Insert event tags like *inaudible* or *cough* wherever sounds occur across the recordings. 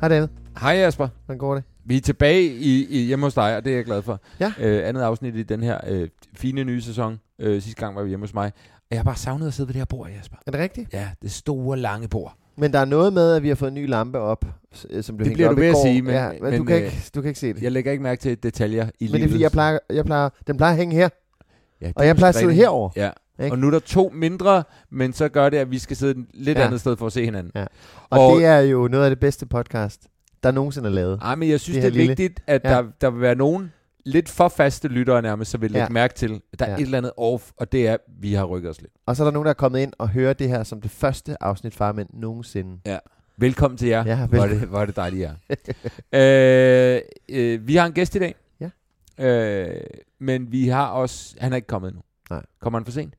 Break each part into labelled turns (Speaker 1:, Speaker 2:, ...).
Speaker 1: Hej David.
Speaker 2: Hej Jasper.
Speaker 1: Hvordan går det?
Speaker 2: Vi er tilbage i, i hjemme hos dig, og det er jeg glad for.
Speaker 1: Ja.
Speaker 2: Øh, andet afsnit i den her øh, fine nye sæson. Øh, sidste gang var vi hjemme hos mig. Og jeg har bare savnet at sidde ved det her bord, Jasper.
Speaker 1: Er det rigtigt?
Speaker 2: Ja, det store, lange bord.
Speaker 1: Men der er noget med, at vi har fået en ny lampe op, s- øh, som blev
Speaker 2: Det
Speaker 1: hængt
Speaker 2: bliver
Speaker 1: op
Speaker 2: du
Speaker 1: i
Speaker 2: ved at
Speaker 1: går.
Speaker 2: sige, men-
Speaker 1: ja, men,
Speaker 2: men,
Speaker 1: du, kan
Speaker 2: øh,
Speaker 1: ikke, du kan ikke se det.
Speaker 2: Jeg lægger ikke mærke til detaljer i livet.
Speaker 1: men det er fordi, jeg plejer, jeg plejer, den plejer at hænge her,
Speaker 2: ja,
Speaker 1: og jeg plejer at sidde
Speaker 2: herovre.
Speaker 1: herover.
Speaker 2: Ja.
Speaker 1: Ikke?
Speaker 2: Og nu er der to mindre, men så gør det, at vi skal sidde et lidt
Speaker 1: Ja.
Speaker 2: ja. andet sted for at se hinanden.
Speaker 1: Ja.
Speaker 2: Ja.
Speaker 1: Og,
Speaker 2: Og- Ah.
Speaker 1: det er jo noget af det bedste podcast, der nogensinde er lavet.
Speaker 2: Ej, men jeg synes,
Speaker 1: Det
Speaker 2: det,
Speaker 1: her
Speaker 2: det er
Speaker 1: lille-
Speaker 2: lille. vigtigt, at
Speaker 1: Ja.
Speaker 2: ja. der, der vil være nogen lidt for faste lyttere nærmest, så vil
Speaker 1: Ja.
Speaker 2: lægge mærke til, at der er
Speaker 1: Ja.
Speaker 2: et eller andet off, og det er, at vi har rykket os lidt.
Speaker 1: Og så er der nogen, der er kommet ind og hører det her som det første afsnit Farmænd nogensinde.
Speaker 2: Velkommen til jer.
Speaker 1: Ja,
Speaker 2: hvor, er
Speaker 1: velkommen.
Speaker 2: det, hvor er det
Speaker 1: *laughs*
Speaker 2: dejligt, jer. øh, øh, vi har en gæst i dag.
Speaker 1: Ja.
Speaker 2: Øh, men vi har også... Han er ikke kommet endnu.
Speaker 1: Nej.
Speaker 2: Kommer han for sent?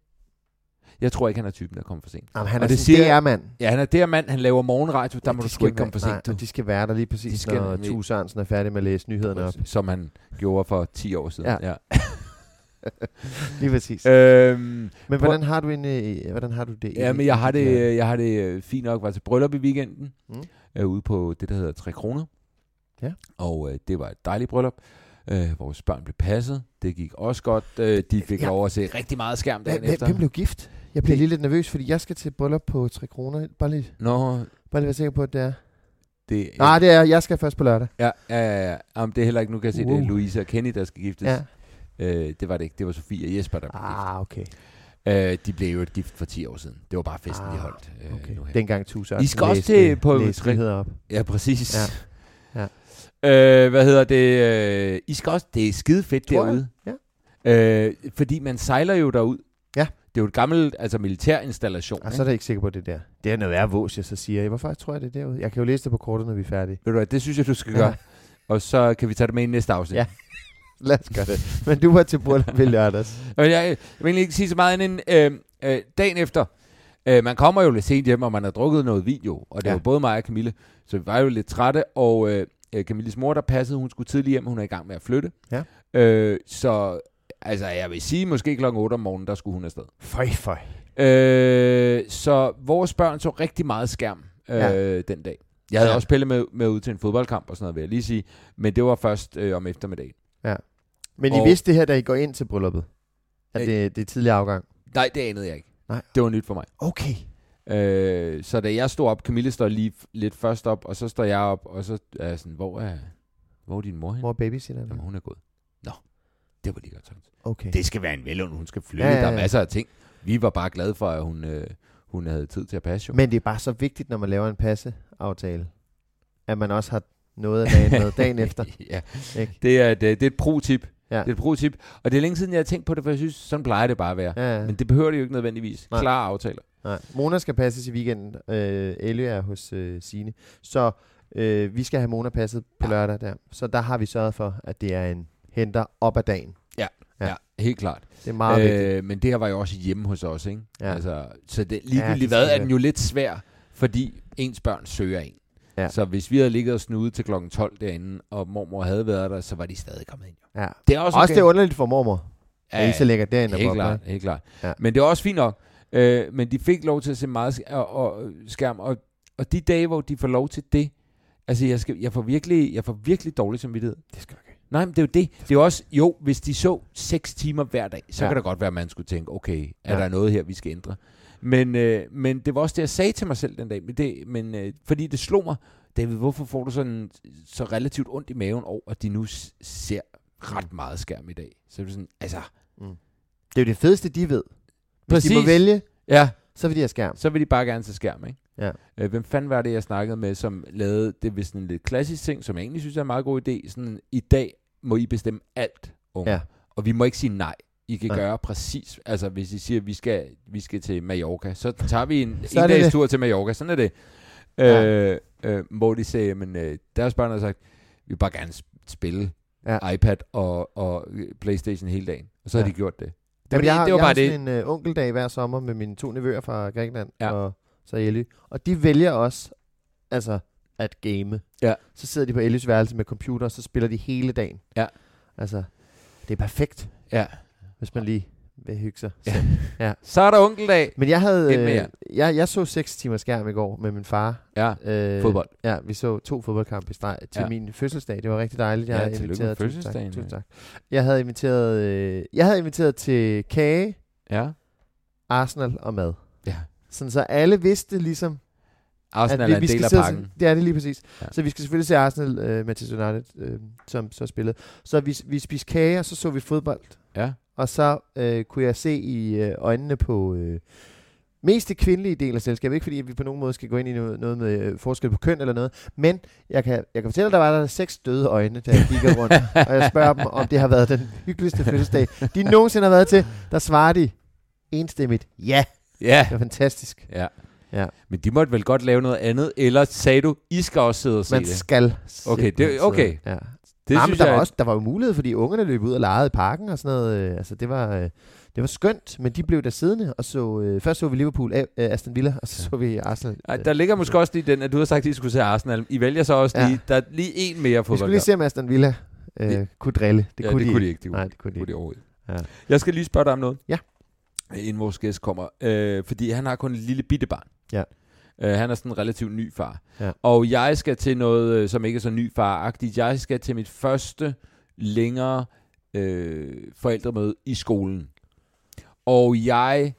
Speaker 2: Jeg tror ikke, han er typen, der kommer for sent.
Speaker 1: Jamen, han
Speaker 2: Og
Speaker 1: er
Speaker 2: det
Speaker 1: sådan,
Speaker 2: siger
Speaker 1: det
Speaker 2: jeg-
Speaker 1: er mand.
Speaker 2: Ja, han er der mand, han laver morgenradio, der ja, må
Speaker 1: Ja,
Speaker 2: du
Speaker 1: de
Speaker 2: sgu
Speaker 1: skal
Speaker 2: ikke komme for
Speaker 1: være-
Speaker 2: sent.
Speaker 1: Nej,
Speaker 2: Du.
Speaker 1: og de skal være der lige
Speaker 2: De
Speaker 1: præcis,
Speaker 2: skal
Speaker 1: når
Speaker 2: nemlig-
Speaker 1: Tue Sørensen er færdig med at læse nyhederne op.
Speaker 2: Som han gjorde for 10 år siden.
Speaker 1: Ja.
Speaker 2: Ja.
Speaker 1: Lige præcis.
Speaker 2: Ja. Øhm,
Speaker 1: Men hvordan har du, en, øh, hvordan har du det?
Speaker 2: ja, men jeg har det, jeg har det øh, fint nok. Var til bryllup i weekenden.
Speaker 1: Mm.
Speaker 2: Mm. Øh, ude på det, der hedder 3 kroner.
Speaker 1: Ja.
Speaker 2: Og øh, det var et dejligt bryllup. Øh, vores børn blev passet. Det gik også godt. Øh, de fik
Speaker 1: Ja.
Speaker 2: ja. lov at se rigtig meget skærm dagen
Speaker 1: Hvem,
Speaker 2: efter.
Speaker 1: hvem blev gift? Jeg bliver
Speaker 2: Det-
Speaker 1: lige lidt nervøs, fordi jeg skal til bryllup på 3 kroner. Bare lige,
Speaker 2: Nå,
Speaker 1: bare lige være sikker på, at det er.
Speaker 2: det,
Speaker 1: Nej, det er, jeg skal først på lørdag.
Speaker 2: ja, ja, ja, ja. Jamen, det er heller ikke, nu kan jeg se, det
Speaker 1: Wow.
Speaker 2: er Louise og Kenny, der skal giftes.
Speaker 1: Ja.
Speaker 2: Ja. Øh, det var det ikke. Det var Sofie og Jesper, der blev gift.
Speaker 1: Ah, okay.
Speaker 2: Øh, de blev jo et gift for 10 år siden. Det var bare festen,
Speaker 1: Ah,
Speaker 2: de holdt. Øh,
Speaker 1: okay.
Speaker 2: nu her.
Speaker 1: Dengang Tue Sørensen
Speaker 2: I skal også til på-
Speaker 1: læste nyheder op.
Speaker 2: Ja, præcis.
Speaker 1: Ja.
Speaker 2: ja. Øh, hvad hedder det? Øh, I skal også, det er skide fedt
Speaker 1: Tror jeg.
Speaker 2: derude. Ja. Øh, fordi man sejler jo derud.
Speaker 1: Ja. Altså
Speaker 2: Det er jo et gammelt, altså militærinstallation.
Speaker 1: Og så er det ikke sikker på det der. Det er noget værre vås, jeg så siger. Jeg, hvorfor tror jeg det er derude? Jeg kan jo læse det på kortet, når vi er færdige. *laughs*
Speaker 2: Ved du hvad, det synes jeg, du skal
Speaker 1: Ja.
Speaker 2: gøre. Og så kan vi tage det med i næste afsnit.
Speaker 1: Ja. Lad os gøre det. Men du var til bryllup i lørdags.
Speaker 2: Og jeg, jeg vil egentlig ikke sige så meget end øh, øh, dagen efter. Øh, man kommer jo lidt sent hjem, og man har drukket noget video. Og det
Speaker 1: Ja.
Speaker 2: ja. var både mig og Camille, så vi var jo lidt trætte. Og øh, øh, Camilles mor, der passede, hun skulle tidligt hjem, hun er i gang med at flytte.
Speaker 1: Ja.
Speaker 2: Øh, så altså, jeg vil sige, måske klokken 8 om morgenen, der skulle hun afsted.
Speaker 1: Føj, føj.
Speaker 2: Øh, så vores børn så rigtig meget skærm øh,
Speaker 1: Ja.
Speaker 2: ja. den dag. Jeg havde
Speaker 1: Ja.
Speaker 2: ja. også pillet med, med ud til en fodboldkamp og sådan noget, vil jeg lige sige. Men det var først øh, om eftermiddagen.
Speaker 1: Men I
Speaker 2: Og-
Speaker 1: vidste det her, da I går ind til brylluppet? At
Speaker 2: Øh.
Speaker 1: det, det er tidlig afgang?
Speaker 2: Nej, det anede jeg ikke.
Speaker 1: Nej.
Speaker 2: Det var nyt for mig.
Speaker 1: Okay.
Speaker 2: Øh, så da jeg stod op, Camille står lige f- lidt først op, og så står jeg op, og så er jeg sådan, hvor er, hvor er din mor henne?
Speaker 1: Mor og babysitteren.
Speaker 2: Jamen, hun er gået. Nå, det var lige godt tænkt.
Speaker 1: Okay.
Speaker 2: Det skal være en velund, hun skal flytte,
Speaker 1: Ja,
Speaker 2: ja,
Speaker 1: ja,
Speaker 2: ja,
Speaker 1: ja.
Speaker 2: der er masser af ting. Vi var bare glade for, at hun, øh, hun havde tid til at passe jo.
Speaker 1: Men det er bare så vigtigt, når man laver en passeaftale, at man også har noget af dagen med
Speaker 2: *laughs*
Speaker 1: dagen efter.
Speaker 2: ja,
Speaker 1: Ikke?
Speaker 2: det er, et, øh, det er et pro-tip.
Speaker 1: Ja.
Speaker 2: Ja. Det er et pro-tip. Og det er længe siden, jeg har tænkt på det, for jeg synes, sådan plejer det bare at være. Ja.
Speaker 1: Ja, ja.
Speaker 2: Men det behøver det jo ikke nødvendigvis.
Speaker 1: Nej.
Speaker 2: Nej. Klare aftaler.
Speaker 1: Nej. Mona skal passes i weekenden. Øh, Elle er hos øh, Sine. Så øh, vi skal have Mona passet på ja.
Speaker 2: Ja.
Speaker 1: lørdag der. Så der har vi sørget for, at det er en henter op ad dagen. Ja.
Speaker 2: Ja, helt klart.
Speaker 1: Det er meget øh, vigtigt.
Speaker 2: øh, men det her var jo også hjemme hos os, ikke?
Speaker 1: Ja.
Speaker 2: Ja. Altså, så det,
Speaker 1: Ja, det
Speaker 2: ligegyldigt
Speaker 1: skal
Speaker 2: ja, hvad,
Speaker 1: være.
Speaker 2: er den jo lidt svær, fordi ens børn søger en.
Speaker 1: Ja.
Speaker 2: Så hvis vi havde ligget og snudet til klokken 12 derinde, og mormor havde været der, så var de stadig kommet ind. jo.
Speaker 1: Ja.
Speaker 2: Det er også,
Speaker 1: Også
Speaker 2: okay.
Speaker 1: det er underligt for mormor, at I så lægger derinde og
Speaker 2: Helt
Speaker 1: bobler,
Speaker 2: klart,
Speaker 1: ikke?
Speaker 2: helt klart.
Speaker 1: Ja.
Speaker 2: Ja. Men det er også fint nok. Øh, men de fik lov til at se meget sk- og, og, skærm, og, og de dage, hvor de får lov til det, altså jeg, skal, jeg, får, virkelig, jeg får virkelig dårlig samvittighed. Det skal ikke. Nej, men det er jo det. Det er jo også, jo, hvis de så 6 timer hver dag, så
Speaker 1: Ja.
Speaker 2: ja. kan det godt være, at man skulle tænke, okay, er
Speaker 1: Ja.
Speaker 2: ja. der noget her, vi skal ændre? Men, øh, men det var også det, jeg sagde til mig selv den dag. Men det, men, øh, fordi det slog mig, David, hvorfor får du sådan så relativt ondt i maven over, at de nu s- ser ret meget skærm i dag? Så er det sådan, altså,
Speaker 1: Det er jo det fedeste, de ved. Hvis de må
Speaker 2: Præcis.
Speaker 1: vælge,
Speaker 2: ja,
Speaker 1: så vil de have skærm.
Speaker 2: så vil de bare gerne se skærm, ikke?
Speaker 1: Ja.
Speaker 2: Øh, hvem fanden var det, jeg snakkede med, som lavede det ved sådan en lidt klassisk ting, som jeg egentlig synes er en meget god idé. Sådan, i dag må I bestemme alt, unge.
Speaker 1: Ja.
Speaker 2: Og vi må ikke sige nej. I kan
Speaker 1: Nej.
Speaker 2: ja. gøre præcis, altså hvis I siger, at vi skal, vi skal til Mallorca, så tager vi en,
Speaker 1: Så
Speaker 2: så
Speaker 1: er
Speaker 2: en
Speaker 1: det
Speaker 2: dags
Speaker 1: det.
Speaker 2: tur til Mallorca. Sådan er det.
Speaker 1: Ja.
Speaker 2: Øh, øh, hvor de sagde, men øh, deres børn har sagt, vi vil bare gerne sp- spille
Speaker 1: Ja.
Speaker 2: ja. iPad og, og øh, Playstation hele dagen. Og så ja.
Speaker 1: Ja.
Speaker 2: har de gjort det. Det var,
Speaker 1: Jamen, jeg, har-
Speaker 2: det var
Speaker 1: jeg
Speaker 2: bare
Speaker 1: har
Speaker 2: det.
Speaker 1: sådan en øh, onkeldag hver sommer med mine to nevøer fra Grækenland ja.
Speaker 2: Ja.
Speaker 1: og så Elly. Og de vælger også altså, at game.
Speaker 2: Ja.
Speaker 1: Så sidder de på Ellys værelse med computer, og så spiller de hele dagen.
Speaker 2: Ja.
Speaker 1: Altså, det er perfekt,
Speaker 2: Ja.
Speaker 1: hvis man lige vil hygge sig.
Speaker 2: Ja.
Speaker 1: Ja.
Speaker 2: Så er der onkeldag.
Speaker 1: Men jeg havde...
Speaker 2: Ind med jer.
Speaker 1: Øh, jeg, jeg så 6 timer skærm i går med min far.
Speaker 2: Ja,
Speaker 1: Øh,
Speaker 2: fodbold.
Speaker 1: Ja, vi så to fodboldkampe i streg til ja.
Speaker 2: Ja.
Speaker 1: min fødselsdag. Det var rigtig dejligt. Jeg
Speaker 2: Ja,
Speaker 1: havde
Speaker 2: tillykke med
Speaker 1: inviteret, tusind
Speaker 2: fødselsdagen,
Speaker 1: Tak, tusind
Speaker 2: mand.
Speaker 1: tak. Jeg havde inviteret, øh, jeg havde inviteret til kage,
Speaker 2: Ja.
Speaker 1: Arsenal og mad.
Speaker 2: Ja.
Speaker 1: Sådan så alle vidste ligesom,
Speaker 2: Arsenal er en
Speaker 1: vi
Speaker 2: del af
Speaker 1: sidde
Speaker 2: pakken.
Speaker 1: Sådan, det er det lige præcis. Ja.
Speaker 2: Ja.
Speaker 1: Så vi skal selvfølgelig se Arsenal, øh, Manchester United, øh, som så spillede. Så vi, vi spiste kage, og så så vi fodbold.
Speaker 2: Ja.
Speaker 1: Og så øh, kunne jeg se i øh, øjnene på øh, mest det kvindelige del af selskabet. Ikke fordi at vi på nogen måde skal gå ind i noget, noget med øh, forskel på køn eller noget. Men jeg kan, jeg kan fortælle, at der var der seks døde øjne, da jeg kigger
Speaker 2: *laughs*
Speaker 1: rundt. og jeg spørger dem, om det har været den hyggeligste fødselsdag, de nogensinde har været til. Der svarer de enstemmigt ja.
Speaker 2: Ja.
Speaker 1: Det var fantastisk.
Speaker 2: ja.
Speaker 1: Ja.
Speaker 2: Men de måtte vel godt lave noget andet, eller sagde du, I skal også sidde og se
Speaker 1: Man
Speaker 2: det?
Speaker 1: skal
Speaker 2: Okay, det-
Speaker 1: simpelthen
Speaker 2: okay.
Speaker 1: sidde- Ja.
Speaker 2: Det
Speaker 1: Det Nej, men
Speaker 2: synes
Speaker 1: der,
Speaker 2: jeg,
Speaker 1: var også, der var jo mulighed, fordi ungerne løb ud og legede i parken og sådan noget. øh, Altså, det var, øh, det var skønt, men de blev der siddende, og så, øh, først så vi Liverpool, A- øh, Aston Villa, og så så vi Arsenal.
Speaker 2: Ej, der ligger måske også lige den, at du har sagt, at I skulle se Arsenal. I vælger så også
Speaker 1: Ja.
Speaker 2: lige, der er lige en mere
Speaker 1: vi
Speaker 2: fodbold.
Speaker 1: skulle lige se, om Aston Villa øh,
Speaker 2: Det-
Speaker 1: kunne drille. Det,
Speaker 2: ja,
Speaker 1: kunne,
Speaker 2: det
Speaker 1: de
Speaker 2: kunne de
Speaker 1: ikke.
Speaker 2: ikke. Det kunne,
Speaker 1: Nej, det kunne de
Speaker 2: kunne de
Speaker 1: ikke.
Speaker 2: overhovedet.
Speaker 1: Ja.
Speaker 2: Ja. Jeg skal lige spørge dig om noget.
Speaker 1: Ja.
Speaker 2: Inden vores gæst kommer. Øh, fordi han har kun et lille bitte barn.
Speaker 1: Ja.
Speaker 2: Øh, han er sådan en relativt ny far.
Speaker 1: Ja.
Speaker 2: Og jeg skal til noget, øh, som ikke er så ny faragtigt. Jeg skal til mit første længere øh, forældremøde i skolen. Og jeg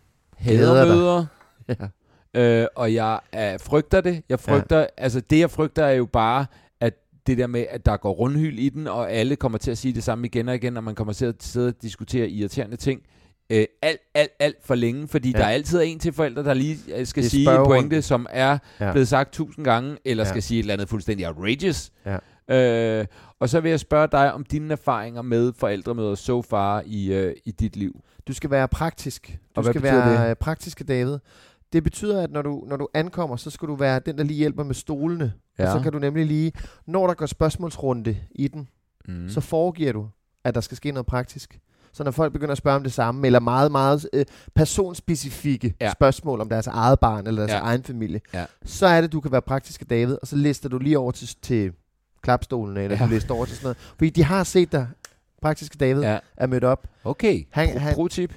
Speaker 1: Glæder
Speaker 2: hader
Speaker 1: dig.
Speaker 2: møder.
Speaker 1: *laughs* Ja.
Speaker 2: Øh, og jeg er, frygter det. Jeg frygter, ja. altså det jeg frygter er jo bare, at det der med, at der går rundhyl i den, og alle kommer til at sige det samme igen og igen, og man kommer til at sidde og diskutere irriterende ting. Øh, alt, alt, alt for længe, fordi
Speaker 1: Ja.
Speaker 2: ja. der er altid en til forældre, der lige øh, skal
Speaker 1: Det er
Speaker 2: sige en
Speaker 1: spørgerunden.
Speaker 2: pointe, som er
Speaker 1: Ja.
Speaker 2: ja. blevet sagt tusind gange, eller
Speaker 1: Ja.
Speaker 2: ja. skal sige et eller andet fuldstændig outrageous.
Speaker 1: Ja.
Speaker 2: Øh, og så vil jeg spørge dig om dine erfaringer med forældremøder so far i, øh, i dit liv.
Speaker 1: Du skal være praktisk. Du
Speaker 2: Og hvad
Speaker 1: skal
Speaker 2: betyder
Speaker 1: være det? praktisk, David. Det betyder, at når du, når du ankommer, så skal du være den, der lige hjælper med stolene. Ja. Og så kan du nemlig lige, når der går spørgsmålsrunde i den,
Speaker 2: mm.
Speaker 1: mm. så foregiver du, at der skal ske noget praktisk. Så når folk begynder at spørge om det samme, eller meget, meget øh, personspecifikke ja.
Speaker 2: Ja.
Speaker 1: spørgsmål om deres eget barn eller deres ja.
Speaker 2: Ja.
Speaker 1: egen familie,
Speaker 2: Ja.
Speaker 1: så er det, du kan være praktisk af David, og så lister du lige over til, til klapstolen, eller ja.
Speaker 2: Ja.
Speaker 1: du lister over til sådan noget. Fordi de har set dig, praktisk af David, ja.
Speaker 2: ja.
Speaker 1: er mødt op.
Speaker 2: Okay,
Speaker 1: Han-
Speaker 2: Pro-
Speaker 1: han-
Speaker 2: pro-tip.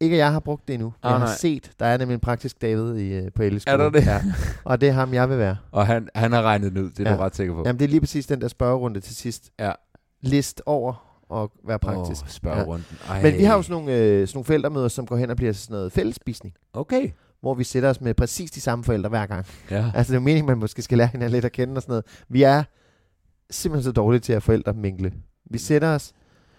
Speaker 1: Ikke at jeg har brugt det endnu, men
Speaker 2: Ah,
Speaker 1: jeg har
Speaker 2: nej.
Speaker 1: set, der er nemlig en praktisk David i, øh, på Elleskolen.
Speaker 2: Er der det?
Speaker 1: Ja. Og det er ham, jeg vil være.
Speaker 2: *laughs* Og han, han har regnet den ud, det er
Speaker 1: Ja.
Speaker 2: du ret sikker på.
Speaker 1: Jamen, det er lige præcis den der spørgerunde til sidst.
Speaker 2: Ja.
Speaker 1: List over og være praktisk.
Speaker 2: Åh, spørgerunden. Ja.
Speaker 1: Men vi har jo sådan nogle, øh, sådan nogle forældremøder, som går hen og bliver sådan noget fællesspisning,
Speaker 2: Okay.
Speaker 1: hvor vi sætter os med præcis de samme forældre hver gang. *laughs*
Speaker 2: Ja.
Speaker 1: Altså det er jo meningen, man måske skal lære hinanden lidt at kende og sådan noget. Vi er simpelthen så dårlige til at forældre mingle. Vi sætter os...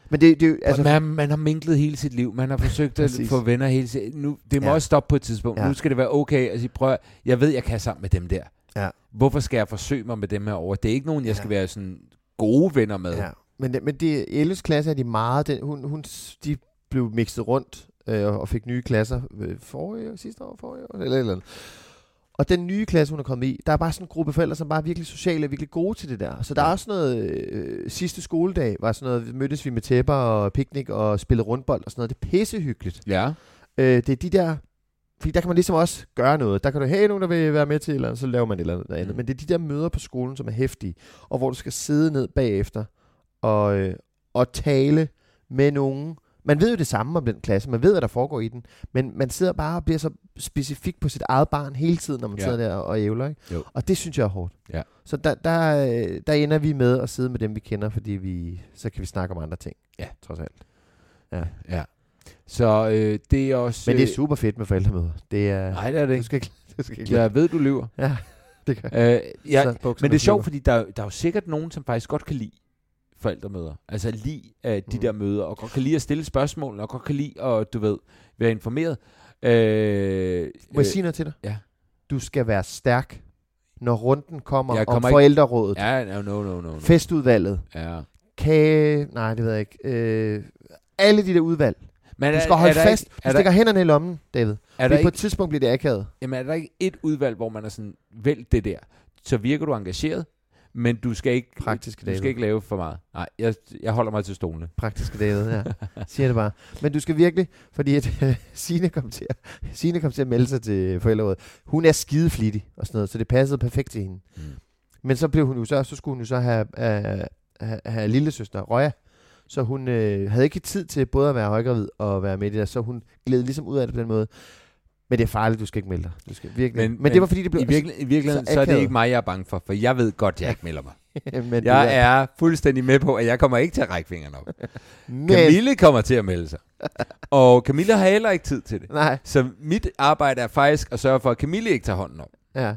Speaker 1: Men det, det er jo,
Speaker 2: Altså,
Speaker 1: altså,
Speaker 2: man, man har minklet hele sit liv. Man har forsøgt at
Speaker 1: Præcis.
Speaker 2: få venner hele sit nu, Det må
Speaker 1: Ja.
Speaker 2: ja. også stoppe på et tidspunkt.
Speaker 1: Ja.
Speaker 2: Ja. Nu skal det være okay at sige, prøv at- jeg ved, jeg kan sammen med dem der.
Speaker 1: Ja.
Speaker 2: Hvorfor skal jeg forsøge mig med dem her over? Det er ikke nogen, jeg skal
Speaker 1: Ja.
Speaker 2: være sådan gode venner med.
Speaker 1: ja. Men, det- men det, i Elles klasse er de meget... Den, hun, hun, de blev mixet rundt øh, og- og fik nye klasser øh, forrige år, sidste år, forrige år, eller et eller andet. Og den nye klasse, hun er kommet i, der er bare sådan en gruppe forældre, som bare er virkelig sociale og virkelig gode til det der. Så der er også noget, øh, sidste skoledag var sådan noget, mødtes vi med tæpper og piknik og spillede rundbold og sådan noget. Det er pissehyggeligt.
Speaker 2: Ja.
Speaker 1: Øh, det er de der Fordi der kan man ligesom også gøre noget. Der kan du have nogen, der vil være med til et eller andet, så laver man et eller andet andet.
Speaker 2: Mm.
Speaker 1: Men det er de der møder på skolen, som er hæftige, og hvor du skal sidde ned bagefter og, øh, og tale med nogen. Man ved jo det samme om den klasse, man ved, hvad der foregår i den, men man sidder bare og bliver så specifik på sit eget barn hele tiden, når man
Speaker 2: Ja.
Speaker 1: ja. sidder der og, og ævler. Ikke?
Speaker 2: Jo.
Speaker 1: Og det synes jeg er hårdt.
Speaker 2: Ja.
Speaker 1: Så der, der, øh, der ender vi med at sidde med dem, vi kender, fordi vi, så kan vi snakke om andre ting,
Speaker 2: Ja.
Speaker 1: trods alt.
Speaker 2: Ja. Så øh, det er også...
Speaker 1: Men det
Speaker 2: øh,
Speaker 1: er super fedt med forældremøder. Det er,
Speaker 2: Nej, det er det
Speaker 1: du
Speaker 2: ikke.
Speaker 1: skal, ikke- du skal ikke
Speaker 2: Jeg ved, du lyver.
Speaker 1: Ja, det gør jeg.
Speaker 2: Øh, ja,
Speaker 1: Så bukserne
Speaker 2: men det
Speaker 1: flyver.
Speaker 2: er sjovt, fordi der, der er jo sikkert nogen, som faktisk godt kan lide forældremøder. Altså lide uh, de
Speaker 1: Mm.
Speaker 2: der møder, og godt kan lide at stille spørgsmål, og godt kan lide at, du ved, være informeret. Øh,
Speaker 1: Må jeg sige noget til dig?
Speaker 2: ja.
Speaker 1: Du skal være stærk, når runden kommer,
Speaker 2: Jeg
Speaker 1: jeg
Speaker 2: kommer
Speaker 1: kommer om
Speaker 2: ikke-
Speaker 1: forældrerådet, ja.
Speaker 2: Ja, no, no, no, no. no.
Speaker 1: festudvalget,
Speaker 2: Ja.
Speaker 1: kage... Nej, det ved jeg ikke. Øh, alle de der udvalg.
Speaker 2: Men
Speaker 1: Du skal holde
Speaker 2: der
Speaker 1: fast.
Speaker 2: Ikke,
Speaker 1: Du
Speaker 2: er, der,
Speaker 1: stikker hænderne i lommen, David.
Speaker 2: er, der
Speaker 1: Fordi på
Speaker 2: ikke,
Speaker 1: et tidspunkt bliver det akavet.
Speaker 2: jamen, er der ikke et udvalg, hvor man er sådan, vælg det der, så virker du engageret, men du skal ikke,
Speaker 1: Praktisk,
Speaker 2: du skal
Speaker 1: David.
Speaker 2: ikke lave for meget. Nej, jeg, jeg holder mig til stolene.
Speaker 1: Praktisk David, ja. Siger det bare. Men du skal virkelig, fordi at øh, Signe kom til at, Signe kom til at melde sig til forældrerådet. Hun er skide flittig og sådan noget, så det passede perfekt til hende.
Speaker 2: Mm.
Speaker 1: Mm. Men så blev hun jo så, så skulle hun jo så have, have, have, have lillesøster Røja. Så hun øh, havde ikke tid til både at være højgravid og være med i det der, så hun gled ligesom ud af det på den måde. Men det er farligt, du skal ikke melde dig. Du skal virkelig. Men,
Speaker 2: Men-
Speaker 1: men,
Speaker 2: men
Speaker 1: det var fordi, det blev...
Speaker 2: I, virkelig, I virkeligheden, så,
Speaker 1: Altså, så
Speaker 2: så er det
Speaker 1: akavet.
Speaker 2: ikke mig, jeg er bange for, for jeg ved godt, jeg ikke melder mig.
Speaker 1: *laughs* men,
Speaker 2: Jeg er fuldstændig med på, at jeg kommer ikke til at række fingrene op.
Speaker 1: *laughs* men,
Speaker 2: Camille kommer til at
Speaker 1: *laughs*
Speaker 2: melde sig. Og Camille har heller ikke tid til det.
Speaker 1: Nej,
Speaker 2: Så mit arbejde er faktisk at sørge for, at Camille ikke tager hånden op.
Speaker 1: ja.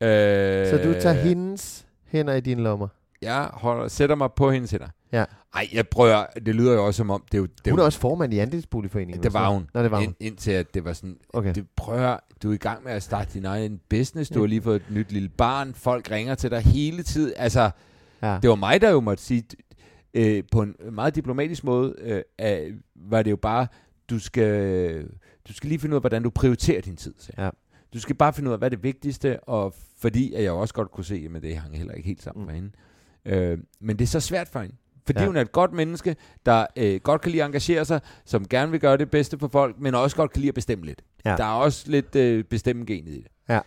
Speaker 2: Øh,
Speaker 1: Så du tager hendes hænder i dine lommer.
Speaker 2: Jeg holder, sætter mig på hendes hænder.
Speaker 1: Ja.
Speaker 2: Ej, jeg prøver, det lyder jo også som om, det er jo, det, er
Speaker 1: hun er
Speaker 2: jo-
Speaker 1: også formand i andelsboligforeningen.
Speaker 2: det var hun.
Speaker 1: Nå, det var hun.
Speaker 2: Ind, indtil at det var sådan,
Speaker 1: Okay.
Speaker 2: det prøver, du er i gang med at starte din egen business, du har lige fået et nyt lille barn, folk ringer til dig hele tiden. Altså,
Speaker 1: ja.
Speaker 2: Det var mig, der jo måtte sige, øh, på en meget diplomatisk måde, øh, øh, var det jo bare, du skal, du skal lige finde ud af, hvordan du prioriterer din tid. sagde jeg.
Speaker 1: Ja.
Speaker 2: Du skal bare finde ud af, hvad er det vigtigste, og fordi at jeg jo også godt kunne se, men det hang heller ikke helt sammen mm.
Speaker 1: Mm.
Speaker 2: for hende. Øh, men det er så svært for hende. Fordi ja.
Speaker 1: Ja.
Speaker 2: hun er et godt menneske, der øh, godt kan lide at engagere sig, som gerne vil gøre det bedste for folk, men også godt kan lide at bestemme lidt.
Speaker 1: Ja.
Speaker 2: Der er også lidt øh, bestemme genet i det.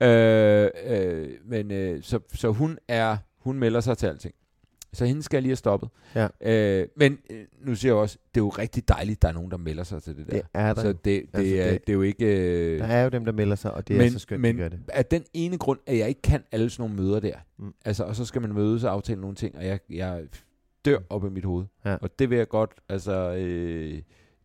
Speaker 1: Ja.
Speaker 2: Øh, øh, men øh, så, så hun er hun melder sig til alting. Så hende skal jeg lige have stoppet.
Speaker 1: Ja.
Speaker 2: Øh, men øh, nu siger jeg også, det er jo rigtig dejligt, at der er nogen, der melder sig til det der.
Speaker 1: Det er der.
Speaker 2: så
Speaker 1: Så,
Speaker 2: det, det,
Speaker 1: Altså,
Speaker 2: er,
Speaker 1: det-
Speaker 2: det er jo ikke... Øh,
Speaker 1: der er jo dem, der melder sig, og det men,
Speaker 2: men-
Speaker 1: er så skønt,
Speaker 2: men-
Speaker 1: men, de gør det.
Speaker 2: af den ene grund, at jeg ikke kan alle sådan nogle møder der. Mm.
Speaker 1: Mm.
Speaker 2: Altså, og så skal man mødes og aftale nogle ting, og jeg, jeg dør op i mit hoved.
Speaker 1: Ja.
Speaker 2: Og det vil jeg godt, altså, øh,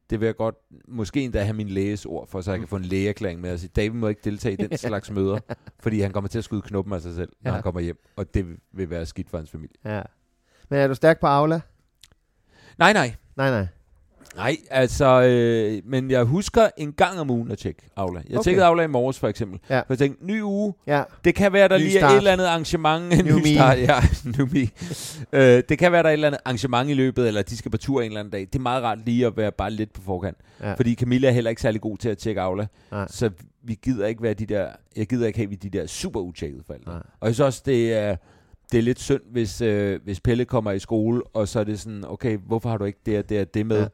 Speaker 2: det vil jeg godt, måske endda have min læges ord for, så jeg kan få en lægeerklæring med at sige, David må ikke deltage i
Speaker 1: *laughs*
Speaker 2: den slags møder, fordi han kommer til at skyde knuppen af sig selv, når
Speaker 1: Ja.
Speaker 2: han kommer hjem, og det vil være skidt for hans familie.
Speaker 1: Ja. Men er du stærk på Aula?
Speaker 2: Nej, nej,
Speaker 1: Nej, nej.
Speaker 2: nej, altså, øh, men jeg husker en gang om ugen at tjekke Aula. Jeg okay.
Speaker 1: Okay.
Speaker 2: tjekkede Aula i morges, for eksempel.
Speaker 1: Ja.
Speaker 2: For jeg tænkte, ny uge,
Speaker 1: Ja,
Speaker 2: Det kan være, der
Speaker 1: Ny
Speaker 2: lige er
Speaker 1: start.
Speaker 2: et eller andet arrangement. *laughs* en
Speaker 1: New
Speaker 2: ny
Speaker 1: me.
Speaker 2: start, ja, new me. Øh, det kan være, der er et eller andet arrangement i løbet, eller de skal på tur en eller anden dag. Det er meget rart lige at være bare lidt på forkant. Ja.
Speaker 1: Ja.
Speaker 2: Fordi Camilla er heller ikke særlig god til at tjekke Aula.
Speaker 1: Nej.
Speaker 2: Så vi gider ikke være de der, jeg gider ikke have, vi er de der super utjekkede forældre.
Speaker 1: nej.
Speaker 2: Og jeg synes også, det er, det er lidt synd, hvis, øh, hvis Pelle kommer i skole, og så er det sådan, okay, hvorfor har du ikke det og det og det med?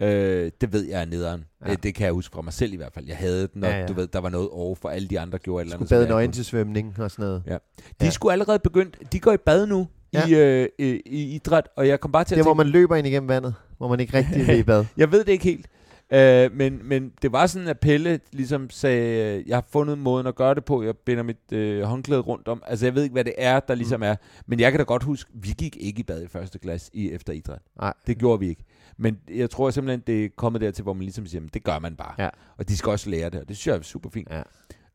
Speaker 2: Ja. Øh, det ved jeg er nederen. Ja.
Speaker 1: Ja.
Speaker 2: Det kan jeg huske fra mig selv i hvert fald. Jeg havde den, og ja,
Speaker 1: Ja,
Speaker 2: ja.
Speaker 1: ja.
Speaker 2: du ved, der var noget over for alle de andre gjorde et eller
Speaker 1: Skulle
Speaker 2: andet. som jeg
Speaker 1: bade
Speaker 2: ikke kunne.
Speaker 1: nøgen til svømning og sådan noget.
Speaker 2: Ja. De
Speaker 1: Ja.
Speaker 2: ja. skulle allerede begyndt, de går i bad nu ja.
Speaker 1: Ja.
Speaker 2: i, øh, i, i idræt, og jeg kom bare til
Speaker 1: Det
Speaker 2: at
Speaker 1: er, hvor man
Speaker 2: tænke,
Speaker 1: løber ind igennem vandet, hvor man ikke rigtig vil i bad.
Speaker 2: jeg ved det ikke helt, øh, men, men det var sådan, at Pelle ligesom sagde, øh, jeg har fundet måden at gøre det på, jeg binder mit øh, håndklæde rundt om, altså jeg ved ikke, hvad det er, der
Speaker 1: Mm.
Speaker 2: ligesom er, men jeg kan da godt huske, vi gik ikke i bad i første klasse i efter idræt.
Speaker 1: Nej.
Speaker 2: Det gjorde vi ikke. Men jeg tror simpelthen, det er kommet dertil, hvor man ligesom siger, "Men det gør man bare.
Speaker 1: Ja.
Speaker 2: Og de skal også lære det, og det synes jeg er super fint.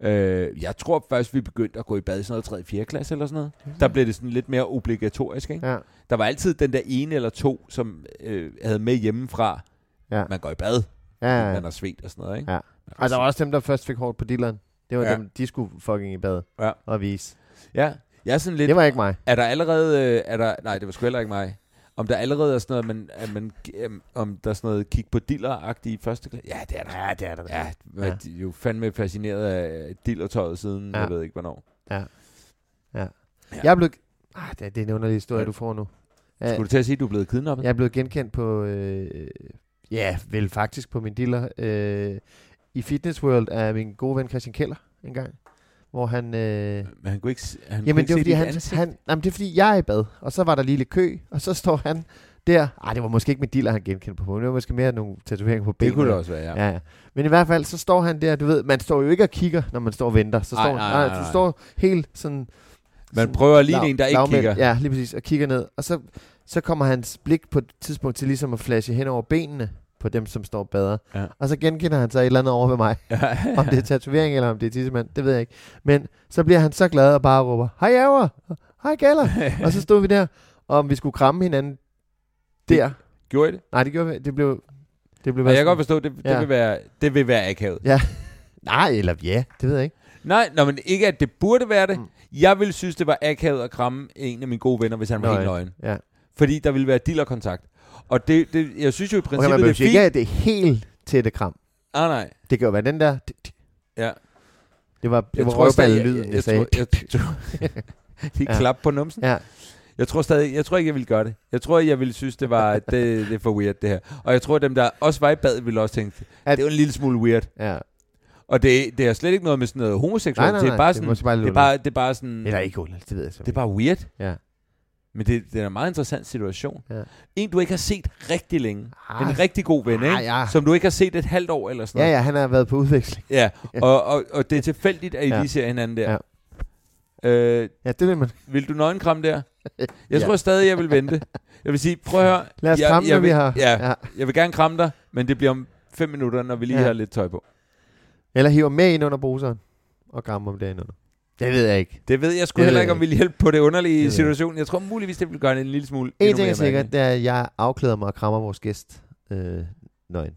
Speaker 1: Ja.
Speaker 2: Øh, jeg tror først, vi begyndte at gå i bad i sådan noget 3. 4. klasse eller sådan noget. Der blev det sådan lidt mere obligatorisk, ikke?
Speaker 1: Mm. Ja.
Speaker 2: Der var altid den der ene eller to, som øh, havde med hjemmefra.
Speaker 1: Ja.
Speaker 2: Man går i bad,
Speaker 1: Ja,
Speaker 2: ja.
Speaker 1: ja.
Speaker 2: man har svedt og sådan noget, ikke?
Speaker 1: Ja. Og der var også dem, der først fik hårdt på dilleren. Det var
Speaker 2: Ja.
Speaker 1: ja. dem, de skulle fucking i bad
Speaker 2: Ja.
Speaker 1: og vise.
Speaker 2: ja. Jeg er sådan lidt...
Speaker 1: Det var ikke mig.
Speaker 2: Er der allerede... øh, Er der, nej, det var sgu heller ikke mig. Om der allerede er sådan noget, man, at man, øhm, om der er sådan noget kig på diller-agtigt i første klasse? Ja, det er der. Ja, det er der. Ja, ja.
Speaker 1: Ja.
Speaker 2: De er jo fandme fascineret af dillertøjet siden, ja.
Speaker 1: Ja.
Speaker 2: jeg ved ikke hvornår. Ja.
Speaker 1: Jeg er blevet... Ah, det, er- det er en underlig historie,
Speaker 2: Ja.
Speaker 1: du får nu.
Speaker 2: Ja.
Speaker 1: Ja.
Speaker 2: Skulle du til at sige, at du er blevet kidnappet?
Speaker 1: Jeg er blevet genkendt på, øh, ja, vel faktisk på min dealer, øh, i Fitness World af min gode ven Christian Keller en gang, hvor han... Øh,
Speaker 2: Men han kunne ikke, s- han kunne
Speaker 1: Jamen,
Speaker 2: ikke
Speaker 1: det er
Speaker 2: se
Speaker 1: fordi,
Speaker 2: dit
Speaker 1: han,
Speaker 2: ansigt.
Speaker 1: han, jamen, det er fordi, jeg er i bad, og så var der lige lidt kø, og så står han der. Ej, det var måske ikke med diller, han genkendte på hovedet. Det var måske mere nogle tatoveringer på benene.
Speaker 2: det kunne det også være, ja.
Speaker 1: Ja. ja. Men i hvert fald, så står han der, du ved, man står jo ikke og kigger, når man står og venter. Så
Speaker 2: Ej,
Speaker 1: står,
Speaker 2: nej, nej,
Speaker 1: Du
Speaker 2: nej.
Speaker 1: står helt sådan...
Speaker 2: Man prøver lige
Speaker 1: lav-
Speaker 2: en, der ikke
Speaker 1: lavmælt.
Speaker 2: kigger.
Speaker 1: Ja, lige præcis, og kigger ned. Og så, så kommer hans blik på et tidspunkt til ligesom at flashe hen over benene på dem, som står og bader.
Speaker 2: Ja.
Speaker 1: Og så genkender han sig et eller andet over ved mig. *laughs* om det er tatovering eller om det er tissemand, det ved jeg ikke. Men så bliver han så glad og bare råber, hej Auer, hej Galler. og så stod vi der, og om vi skulle kramme hinanden der.
Speaker 2: *laughs* Gjorde I det?
Speaker 1: Nej, det gjorde vi. Det blev... Det blev
Speaker 2: Og jeg
Speaker 1: sådan-
Speaker 2: kan godt forstå, det, det,
Speaker 1: Ja.
Speaker 2: vil være, det vil være akavet.
Speaker 1: Nej, eller ja, det ved jeg ikke.
Speaker 2: Nej, nå, men ikke at det burde være det.
Speaker 1: Mm.
Speaker 2: Jeg ville synes, det var akavet at kramme en af mine gode venner, hvis han var
Speaker 1: Nå,
Speaker 2: helt
Speaker 1: ja.
Speaker 2: nøgen.
Speaker 1: Ja.
Speaker 2: Fordi der ville være dillerkontakt. Og det, det, jeg synes jo i
Speaker 1: Okay,
Speaker 2: princippet,
Speaker 1: man
Speaker 2: det
Speaker 1: behøver
Speaker 2: er fint.
Speaker 1: ikke at det er helt tætte kram.
Speaker 2: Ah, nej.
Speaker 1: Det kan jo være den der...
Speaker 2: Ja.
Speaker 1: Det var, det
Speaker 2: Jeg
Speaker 1: var
Speaker 2: tror stadig, jeg-
Speaker 1: røvballelyden, jeg,
Speaker 2: jeg
Speaker 1: sagde.
Speaker 2: tror- jeg
Speaker 1: *laughs*
Speaker 2: tror- Lige
Speaker 1: Ja.
Speaker 2: klap på numsen.
Speaker 1: ja.
Speaker 2: Jeg tror stadig, jeg tror ikke, jeg ville gøre det. Jeg tror, jeg ville synes, det var det, det er for weird, det her. Og jeg tror, dem, der også var i bad, ville også tænke, at
Speaker 1: At-
Speaker 2: det er jo en lille smule weird.
Speaker 1: ja.
Speaker 2: Og det, det er slet ikke noget med sådan noget
Speaker 1: Nej,
Speaker 2: homoseksuelt.
Speaker 1: nej, nej.
Speaker 2: det er bare sådan,
Speaker 1: måske bare
Speaker 2: det er bare, det er bare sådan,
Speaker 1: Eller ikke underligt, det ved jeg så
Speaker 2: det er bare weird.
Speaker 1: Ja.
Speaker 2: Men det, det er en meget interessant situation.
Speaker 1: Ja.
Speaker 2: En, du ikke har set rigtig længe.
Speaker 1: Ah.
Speaker 2: en rigtig god ven, ikke?
Speaker 1: Ah, ja.
Speaker 2: Som du ikke har set et halvt år eller sådan
Speaker 1: Ja,
Speaker 2: noget.
Speaker 1: ja, han har været på udveksling. *laughs*
Speaker 2: Ja, og, og, og det er tilfældigt, at I
Speaker 1: Ja.
Speaker 2: lige ser hinanden der. Øh,
Speaker 1: Ja, det vil man.
Speaker 2: vil du nøgenkramme
Speaker 1: *laughs*
Speaker 2: der? Jeg
Speaker 1: Ja.
Speaker 2: tror stadig, jeg vil vente. Jeg vil sige, prøv at høre.
Speaker 1: Lad os
Speaker 2: jeg,
Speaker 1: kramme,
Speaker 2: jeg
Speaker 1: når vi
Speaker 2: vil,
Speaker 1: har-
Speaker 2: Ja,
Speaker 1: ja.
Speaker 2: jeg vil gerne kramme dig, men det bliver om fem minutter, når vi lige
Speaker 1: Ja.
Speaker 2: har lidt tøj på.
Speaker 1: Eller hiver med ind under bruseren og krammer om dagen under. Det ved jeg ikke.
Speaker 2: Det ved jeg sgu
Speaker 1: Det ved
Speaker 2: heller
Speaker 1: jeg
Speaker 2: ikke, om
Speaker 1: ikke.
Speaker 2: vi vil hjælpe på det underlige
Speaker 1: ved jeg
Speaker 2: situation. Jeg tror muligvis, det vil gøre det en lille smule
Speaker 1: En
Speaker 2: endnu
Speaker 1: ting er
Speaker 2: mere
Speaker 1: sikkert,
Speaker 2: mærkeligt.
Speaker 1: det er, at jeg afklæder mig og krammer vores gæst øh, nøgen.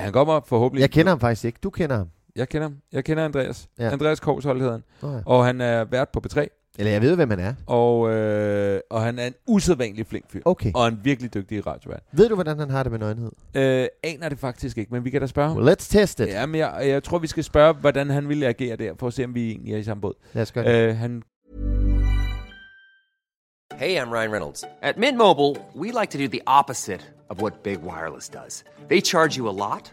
Speaker 2: Han kommer forhåbentlig.
Speaker 1: Jeg kender ham faktisk ikke. Du kender ham.
Speaker 2: Jeg kender ham. Jeg kender Andreas.
Speaker 1: Ja.
Speaker 2: Andreas Korshold hedder han.
Speaker 1: Nå ja.
Speaker 2: Og han er vært på B3.
Speaker 1: Eller jeg ved, hvem han er.
Speaker 2: Og, øh, og han er en usædvanlig flink fyr.
Speaker 1: Okay.
Speaker 2: Og en virkelig dygtig radiovært.
Speaker 1: Ved du, hvordan han har det med nøgenhed?
Speaker 2: Øh, aner det faktisk ikke, men vi kan da spørge ham.
Speaker 1: Well, let's test it.
Speaker 2: Ja, men jeg, jeg tror, vi skal spørge, hvordan han ville agere der, for at se, om vi egentlig er i samme båd.
Speaker 1: Lad os gøre det.
Speaker 2: Øh, han
Speaker 3: Hey, I'm Ryan Reynolds. At Mint Mobile, we like to do the opposite of what Big Wireless does. They charge you a lot,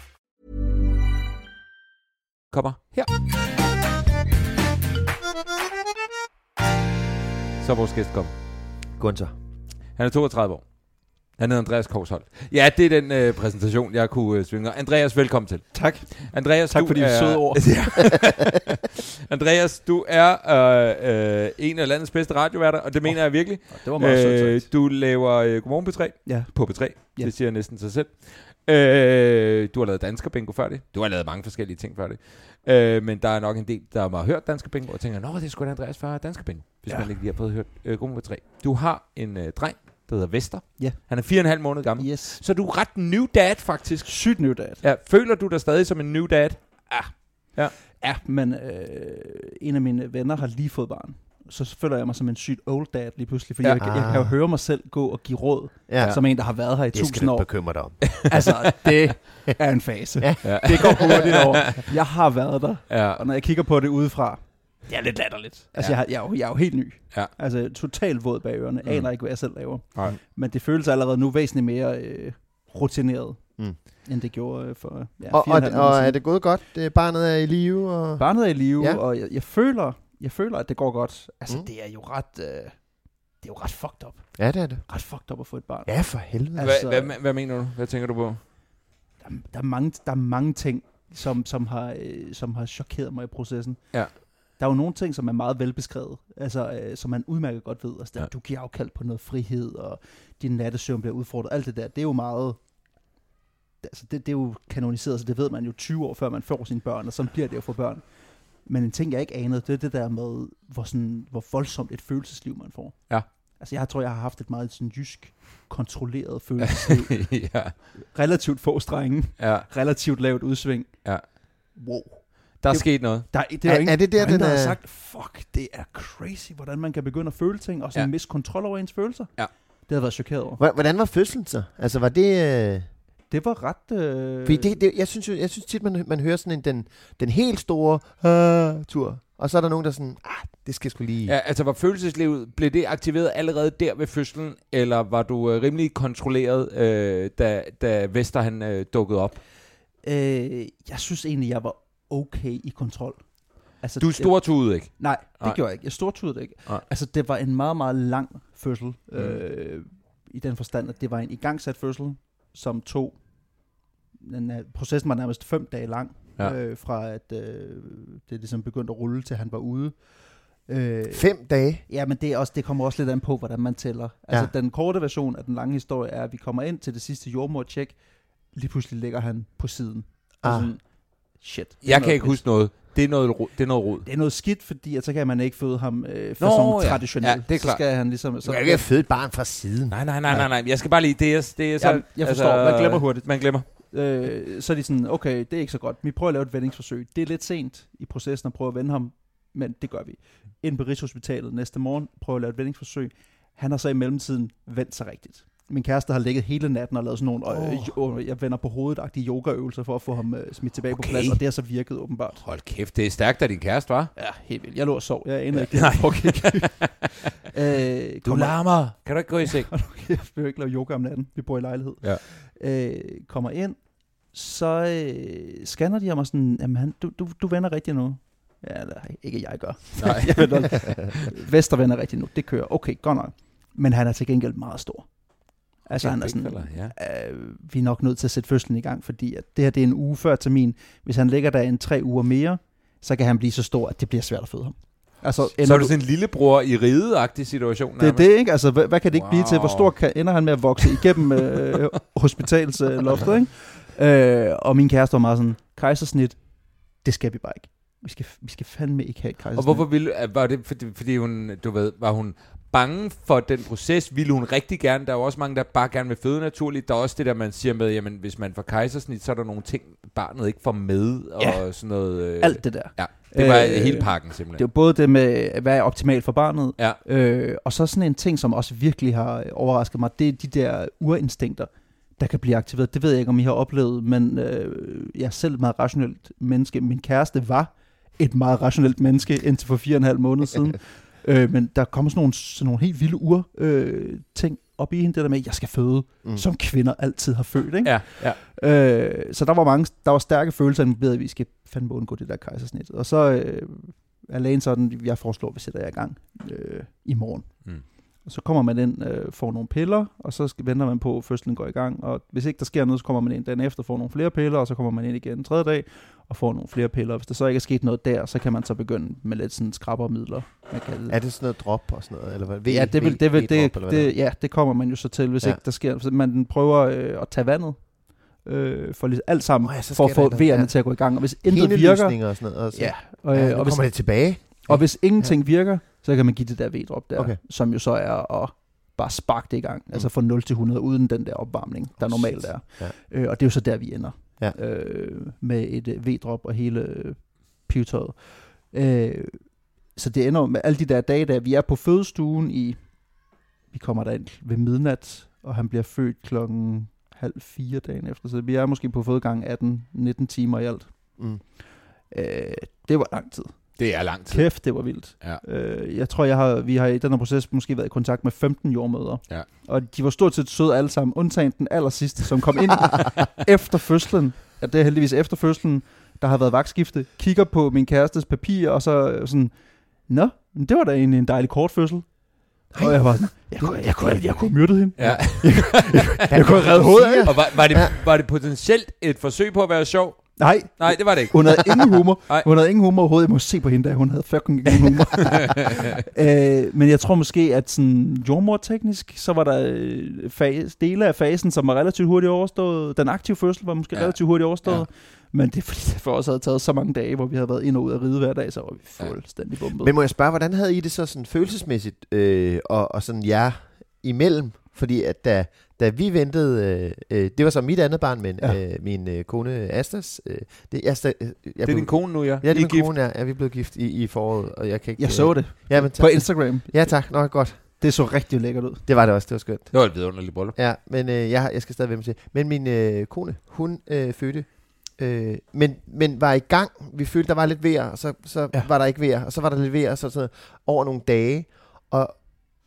Speaker 2: kommer her. Så er vores gæst kom.
Speaker 1: Gunther.
Speaker 2: Han er 32 år. Han hedder Andreas Korsholt. Ja, det er den øh, præsentation, jeg kunne øh, svinge. Andreas, velkommen til.
Speaker 4: Tak.
Speaker 2: Andreas,
Speaker 4: Tak
Speaker 2: du
Speaker 4: for de
Speaker 2: er...
Speaker 4: søde ord.
Speaker 2: *laughs* Ja. Andreas, du er øh, øh, en af landets bedste radioværter, og det mener jeg virkelig.
Speaker 4: Det var meget sødt
Speaker 2: Øh,
Speaker 4: sagt.
Speaker 2: du laver øh, Godmorgen P3
Speaker 4: Ja.
Speaker 2: på P3.
Speaker 4: Ja.
Speaker 2: Det siger næsten sig selv. Øh, du har lavet Dansker Bingo før det. Du har lavet mange forskellige ting før det. Øh, men der er nok en del, der har hørt Dansker Bingo og tænker, Nå, det er sgu da Andreas før Dansker Bingo, hvis ja.
Speaker 4: Ja.
Speaker 2: man ikke lige har fået hørt øh, Godmorgen P3. Du har en øh, dreng, der hedder Vester.
Speaker 4: Ja.
Speaker 2: Han er fire og en halv måned gammel.
Speaker 4: Yes.
Speaker 2: Så du er ret new dad, faktisk.
Speaker 4: Sygt nyt af det.
Speaker 2: Ja, føler du dig stadig som en new dad?
Speaker 4: Ja, men øh, en af mine venner har lige fået barn. Så føler jeg mig som en sygt old dad lige pludselig, fordi
Speaker 2: Ja.
Speaker 4: ja. jeg, jeg kan jo høre mig selv gå og give råd,
Speaker 1: Ja.
Speaker 4: ja. som en, der har været her i
Speaker 1: Det skal
Speaker 4: tusind
Speaker 1: du
Speaker 4: år.
Speaker 1: ikke bekymre dig om.
Speaker 4: Altså, det er en fase. Ja.
Speaker 2: Ja.
Speaker 4: Det går hurtigt over. Jeg har været der,
Speaker 2: Ja.
Speaker 4: og når jeg kigger på det udefra, det er lidt latterligt. Altså,
Speaker 2: Ja.
Speaker 4: ja. jeg, har- jeg, er jo, jeg er jo helt ny.
Speaker 2: Ja.
Speaker 4: Altså, totalt våd bag ørerne. Aner ikke, hvad jeg selv laver.
Speaker 2: Nej.
Speaker 4: Men det føles allerede nu væsentligt mere øh, rutineret,
Speaker 1: Mm.
Speaker 4: mm. end det gjorde øh, for ja,
Speaker 1: Og,
Speaker 4: fire
Speaker 1: og,
Speaker 4: en halv
Speaker 1: og
Speaker 4: måned siden.
Speaker 1: er det gået godt? Det er barnet er i live? Og...
Speaker 4: barnet er i live,
Speaker 1: Ja.
Speaker 4: ja. og jeg, jeg, føler, jeg føler, at det går godt. Altså,
Speaker 1: Mm.
Speaker 4: mm. det er jo ret... Øh, det er jo ret fucked up.
Speaker 1: Ja, det er det.
Speaker 4: Ret fucked up at få et barn.
Speaker 1: Ja, for helvede.
Speaker 4: Ja.
Speaker 2: Hvad,
Speaker 4: Altså-
Speaker 2: hvad, hvad mener du? Hvad tænker du
Speaker 4: *laughs*
Speaker 2: på?
Speaker 4: Der, der, er mange, der er mange ting, som, som, har, øh, som har chokeret mig i processen.
Speaker 2: Ja.
Speaker 4: Der er jo nogle ting, som er meget velbeskrevet, altså øh, som man udmærket godt ved. Altså,
Speaker 2: Ja.
Speaker 4: ja. Du giver afkald på noget frihed, og din nattesøvn bliver udfordret. Alt det der, det er jo meget... Altså, det, det er jo kanoniseret, så det ved man jo 20 år før man får sine børn, og sådan bliver det jo for børn. Men en ting, jeg ikke anede, det er det der med, hvor, sådan, hvor voldsomt et følelsesliv man får.
Speaker 2: Ja.
Speaker 4: Altså, jeg tror, jeg har haft et meget sådan jysk kontrolleret følelsesliv.
Speaker 2: *laughs* ja,
Speaker 4: Relativt få strenge,
Speaker 2: ja.
Speaker 4: relativt lavt udsving.
Speaker 2: Ja.
Speaker 4: Wow.
Speaker 2: Der er
Speaker 4: Det-
Speaker 2: sket noget.
Speaker 4: Der, er- det er,
Speaker 1: Er-
Speaker 4: jo ingen,
Speaker 1: er det der,
Speaker 4: der, ingen,
Speaker 1: den
Speaker 4: der har
Speaker 1: er-
Speaker 4: sagt, fuck, det er crazy, hvordan man kan begynde at føle ting, og sådan
Speaker 2: Ja.
Speaker 4: ja. miste kontrol over ens følelser.
Speaker 2: Ja.
Speaker 4: Det havde jeg været chokeret over.
Speaker 1: Hvor- Hvordan var fødslen så? Altså var det... Øh...
Speaker 4: Det var ret... Øh...
Speaker 1: Fordi det, det, jeg, synes jo, jeg synes tit, man, man hører sådan en, den, den helt store øh, tur, og så er der nogen, der sådan, ah, det skal sgu lige...
Speaker 2: Ja, altså var følelseslivet, blev det aktiveret allerede der ved fødslen, eller var du øh, rimelig kontrolleret, øh, da, da Vester han øh, dukkede op?
Speaker 4: Øh, jeg synes egentlig, jeg var okay i kontrol. Altså,
Speaker 2: Du er
Speaker 4: det-
Speaker 2: stor ikke?
Speaker 4: Nej, det
Speaker 2: Nej.
Speaker 4: gjorde jeg ikke. Jeg stortudede det ikke.
Speaker 2: Nej. Mm.
Speaker 4: Altså, det var en meget, meget lang fødsel. Øh, I den forstand, at det var en igangsat fødsel, som tog... Den, øh, processen var nærmest fem dage lang.
Speaker 2: Ja.
Speaker 4: Øh, fra at øh, det ligesom begyndte at rulle, til han var ude. Øh,
Speaker 1: Fem dage.
Speaker 4: ja, men det, er også, det kommer også lidt an på, hvordan man tæller. Altså, den korte version af den lange historie er, at vi kommer ind til det sidste jordmor-tjek. Lige pludselig ligger han på siden. Og
Speaker 1: Ah.
Speaker 4: sådan, shit. det er
Speaker 2: Jeg kan
Speaker 4: noget
Speaker 2: ikke
Speaker 4: pis.
Speaker 2: huske noget. Det er noget, ro- det er noget rod.
Speaker 4: Det er noget skidt, fordi at så kan man ikke føde ham øh,
Speaker 2: Nå,
Speaker 4: for
Speaker 2: ja.
Speaker 4: ja. traditionelt.
Speaker 2: Ja, det er
Speaker 4: så
Speaker 2: klart.
Speaker 4: skal han ligesom...
Speaker 1: Du
Speaker 4: Så,
Speaker 1: kan jo ikke have født et barn fra siden.
Speaker 2: Nej, nej, nej, nej, nej. Jeg skal bare lige, det er, det er så...
Speaker 4: Jamen, jeg forstår. Man glemmer hurtigt.
Speaker 2: Man glemmer.
Speaker 4: øh, så er de sådan, okay, det er ikke så godt. Vi prøver at lave et vendingsforsøg. Det er lidt sent i processen at prøve at vende ham, men det gør vi. Ind på Rigshospitalet næste morgen, prøver at lave et vendingsforsøg. Han har så i mellemtiden vendt sig rigtigt. Min kæreste har ligget hele natten og lavet sådan nogle, øh, jo- jeg vender på hovedet-agtige yogaøvelser for at få ham øh, smidt tilbage okay.
Speaker 2: Okay.
Speaker 4: på plads, og det har så virket åbenbart.
Speaker 2: Hold kæft, det er stærkt af din kæreste, var.
Speaker 4: Ja, helt vildt. Jeg lå og sov. Jeg anede ikke, det
Speaker 2: Nej.
Speaker 4: her foregik. øh,
Speaker 2: Du
Speaker 4: kommer-
Speaker 2: larmer. Kan du ikke gå i
Speaker 4: *laughs*
Speaker 2: seng?
Speaker 4: jeg behøver ikke lave yoga om natten. Vi bor i lejlighed.
Speaker 2: Ja.
Speaker 4: Øh, kommer ind, så øh, scanner de ham og sådan, jamen han, du, du, du vender rigtigt nu. Ja, eller, ikke jeg gør.
Speaker 2: *laughs* Nej.
Speaker 4: *laughs* jeg vender, Vester vender rigtigt nu, det kører. Okay, godt nok. Men han er til gengæld meget stor. Altså han er sådan,
Speaker 2: Eller, ja.
Speaker 4: øh, vi er nok nødt til at sætte fødslen i gang, fordi at det her det er en uge før termin. Hvis han ligger der en tre uger mere, så kan han blive så stor, at det bliver svært at føde ham. Altså,
Speaker 2: Så
Speaker 4: ender
Speaker 2: er
Speaker 4: du-
Speaker 2: du sådan en lillebror i rideagtig situation.
Speaker 4: det er
Speaker 2: nærmest.
Speaker 4: det, ikke? Altså, hvad, hvad kan det ikke wow. blive til?
Speaker 2: Wow.
Speaker 4: Hvor stor kan, ender han med at vokse
Speaker 2: *laughs*
Speaker 4: igennem øh, hospitalsloftet, ikke? Øh, og min kæreste var meget sådan, kejsersnit, det skal vi bare ikke. Vi skal, vi skal fandme ikke have et kejsersnit.
Speaker 2: Og hvorfor ville, øh, var det, fordi, fordi hun, du ved, var hun bange for den proces? Ville hun rigtig gerne? Der er jo også mange, der bare gerne vil føde naturligt. Der er også det der, man siger med, jamen hvis man får kejsersnit, så er der nogle ting, barnet ikke får med og
Speaker 4: Ja.
Speaker 2: sådan noget. Øh,
Speaker 4: Alt det der.
Speaker 2: Ja, det var øh,
Speaker 4: Øh,
Speaker 2: hele pakken simpelthen.
Speaker 4: Det er jo både det med, hvad er optimalt for barnet,
Speaker 2: Ja.
Speaker 4: øh, og så sådan en ting, som også virkelig har overrasket mig, det er de der urinstinkter, der kan blive aktiveret. Det ved jeg ikke, om I har oplevet, men øh, jeg er selv et meget rationelt menneske. Min kæreste var et meget rationelt menneske indtil for fire og en halv måned siden. øh, men der kommer sådan nogle, sådan nogle helt vilde ur øh, ting op i hende, det der med, at jeg skal føde, mm. som kvinder altid har født. Ikke?
Speaker 2: Ja, ja.
Speaker 4: Øh, så der var mange, der var stærke følelser involveret, i, at vi skal fandme undgå det der kejsersnit. Og så øh, er lægen sådan, jeg foreslår, at vi sætter jer i gang øh, i morgen.
Speaker 2: Mm.
Speaker 4: Og så kommer man ind, øh, får nogle piller, og så skal, venter man på, at fødslen går i gang. Og hvis ikke der sker noget, så kommer man ind dagen efter, får nogle flere piller, og så kommer man ind igen den tredje dag, og får nogle flere piller. Og hvis der så ikke er sket noget der, så kan man så begynde med lidt sådan skrabber midler. Man kan,
Speaker 1: Er det sådan noget drop og sådan noget? Eller hvad? V,
Speaker 4: ja, det, vil, det, vil, det,
Speaker 1: V-drop, eller
Speaker 4: det,
Speaker 1: hvad det er?
Speaker 4: det, ja, det kommer man jo så til, hvis
Speaker 1: Ja.
Speaker 4: ja. ikke der sker. så Man prøver øh, at tage vandet øh, for lige, alt sammen,
Speaker 1: Åh
Speaker 4: oh,
Speaker 1: ja,
Speaker 4: ja,
Speaker 1: så
Speaker 4: for at
Speaker 1: sker
Speaker 4: få
Speaker 1: der
Speaker 4: V'erne
Speaker 1: noget.
Speaker 4: ja.
Speaker 1: Ja.
Speaker 4: til at gå i gang. Og hvis intet virker,
Speaker 1: Henelysninger og sådan noget. Og, så,
Speaker 4: ja,
Speaker 1: ja,
Speaker 4: og,
Speaker 1: øh,
Speaker 4: øh,
Speaker 1: nu
Speaker 4: og, hvis,
Speaker 1: kommer det tilbage.
Speaker 4: og hvis ingenting ja. virker, så kan man give det der V-drop der,
Speaker 1: Okay.
Speaker 4: okay. som jo så er at bare sparke det i gang. Mm. Altså fra 0 til 100, uden den der opvarmning, der
Speaker 1: Oh,
Speaker 4: oh, normalt
Speaker 1: shit.
Speaker 4: er.
Speaker 1: Ja.
Speaker 4: Øh, og det er jo så der, vi ender.
Speaker 1: Ja.
Speaker 4: Øh, med et øh, V-drop og hele øh, pivetøjet. Øh, så det ender jo med alle de der dage, der vi er på fødestuen i, vi kommer derind ved midnat, og han bliver født klokken halv fire dagen efter, så vi er måske på fødegang 18-19 timer i alt.
Speaker 1: Mm.
Speaker 4: Øh, det var lang tid.
Speaker 2: det er lang tid.
Speaker 4: Kæft, det var vildt.
Speaker 2: Ja.
Speaker 4: Øh, jeg tror, jeg har, vi har i den her proces måske været i kontakt med 15 jordmøder.
Speaker 2: Ja.
Speaker 4: Og de var stort set søde alle sammen, undtagen den allersidste, som kom ind
Speaker 2: *laughs*
Speaker 4: efter fødslen. Ja, det er heldigvis efter fødslen, der har været vagtskifte. Kigger på min kærestes papir, og så øh, sådan, Nå, men det var da egentlig en dejlig kort fødsel. Og jeg var sådan, jeg kunne, jeg kunne, jeg kunne have myrdet hende.
Speaker 2: Ja. *laughs*
Speaker 4: Jeg kunne have reddet hovedet af. hende.
Speaker 2: Og var, var, det, var det potentielt et forsøg på at være sjov?
Speaker 4: Nej,
Speaker 2: Nej, det var det ikke.
Speaker 4: hun havde
Speaker 2: *laughs*
Speaker 4: ingen humor.
Speaker 2: Nej.
Speaker 4: hun havde ingen humor overhovedet. Jeg må se på hende, da hun havde fucking ingen
Speaker 2: *laughs*
Speaker 4: humor. *laughs* øh, men jeg tror måske, at sådan jordmor-teknisk, så var der øh, fas, dele af fasen, som var relativt hurtigt overstået. Den aktive fødsel var måske
Speaker 2: Ja.
Speaker 4: ja. relativt hurtigt overstået.
Speaker 2: Ja.
Speaker 4: Ja. Men det er fordi, det for os havde taget så mange dage, hvor vi havde været ind og ud af ride hver dag, så var vi fuldstændig bumpet.
Speaker 1: Men må jeg spørge, hvordan havde I det så sådan følelsesmæssigt øh, og, og sådan jer imellem? Fordi at da, da vi ventede, øh, øh, det var så mit andet barn, men ja.
Speaker 4: Ja.
Speaker 1: øh, min øh, kone Astas. Øh, det, Asta, øh, jeg
Speaker 2: Det er din kone nu, ja.
Speaker 1: Ja, det
Speaker 2: I
Speaker 1: er min kone, ja. ja. Vi blev gift i, i foråret, og jeg kan ikke... øh,
Speaker 4: jeg så det
Speaker 1: Ja, men tak.
Speaker 4: på Instagram.
Speaker 1: Ja, tak. Nå, godt.
Speaker 4: Det så rigtig lækkert ud.
Speaker 1: Det var det også. Det var skønt.
Speaker 2: Det var et vidunderligt bryllup.
Speaker 1: Ja, men øh, jeg, har- jeg skal stadig være med til. Men min øh, kone, hun øh, fødte, øh, men, men var i gang. Vi følte, der var lidt vejr, og så, så ja.
Speaker 4: Ja.
Speaker 1: var der ikke vejr, og så var der lidt vejr, og så sådan noget, over nogle dage. Og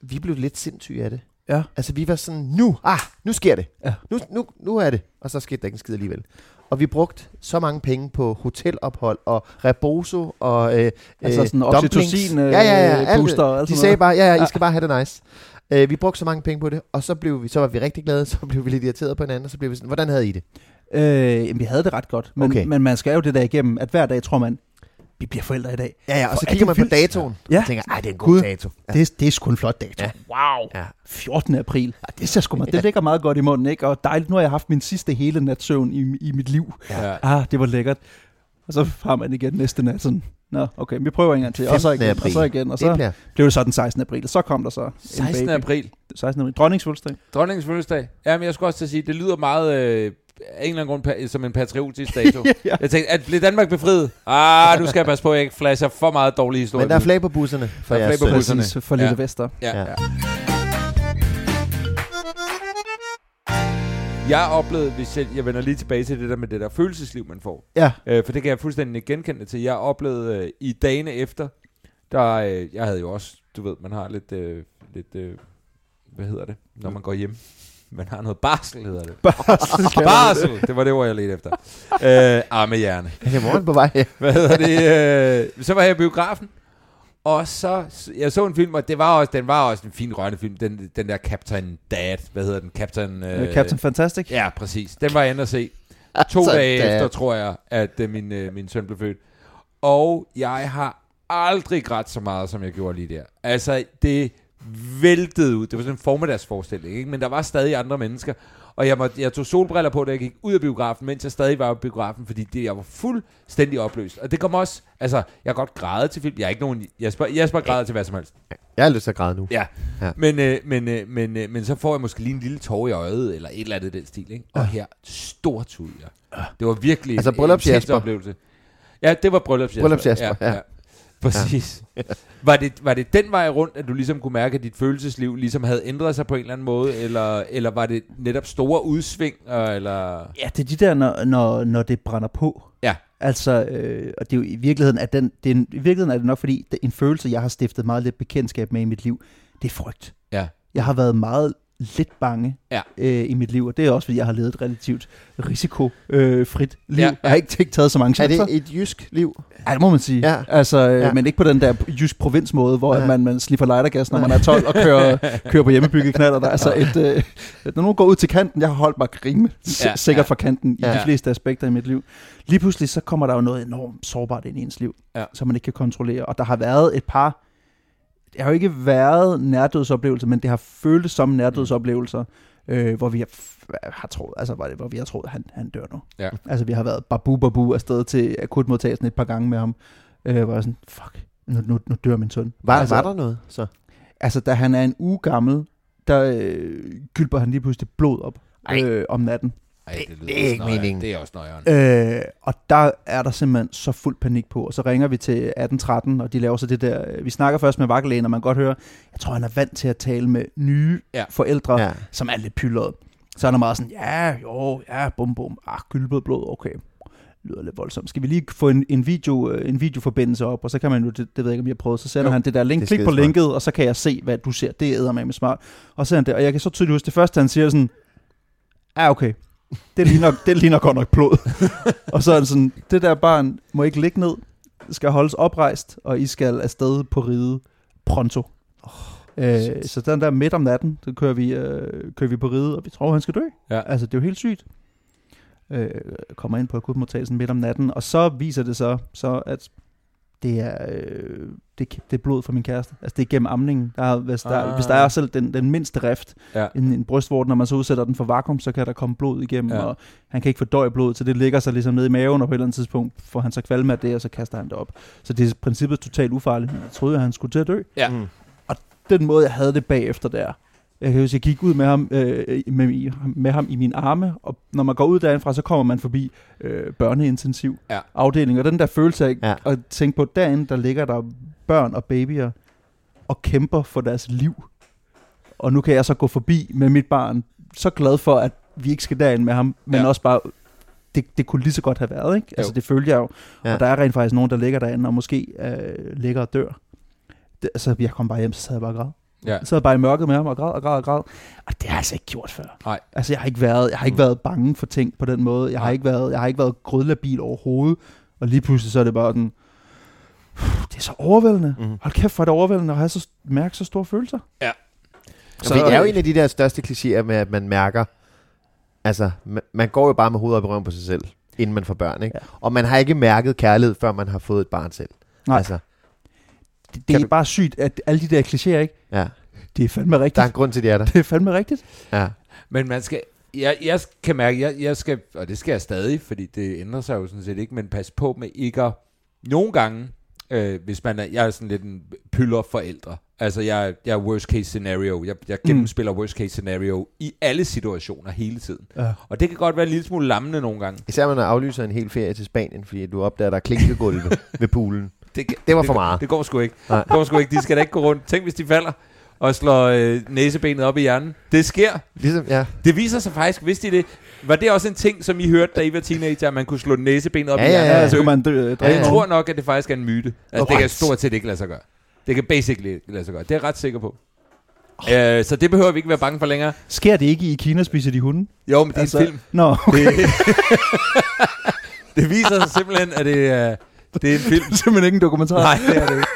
Speaker 1: vi blev lidt sindssyge af det.
Speaker 4: Ja.
Speaker 1: Altså, vi var sådan, nu, ah, nu sker det.
Speaker 4: Ja.
Speaker 1: Nu, nu, nu er det. Og så skete der ikke en skid alligevel. Og vi brugte så mange penge på hotelophold og rebozo og øh,
Speaker 4: Altså sådan
Speaker 1: øh, dumplings.
Speaker 4: oxytocin, øh,
Speaker 1: ja, ja, ja, alt det.
Speaker 4: booster og alt
Speaker 1: De
Speaker 4: sådan
Speaker 1: sagde
Speaker 4: noget.
Speaker 1: bare, ja, ja, I
Speaker 4: Ja.
Speaker 1: skal bare have det nice. Øh, vi brugte så mange penge på det, og så, blev vi, så var vi rigtig glade, *laughs* så blev vi lidt irriteret på hinanden, og så blev vi sådan, hvordan havde I det?
Speaker 4: Øh, jamen, vi havde det ret godt, men,
Speaker 1: Okay.
Speaker 4: okay. men man skal jo det der igennem, at hver dag tror man, vi bliver forældre i dag.
Speaker 1: Ja, ja, og
Speaker 4: Hvor
Speaker 1: så
Speaker 4: er
Speaker 1: kigger
Speaker 4: det
Speaker 1: man på
Speaker 4: vildt.
Speaker 1: datoen,
Speaker 4: Ja.
Speaker 1: og tænker, ej, det er en god
Speaker 4: Gud.
Speaker 1: dato. Ja.
Speaker 4: Ja. Det, det er sgu en flot dato.
Speaker 1: Ja.
Speaker 4: Ja. Wow.
Speaker 1: Ja.
Speaker 4: 14. april.
Speaker 1: Ah,
Speaker 4: Ja, det ser sgu meget. Det ligger meget godt i munden, ikke? Og dejligt, nu har jeg haft min sidste hele natsøvn i, i mit liv.
Speaker 2: Ja.
Speaker 4: Ah, det var lækkert. Og så har man igen næste nat sådan, Nå, okay, vi prøver en gang til. Og så
Speaker 1: 15.
Speaker 4: igen,
Speaker 1: april.
Speaker 4: og så igen. Og
Speaker 1: Det
Speaker 4: så
Speaker 1: bliver, *laughs*
Speaker 4: blev det så den 16. april. Så kom der så en
Speaker 2: 16.
Speaker 4: baby.
Speaker 2: april.
Speaker 4: 16. april. Dronningens fødselsdag.
Speaker 2: Dronningens fødselsdag. Ja, men jeg skulle også til at sige, det lyder meget øh, af en eller anden grund pa- som en
Speaker 1: *laughs*
Speaker 2: patriotisk dato.
Speaker 4: ja.
Speaker 2: Jeg tænkte, at blev Danmark befriet? Ah, nu skal jeg passe på, at jeg ikke flasher for meget dårlige historier.
Speaker 1: men der er flag på busserne for
Speaker 2: Der er
Speaker 1: jeres
Speaker 2: flag på
Speaker 1: søn.
Speaker 2: busserne.
Speaker 4: Præcis, for Lille
Speaker 2: Ja.
Speaker 4: ja. Vester.
Speaker 2: Ja.
Speaker 1: Ja.
Speaker 2: ja. Jeg oplevede, hvis jeg, jeg vender lige tilbage til det der med det der følelsesliv, man får.
Speaker 4: Ja.
Speaker 2: Øh, for det kan jeg fuldstændig genkende til. Jeg oplevede øh, i dagene efter, der, øh, jeg havde jo også, du ved, man har lidt, øh, lidt øh, hvad hedder det, når man går hjem. Man har noget barsel, hedder det. Barsel! Det var det ord, jeg ledte efter. øh, armehjerne.
Speaker 1: Ja, det er morgen på vej.
Speaker 2: Hvad hedder det? Øh, så var jeg i biografen, og så, jeg så en film, og det var også, den var også en fin rørende film, den, den der Captain Dad, hvad hedder den? Captain...
Speaker 4: Øh, Captain Fantastic.
Speaker 2: Ja, præcis. Den var jeg inde at se. *laughs* To
Speaker 1: Så
Speaker 2: dage
Speaker 1: dad.
Speaker 2: efter, tror jeg, at øh, min, øh, min søn blev født. Og jeg har aldrig grædt så meget, som jeg gjorde lige der. Altså, det væltede ud. Det var sådan en formiddagsforestilling, ikke? Men der var stadig andre mennesker. Og jeg, måtte, jeg tog solbriller på, da jeg gik ud af biografen, mens jeg stadig var i biografen, fordi det, jeg var fuldstændig opløst. Og det kom også... Altså, jeg har godt grædet til film. Jeg er ikke nogen... Jeg spørger, jeg spørger græder til hvad som helst.
Speaker 1: Jeg har lyst til at græde nu.
Speaker 2: Ja.
Speaker 1: Ja.
Speaker 2: ja. Men, øh, men, øh, men, øh, men så får jeg måske lige en lille tår i øjet, eller et eller andet i den stil, ikke? Og her, stort ud, ja. Det var virkelig
Speaker 1: Ah. Altså
Speaker 2: en- en
Speaker 1: bryllupsjasper.
Speaker 2: intens oplevelse. Ja, det var bryllupsjasper.
Speaker 1: Bryllupsjasper, ja. *laughs*
Speaker 2: Præcis. Ja. Var, det, var det den vej rundt, at du ligesom kunne mærke, at dit følelsesliv ligesom havde ændret sig på en eller anden måde, eller, eller var det netop store udsving, og- eller...
Speaker 4: Ja, det er de der, når, når, når det brænder på.
Speaker 2: Ja.
Speaker 4: Altså, øh, og det er jo i virkeligheden, at den, det er, en- i virkeligheden er det nok, fordi det, en følelse, jeg har stiftet meget lidt bekendtskab med i mit liv, det er frygt.
Speaker 2: Ja.
Speaker 4: Jeg har været meget lidt bange
Speaker 2: Ja.
Speaker 4: øh, i mit liv, og det er også, fordi jeg har levet et relativt risikofrit øh, liv.
Speaker 2: Ja, ja.
Speaker 4: Ja, ja. Jeg har ikke ikke taget så mange
Speaker 1: Er
Speaker 4: chancer.
Speaker 1: det et jysk liv?
Speaker 4: Ja, det må man sige.
Speaker 1: Ja.
Speaker 4: Altså,
Speaker 1: Ja.
Speaker 4: ja. Men ikke på den der jysk provinsmåde, hvor
Speaker 1: Ja.
Speaker 4: ja. man, man slipper lightergas, når man er 12 og kører, kører på hjemmebygget knaller. Der. er Altså, et, øh, når nogen går ud til kanten, jeg har holdt mig rimelig
Speaker 2: Ja,
Speaker 4: ja, sikkert
Speaker 2: ja.
Speaker 4: ja. fra kanten i ja.
Speaker 1: Ja.
Speaker 4: de fleste aspekter i mit liv. Lige pludselig så kommer der jo noget enormt sårbart ind i ens liv,
Speaker 2: Ja.
Speaker 4: som man ikke kan kontrollere. Og der har været et par... Det har jo ikke været nærdødsoplevelser, men det har føltes som nærdødsoplevelser, øh, hvor vi har, f- har troet, altså, hvor, hvor vi har troet, at han, han dør nu.
Speaker 2: Ja.
Speaker 4: Altså, vi har været babu babu afsted til akutmodtagelsen et par gange med ham, øh, hvor jeg sådan, fuck, nu, nu, nu dør min søn.
Speaker 1: Var,
Speaker 4: altså,
Speaker 1: var der noget, så?
Speaker 4: Altså, da han er en uge gammel, der øh, gylper han lige pludselig blod op
Speaker 1: Ej.
Speaker 4: øh, om natten.
Speaker 2: Ej, det, lyder
Speaker 1: det er
Speaker 2: også
Speaker 1: ikke
Speaker 2: nøjeren.
Speaker 1: meningen.
Speaker 2: Det er også nøjeren.
Speaker 4: Øh, og der er der simpelthen så fuld panik på, og så ringer vi til 1813, og de lærer så det der, øh, vi snakker først med vagtlægen, og man kan godt høre, jeg tror, han er vant til at tale med nye
Speaker 2: Ja.
Speaker 4: ja. forældre,
Speaker 1: Ja.
Speaker 4: ja. som er lidt pyldret. Så er der meget sådan, ja, jo, ja, bum bum, ah, gylpet blod, okay lyder lidt voldsomt. Skal vi lige få en, en, video, øh, en videoforbindelse op, og så kan man jo, det, det ved jeg ikke, om jeg har prøvet, så sender
Speaker 2: Jo,
Speaker 4: jo, han det der link,
Speaker 1: det er
Speaker 4: klik på
Speaker 1: skidesmart.
Speaker 4: linket, og så kan jeg se, hvad du ser. Det æder mig med smart. Og så sender han det, og jeg kan så tydeligt huske, det første han siger er sådan, ja okay, det ligner, det ligner godt nok blod. og så er han sådan, det der barn må ikke ligge ned, skal holdes oprejst, og I skal afsted på ride pronto. Øh, så den der midt om natten, så kører vi, øh, kører vi på ride, og vi tror, han skal dø.
Speaker 2: Ja.
Speaker 4: Altså, det er jo helt sygt. øh, kommer ind på akutmodtagelsen midt om natten, og så viser det så, så at det er, øh, det, det er blod fra min kæreste. Altså det er gennem amningen. Der er, hvis, der,
Speaker 2: Ah.
Speaker 4: ah. hvis der er selv den, den mindste rift,
Speaker 2: Ja.
Speaker 4: en, en brystvorte, når man så udsætter den for vakuum, så kan der komme blod igennem,
Speaker 2: Ja.
Speaker 4: ja. og han kan ikke fordøje blodet, så det ligger sig ligesom nede i maven, og på et eller andet tidspunkt får han så kvalme af det, og så kaster han det op. Så det er i princippet totalt ufarligt. Jeg troede, at han skulle til at dø.
Speaker 2: Ja.
Speaker 5: Mm.
Speaker 4: Og den måde, jeg havde det bagefter der, jeg kan huske, jeg gik ud med ham, øh, med, i- med ham i mine arme, og når man går ud derindfra, så kommer man forbi øh, børneintensiv
Speaker 2: Ja.
Speaker 4: afdeling, og den der følelse af
Speaker 1: Ja.
Speaker 4: ja. at tænke på, derinde, der ligger der børn og babyer, og kæmper for deres liv. Og nu kan jeg så gå forbi med mit barn, så glad for, at vi ikke skal derind med ham, men
Speaker 2: Ja.
Speaker 4: ja. også bare, det, det kunne lige så godt have været, ikke? Altså,
Speaker 2: Jo.
Speaker 4: det følger jeg jo.
Speaker 1: Ja.
Speaker 4: Ja. Og der er rent faktisk nogen, der ligger derinde, og måske øh, ligger og dør. Det, altså, jeg kom bare hjem, så sad jeg bare og græd.
Speaker 2: Ja.
Speaker 4: Jeg sad bare i mørket med ham og græd og græd og græd. Og det har jeg altså ikke gjort før.
Speaker 2: Nej. Mm.
Speaker 4: Altså, jeg har ikke været, jeg har ikke været bange for ting på den måde. Jeg har
Speaker 2: Nej.
Speaker 4: ikke været, jeg har ikke været grødlabil overhovedet. Og lige pludselig så er det bare sådan, "Puh, det er så overvældende.
Speaker 1: Mhm.
Speaker 4: Mm. Hold kæft, hvor er det overvældende at have så, mærke så store følelser.
Speaker 1: Så, det er jo en af de der største klichéer med, at man mærker, altså, man, man går jo bare med hovedet op i røven på sig selv, inden man får børn, ikke? Ja. Og man har ikke mærket kærlighed, før man har fået et barn selv.
Speaker 4: Nej.
Speaker 1: Altså,
Speaker 4: Det,
Speaker 1: Kan
Speaker 4: det er
Speaker 1: du-
Speaker 4: bare sygt, at alle de der klichéer, ikke?
Speaker 1: ja.
Speaker 4: Det er fandme
Speaker 1: Der er
Speaker 4: rigtigt.
Speaker 1: en grund til, at de er der.
Speaker 4: *laughs* Det er fandme rigtigt.
Speaker 1: Ja.
Speaker 2: Men man skal... Jeg, jeg kan mærke, jeg, jeg skal, og det skal jeg stadig, fordi det ændrer sig jo sådan set ikke, men pas på med ikke at... Nogle gange, øh, hvis man er... Jeg er sådan lidt en pyller forældre. Altså, jeg, er- jeg er worst case scenario. Jeg, jeg gennemspiller mm. worst case scenario i alle situationer hele tiden.
Speaker 4: Ja.
Speaker 2: Og det kan godt være en lille smule lammende nogle gange.
Speaker 1: Især når man aflyser en hel ferie til Spanien, fordi du opdager, at der er *laughs* klinkegulve ved poolen.
Speaker 2: Det, kan-
Speaker 1: Det var
Speaker 2: det,
Speaker 1: for
Speaker 2: går-
Speaker 1: meget.
Speaker 2: Det går sgu ikke.
Speaker 1: Nej.
Speaker 2: Det går sgu ikke. De skal da ikke gå rundt. Tænk, hvis de falder og slår øh, næsebenet op i hjernen. Det sker.
Speaker 1: Ligesom, ja.
Speaker 2: Det viser sig faktisk, vidste I det? Var det også en ting, som I hørte, da I var teenager, at man kunne slå næsebenet op
Speaker 1: Ja,
Speaker 2: i
Speaker 1: ja,
Speaker 2: hjernen?
Speaker 1: ja.
Speaker 4: Ja,
Speaker 2: og
Speaker 4: så
Speaker 2: dø?
Speaker 4: skulle man dø, dræbe
Speaker 1: Ja,
Speaker 2: Jeg
Speaker 1: ja.
Speaker 4: nogen.
Speaker 2: tror nok, at det faktisk er en myte. Altså,
Speaker 1: Okay.
Speaker 2: det kan stort set ikke lade sig gøre. Det kan basically ikke lade sig gøre. Det er jeg ret sikker på. Øh, så det behøver vi ikke være bange for længere.
Speaker 4: Sker det ikke i Kina, spiser de hunde?
Speaker 2: Jo, men det er altså, en film.
Speaker 4: Nå, okay. det
Speaker 2: *laughs* Det viser sig simpelthen, at det, er- det er en film.
Speaker 4: er *laughs* simpelthen ikke en dokumentar.
Speaker 2: Nej, det er det ikke.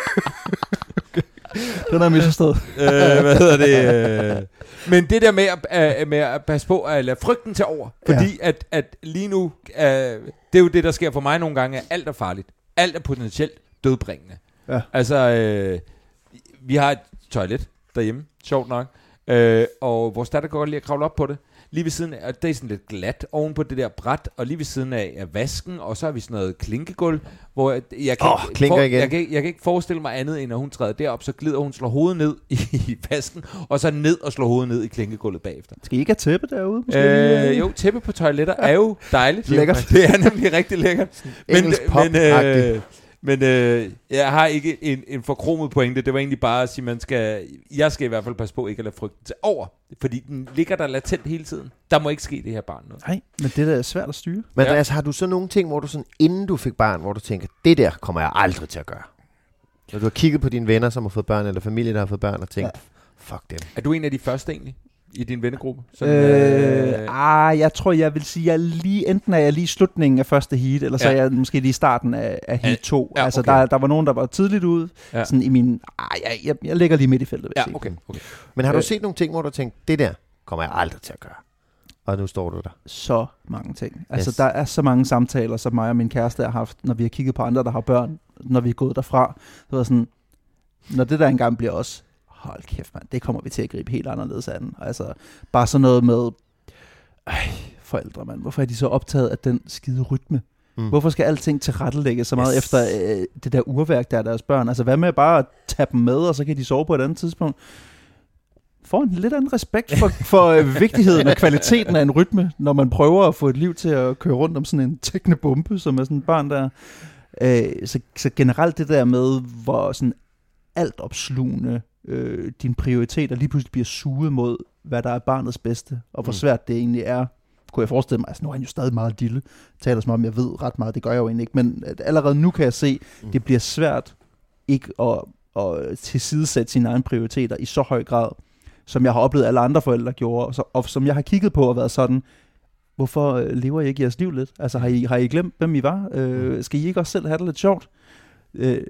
Speaker 4: Den har jeg misforstået.
Speaker 2: øh, hvad hedder det? Øh. Men det der med at, øh, med at passe på at lade frygten tage over, fordi ja. at, at lige nu, øh, det er jo det, der sker for mig nogle gange, at alt er farligt. Alt er potentielt dødbringende.
Speaker 4: Ja.
Speaker 2: Altså, øh, vi har et toilet derhjemme, sjovt nok, øh, og vores datter går lige at kravle op på det. Lige ved siden af, og det er sådan lidt glat oven på det der bræt, og lige ved siden af er vasken, og så har vi sådan noget klinkegulv, hvor jeg, jeg, kan,
Speaker 1: Åh, klinker igen.
Speaker 2: jeg, kan, ikke- jeg kan ikke forestille mig andet, end at hun træder derop, så glider hun, slår hovedet ned i, i vasken, og så ned og slår hovedet ned i klinkegulvet bagefter.
Speaker 4: Skal I ikke have tæppe derude? måske?
Speaker 2: Øh, jo, tæppe på toiletter er jo *laughs* dejligt.
Speaker 1: Lækkert.
Speaker 2: Det er nemlig rigtig lækkert.
Speaker 1: engelsk
Speaker 2: men, øh,
Speaker 1: pop-agtigt.
Speaker 2: men øh, jeg har ikke en, en forkromet pointe. Det var egentlig bare at sige, man skal, jeg skal i hvert fald passe på ikke at lade frygten tage over. Fordi den ligger der latent hele tiden. Der må ikke ske det her barn noget.
Speaker 4: Nej, men det der er svært at styre.
Speaker 1: Men
Speaker 2: Ja.
Speaker 1: ja. altså, har du så nogle ting, hvor du sådan, inden du fik barn, hvor du tænker, det der kommer jeg aldrig til at gøre? Når du har kigget på dine venner, som har fået børn, eller familie, der har fået børn, og tænkt, ja. fuck dem.
Speaker 2: Er du en af de første egentlig i din vennegruppe? Sådan,
Speaker 4: Øh, ah, jeg tror, jeg vil sige, jeg er lige, enten er jeg lige i slutningen af første heat, eller så
Speaker 2: Ja.
Speaker 4: er jeg måske lige i starten af, af heat 2.
Speaker 2: ja,
Speaker 4: altså,
Speaker 2: okay.
Speaker 4: der, der var nogen, der var tidligt ude,
Speaker 2: Ja.
Speaker 4: ja. sådan i min... Ah, jeg, jeg, jeg ligger lige midt i feltet, vil jeg
Speaker 2: ja,
Speaker 4: sige.
Speaker 2: okay. okay.
Speaker 1: Men har du
Speaker 4: Øh.
Speaker 1: set nogle ting, hvor du tænker, det der kommer jeg aldrig til at gøre? Og nu står du der.
Speaker 4: Så mange ting. Altså,
Speaker 1: Yes.
Speaker 4: yes. der er så mange samtaler, som mig og min kæreste har haft, når vi har kigget på andre, der har børn, når vi er gået derfra. Så var jeg sådan, når det der engang bliver os, hold kæft mand, det kommer vi til at gribe helt anderledes an. Altså, bare sådan noget med, øh, forældre mand, hvorfor er de så optaget af den skide rytme?
Speaker 1: Mm.
Speaker 4: Mm. Hvorfor skal alting tilrettelægges så meget
Speaker 1: Yes.
Speaker 4: yes. efter øh, det der urværk, der er deres børn? Altså, hvad med bare at tage dem med, og så kan de sove på et andet tidspunkt? Får en lidt anden respekt for, for øh, vigtigheden og kvaliteten af en rytme, når man prøver at få et liv til at køre rundt om sådan en teknebombe, som er sådan et barn, der... Øh, så, så generelt det der med, hvor sådan alt opslugende øh, dine prioriteter lige pludselig bliver suget mod, hvad der er barnets bedste, og hvor
Speaker 1: Mm.
Speaker 4: svært det egentlig er, kunne jeg forestille mig. Altså, nu er han jo stadig meget lille. Taler som om, jeg ved ret meget, det gør jeg jo egentlig ikke, men at allerede nu kan jeg se,
Speaker 1: Mm.
Speaker 4: mm. det bliver svært ikke at, at tilsidesætte sine egne prioriteter i så høj grad, som jeg har oplevet alle andre forældre gjorde, og, så, og som jeg har kigget på og været sådan, hvorfor øh, lever I ikke jeres liv lidt? Altså har I, har I glemt, hvem I var?
Speaker 2: Mm.
Speaker 4: Øh, skal I ikke også selv have det lidt sjovt? Øh,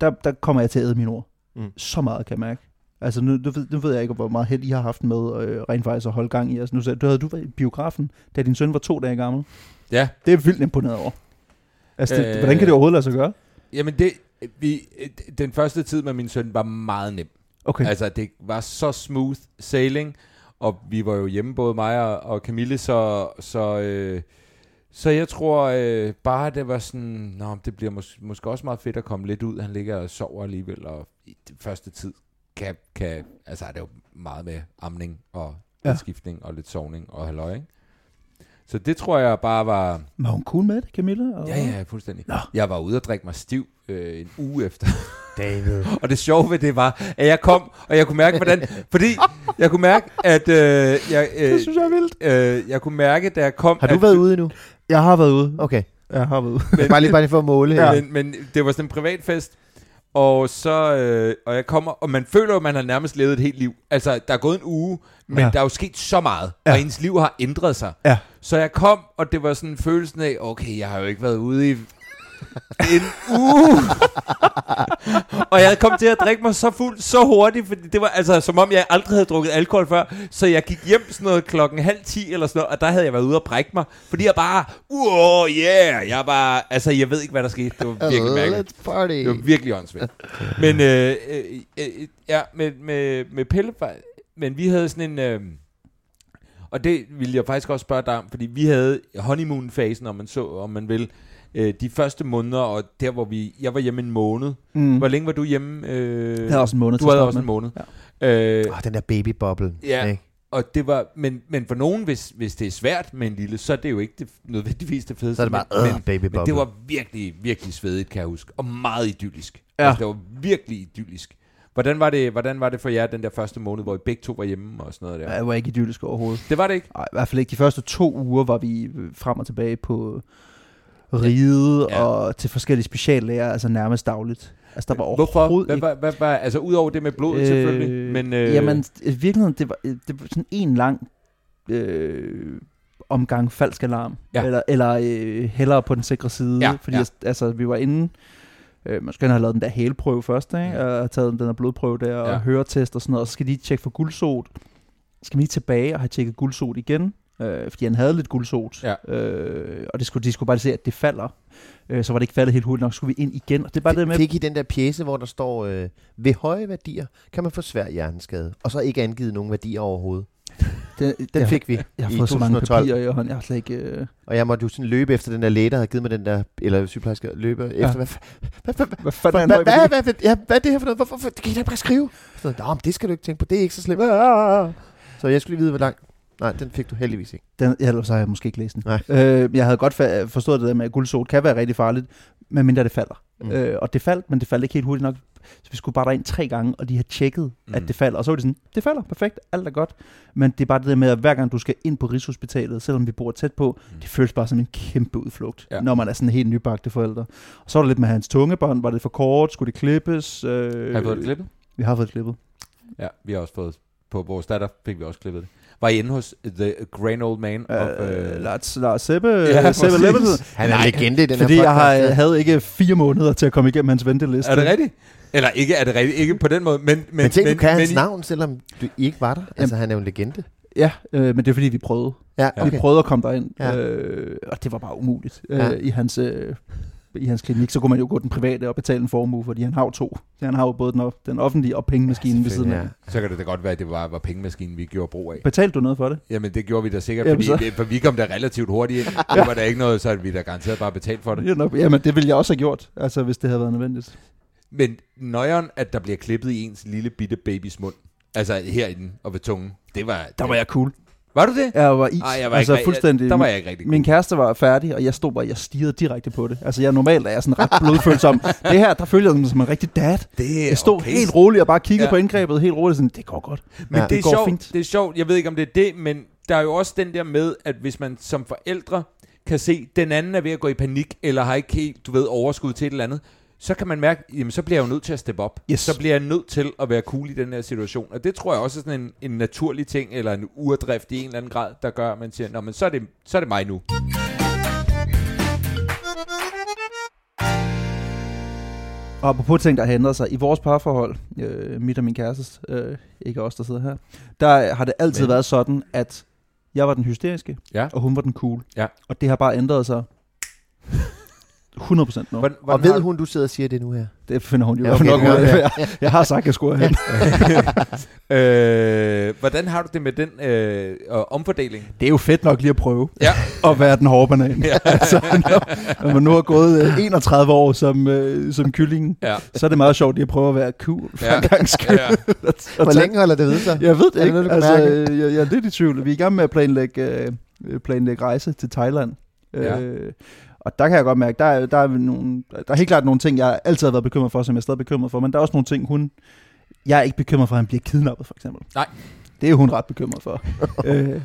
Speaker 4: der, der kommer jeg til at æde mine ord.
Speaker 1: Mm.
Speaker 4: Mm. Så meget kan jeg mærke. Altså nu, nu, ved, nu ved jeg ikke, hvor meget held I har haft med øh, rent faktisk at holde gang i. Altså, nu, sagde- du havde du været i biografen, da din søn var to dage gammel.
Speaker 2: Ja.
Speaker 4: Det er jeg vildt imponeret over. Altså, det,
Speaker 2: Øh.
Speaker 4: øh, hvordan kan det overhovedet lade sig gøre?
Speaker 2: Jamen det, vi, øh, den første tid med min søn var meget nem.
Speaker 4: Okay. Altså,
Speaker 2: Altså, det var så smooth sailing, og vi var jo hjemme, både mig og, og Camille, så, så, øh, så jeg tror øh, bare, det var sådan, nå, men det bliver mås- måske også meget fedt at komme lidt ud. Han ligger og sover alligevel, og i den første tid kan, kan altså er det jo meget med amning og
Speaker 4: Ja.
Speaker 2: ja. skiftning og lidt sovning og halløj, ikke? Så det tror jeg bare var...
Speaker 4: var hun cool med det, Camilla? Og...
Speaker 2: Ja, ja, fuldstændig.
Speaker 4: Nå.
Speaker 2: Jeg var ude og drikke mig stiv øh, en uge efter. David. *laughs* og det sjove ved det var, at jeg kom, og jeg kunne mærke, hvordan... Fordi jeg kunne mærke, at... Øh, jeg, øh,
Speaker 4: Det synes jeg er vildt.
Speaker 2: øh, jeg kunne mærke, da jeg kom...
Speaker 1: Har du
Speaker 2: at,
Speaker 1: været ude endnu?
Speaker 4: Jeg har været ude.
Speaker 1: Okay.
Speaker 4: Jeg har været ude.
Speaker 1: Bare lige, bare lige for at måle.
Speaker 2: Ja.
Speaker 1: her.
Speaker 2: Men, men det var sådan en privat fest, og så øh, og jeg kommer, og man føler jo, at man har nærmest levet et helt liv. Altså, der er gået en uge, men
Speaker 4: Ja.
Speaker 2: ja. der er jo sket så meget, ja. og ens liv har ændret sig.
Speaker 4: Ja.
Speaker 2: Så jeg kom, og det var sådan følelsen af, okay, jeg har jo ikke været ude i en uge. og jeg kom til at drikke mig så fuld så hurtigt, fordi det var altså som om jeg aldrig havde drukket alkohol før. Så jeg gik hjem sådan noget klokken halv ti eller sådan noget, og der havde jeg været ude og brække mig. Fordi jeg bare, wow, yeah, jeg var, altså jeg ved ikke, hvad der skete. Det var virkelig mærkeligt.
Speaker 1: Let's party.
Speaker 2: Det var virkelig åndssvagt. Men, øh, øh, øh, ja, med, med, med Pelle, var- men vi havde sådan en... Øh, og det ville jeg faktisk også spørge dig om, fordi vi havde honeymoon-fasen, om man så, om man vil, øh, de første måneder, og der hvor vi... Jeg var hjemme en måned.
Speaker 4: Mm.
Speaker 2: Hvor længe var du hjemme? Øh,
Speaker 4: Jeg havde også en måned til
Speaker 2: du
Speaker 4: at
Speaker 2: havde
Speaker 4: starte
Speaker 2: også
Speaker 4: med.
Speaker 2: en måned. Ja. Øh,
Speaker 1: Åh, den der babyboble.
Speaker 2: Ja.
Speaker 1: ikke?
Speaker 2: og det var, men, men for nogen, hvis, hvis det er svært med en lille, så er det jo ikke det, nødvendigvis det fedeste.
Speaker 1: Så er det
Speaker 2: men-
Speaker 1: bare,
Speaker 2: men-
Speaker 1: øh, babyboble.
Speaker 2: men det var virkelig, virkelig svedigt, kan jeg huske. Og meget idyllisk.
Speaker 4: Ja.
Speaker 2: Ja. Altså, det var virkelig idyllisk. Hvordan var, det, hvordan var det for jer den der første måned, hvor I begge to var hjemme og sådan noget der?
Speaker 4: Ja,
Speaker 2: Ja.
Speaker 4: jeg var ikke idyllisk overhovedet.
Speaker 2: Det var det ikke.
Speaker 4: Nej, i hvert fald ikke. De første to uger var vi øh, frem og tilbage på ride ja.
Speaker 2: Ja.
Speaker 4: og til forskellige speciallæger, altså nærmest dagligt. Altså, der var
Speaker 2: Hvorfor?
Speaker 4: overhovedet
Speaker 2: Hvad,
Speaker 4: ikke-
Speaker 2: hvad, hvad, hvad, altså udover det med blodet øh, selvfølgelig. Men, øh,
Speaker 4: Jamen, i virkeligheden, det var, det var sådan en lang øh, omgang falsk alarm.
Speaker 2: Ja.
Speaker 4: Eller, eller øh, hellere på den sikre side.
Speaker 2: Ja,
Speaker 4: fordi
Speaker 2: ja.
Speaker 4: altså, vi var inde... Øh, man skulle gerne have lavet den der hælprøve først, ikke? og taget den der blodprøve der, og
Speaker 2: Ja.
Speaker 4: høretest og sådan noget, og så skal de tjekke for guldsot. Så skal man lige tilbage og have tjekket guldsot igen, øh, fordi han havde lidt guldsot,
Speaker 2: Ja.
Speaker 4: øh, og det skulle, de skulle bare se, at det falder. Øh, så var det ikke faldet helt hurtigt nok, så skulle vi ind igen, og det er bare det, det med...
Speaker 1: Fik I den der pjæse, hvor der står, øh, ved høje værdier kan man få svær hjerneskade, og så ikke angivet nogen værdier overhovedet.
Speaker 4: Den,
Speaker 1: Den
Speaker 4: den fik,
Speaker 1: fik vi
Speaker 4: jeg har
Speaker 1: i
Speaker 4: fået så mange
Speaker 1: 2012.
Speaker 4: papirer i hånden, jeg har slet ikke... Øh,
Speaker 1: Og jeg måtte jo sådan løbe efter den der læge, der havde givet mig den der, eller sygeplejerske, løbe ja. efter, hvad, f- hvad, hvad, hvad,
Speaker 4: Hvad fanden
Speaker 1: hvad, hvad, hvad, hvad, ja, hvad er det her for noget? Hvorfor for, det kan I da ikke bare skrive? Så, Nå, men det skal du ikke tænke på, det er ikke så slemt. Ah. Så jeg skulle lige vide, hvor langt. Nej, den fik du heldigvis ikke.
Speaker 4: Den, ja, ellers har jeg måske ikke læst den.
Speaker 1: Nej.
Speaker 4: Øh, jeg havde godt fa- forstået det der med, at guldsol kan være rigtig farligt, medmindre det falder.
Speaker 1: Mm.
Speaker 4: Mm. Øh, og det faldt, men det faldt ikke helt hurtigt nok. Så vi skulle bare derind tre gange, og de har tjekket, mm. at
Speaker 2: Mm.
Speaker 4: det falder. Og så var de sådan, det falder, perfekt, alt er godt. Men det er bare det der med, at hver gang du skal ind på Rigshospitalet, selvom vi bor tæt på, mm. det føles bare som en kæmpe udflugt, ja.
Speaker 2: Ja.
Speaker 4: når man er sådan helt nybagte forældre. Og så var det lidt med hans tungebånd, var det for kort, skulle det klippes? Øh,
Speaker 2: har I fået det klippet?
Speaker 4: Vi har fået det klippet.
Speaker 2: Ja, vi har også fået på vores datter fik vi også klippet det. Var I inde hos The Grand Old Man?
Speaker 4: Øh,
Speaker 2: of, øh,
Speaker 4: Lars, Lars Seppe,
Speaker 2: Ja,
Speaker 4: ja, Seppe
Speaker 2: præcis.
Speaker 4: Leppesen.
Speaker 1: Han er en legende i den
Speaker 4: Fordi
Speaker 1: her
Speaker 4: jeg har,
Speaker 1: podcast.
Speaker 4: øh, havde ikke fire måneder til at komme igennem hans venteliste.
Speaker 2: er det rigtigt? Eller ikke er det rigtigt, ikke på den måde, men... Men,
Speaker 1: Men, men tænk,
Speaker 2: men,
Speaker 1: du kan
Speaker 2: men
Speaker 1: hans
Speaker 2: I-
Speaker 1: navn, selvom du I ikke var der. Altså, han er jo en legende.
Speaker 4: Ja, øh, men det er fordi, vi prøvede.
Speaker 1: Ja,
Speaker 4: Okay. Vi prøvede at komme derind,
Speaker 1: Ja.
Speaker 4: ja. øh, og det var bare umuligt øh,
Speaker 1: Ja.
Speaker 4: ja. i, hans, øh, i hans klinik. Så kunne man jo gå den private og betale en formue, fordi han har jo to. Så han har jo både den, off- den offentlige og pengemaskinen ja, ved siden af. Ja.
Speaker 1: Ja.
Speaker 2: Så kan det da godt være, at det var, var pengemaskinen, vi gjorde brug af.
Speaker 4: Betalte du noget for det?
Speaker 2: Jamen, det gjorde vi da sikkert,
Speaker 4: Jamen,
Speaker 2: fordi,
Speaker 4: så-
Speaker 2: det, for vi kom da relativt hurtigt ind. Det var der ikke noget, så havde vi da garanteret bare betalt for det.
Speaker 4: Ja, nok, jamen, det ville jeg også have gjort, altså, hvis det havde været nødvendigt.
Speaker 2: Men nøjeren, at der bliver klippet i ens lille bitte babys mund, altså herinde og ved tungen, det var...
Speaker 4: Der var jeg cool.
Speaker 2: Var du det?
Speaker 4: Jeg var is.
Speaker 2: Ej, jeg var
Speaker 4: altså,
Speaker 2: ikke,
Speaker 4: fuldstændig.
Speaker 2: Jeg, der var jeg ikke rigtig
Speaker 4: Min kæreste var færdig, og jeg stod bare, jeg stirrede direkte på det. Altså, jeg normalt er jeg sådan ret blodfølsom. det her, der følger jeg mig som en rigtig dad.
Speaker 2: Det er
Speaker 4: Jeg stod
Speaker 2: okay.
Speaker 4: okay. helt roligt og bare kiggede ja.
Speaker 2: Ja.
Speaker 4: på indgrebet helt roligt, sådan, det går godt.
Speaker 2: Men
Speaker 1: Ja.
Speaker 2: ja, det,
Speaker 4: Det
Speaker 2: er
Speaker 4: går
Speaker 2: sjovt,
Speaker 4: fint.
Speaker 2: det er sjovt, jeg ved ikke om det er det, men der er jo også den der med, at hvis man som forældre kan se, den anden er ved at gå i panik, eller har ikke helt, du ved, overskud til et eller andet, så kan man mærke, jamen så bliver jeg jo nødt til at steppe op.
Speaker 4: Yes.
Speaker 2: Så bliver jeg nødt til at være cool i den her situation. Og det tror jeg også er sådan en, en naturlig ting, eller en urdrift i en eller anden grad, der gør, at man siger, Nå, men så er, det, så er det mig nu.
Speaker 4: Og apropos ting, der har ændret sig, i vores parforhold, øh, mit og min kærestes, øh, ikke os, der sidder her, der har det altid
Speaker 2: Men.
Speaker 4: været sådan, at Jeg var den hysteriske,
Speaker 2: Ja.
Speaker 4: og hun var den cool.
Speaker 2: Ja.
Speaker 4: Og det har bare ændret sig 100% nu.
Speaker 2: Hvordan,
Speaker 1: Og
Speaker 2: hvordan har
Speaker 1: ved
Speaker 2: du-
Speaker 1: hun, du sidder og siger det nu her?
Speaker 4: Det finder hun jo
Speaker 1: Ja,
Speaker 4: ja, okay,
Speaker 1: okay,
Speaker 4: nok ud
Speaker 1: det
Speaker 4: af.
Speaker 1: gør
Speaker 4: Jeg, *laughs* jeg har sagt, at jeg skulle have.
Speaker 2: *laughs* Øh, hvordan har du det med den øh, øh, omfordeling?
Speaker 4: Det er jo fedt nok lige at prøve
Speaker 2: Ja.
Speaker 4: at være den hårde
Speaker 2: *laughs*
Speaker 4: banan. Ja. altså, når, når man nu har gået øh, 31 år som, øh, som kyllingen,
Speaker 2: *laughs* Ja.
Speaker 4: så er det meget sjovt lige at prøve at være cool for
Speaker 2: Ja.
Speaker 4: ja. en gang skyld.
Speaker 2: Ja.
Speaker 4: Og
Speaker 1: *laughs* Hvor
Speaker 4: tak-
Speaker 1: længe holder det ved sig?
Speaker 4: Jeg ved
Speaker 1: Er
Speaker 4: det
Speaker 1: det
Speaker 4: ikke.
Speaker 1: noget, du kan
Speaker 4: altså,
Speaker 1: mærke?
Speaker 4: øh, jeg, jeg er lidt i tvivl. Vi er i gang med at planlægge, øh, øh, planlægge rejse til Thailand.
Speaker 2: Ja.
Speaker 4: Øh, og der kan jeg godt mærke, der er, der, er nogle, der er helt klart nogle ting, jeg altid har været bekymret for, som jeg stadig er bekymret for, men der er også nogle ting, hun... Jeg er ikke bekymret for, at han bliver kidnappet, for eksempel.
Speaker 2: Nej.
Speaker 4: Det er hun ret bekymret
Speaker 1: *laughs*
Speaker 4: for. øh,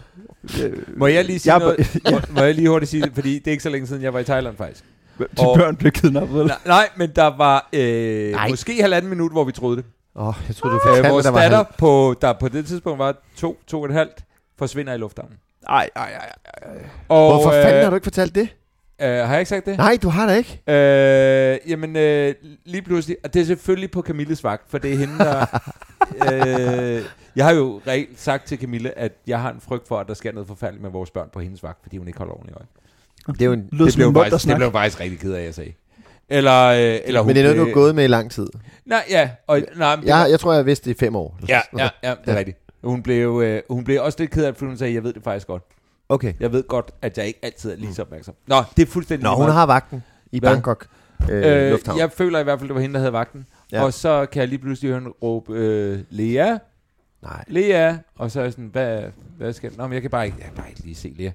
Speaker 2: Må jeg lige sige
Speaker 4: Jeg- *laughs*
Speaker 2: noget? Må, må jeg lige hurtigt sige det? Fordi det er ikke så længe siden, jeg var i Thailand faktisk.
Speaker 4: de
Speaker 2: Og-
Speaker 4: børn bliver kidnappet, eller?
Speaker 2: Nej, nej men der var øh,
Speaker 1: Nej.
Speaker 2: måske halvanden minut, hvor vi troede det.
Speaker 1: Åh, oh, jeg troede, du
Speaker 2: Øh,
Speaker 1: fortalte,
Speaker 2: vores
Speaker 1: der var
Speaker 2: datter,
Speaker 1: halv-
Speaker 2: på, der på det tidspunkt var to, to og et halvt, forsvinder i lufthavnen.
Speaker 4: Nej, nej, nej.
Speaker 2: Og,
Speaker 1: Hvorfor fanden
Speaker 2: øh,
Speaker 1: har du ikke fortalt det?
Speaker 2: Øh, har jeg ikke sagt det?
Speaker 1: Nej, du har da ikke.
Speaker 2: Øh, jamen, øh, lige pludselig. Og det er selvfølgelig på Camilles vagt, for det er hende,
Speaker 1: *laughs*
Speaker 2: der... øh, jeg har jo reelt sagt til Camille, at jeg har en frygt for, at der sker noget forfærdeligt med vores børn på hendes vagt, fordi hun ikke holder ordentligt øje.
Speaker 1: Det er jo en,
Speaker 4: Lød
Speaker 2: Det
Speaker 4: som en
Speaker 2: blev,
Speaker 4: mund, der
Speaker 2: faktisk, det blev jeg faktisk rigtig ked af, jeg sagde. Eller, øh, eller hun
Speaker 1: men det er noget, du
Speaker 2: blev-
Speaker 1: har gået med i lang tid.
Speaker 2: Nej, ja. Og, nej, men det
Speaker 1: Jeg,
Speaker 2: var-
Speaker 1: jeg tror, jeg har vidst det i fem år.
Speaker 2: ja, ja, ja, det er
Speaker 1: Ja.
Speaker 2: rigtigt. Hun blev, øh, hun blev også lidt ked af, det, fordi hun sagde, jeg ved det faktisk godt.
Speaker 1: Okay.
Speaker 2: Jeg ved godt, at jeg ikke altid er lige så opmærksom. Nå, det er fuldstændig
Speaker 1: Nå,
Speaker 2: lige
Speaker 1: hun
Speaker 2: meget.
Speaker 1: har vagten i
Speaker 2: Hvad?
Speaker 1: Bangkok. Øh,
Speaker 2: Øh,
Speaker 1: lufthavn.
Speaker 2: jeg føler i hvert fald, det var hende, der havde vagten. Ja.
Speaker 1: Ja.
Speaker 2: Og så kan jeg lige pludselig høre hende råbe, øh, Lea,
Speaker 1: Nej.
Speaker 2: Lea. Og så er jeg sådan, hvad, hvad skal jeg? Nå, men jeg kan, bare ikke, jeg kan bare ikke lige se Lea.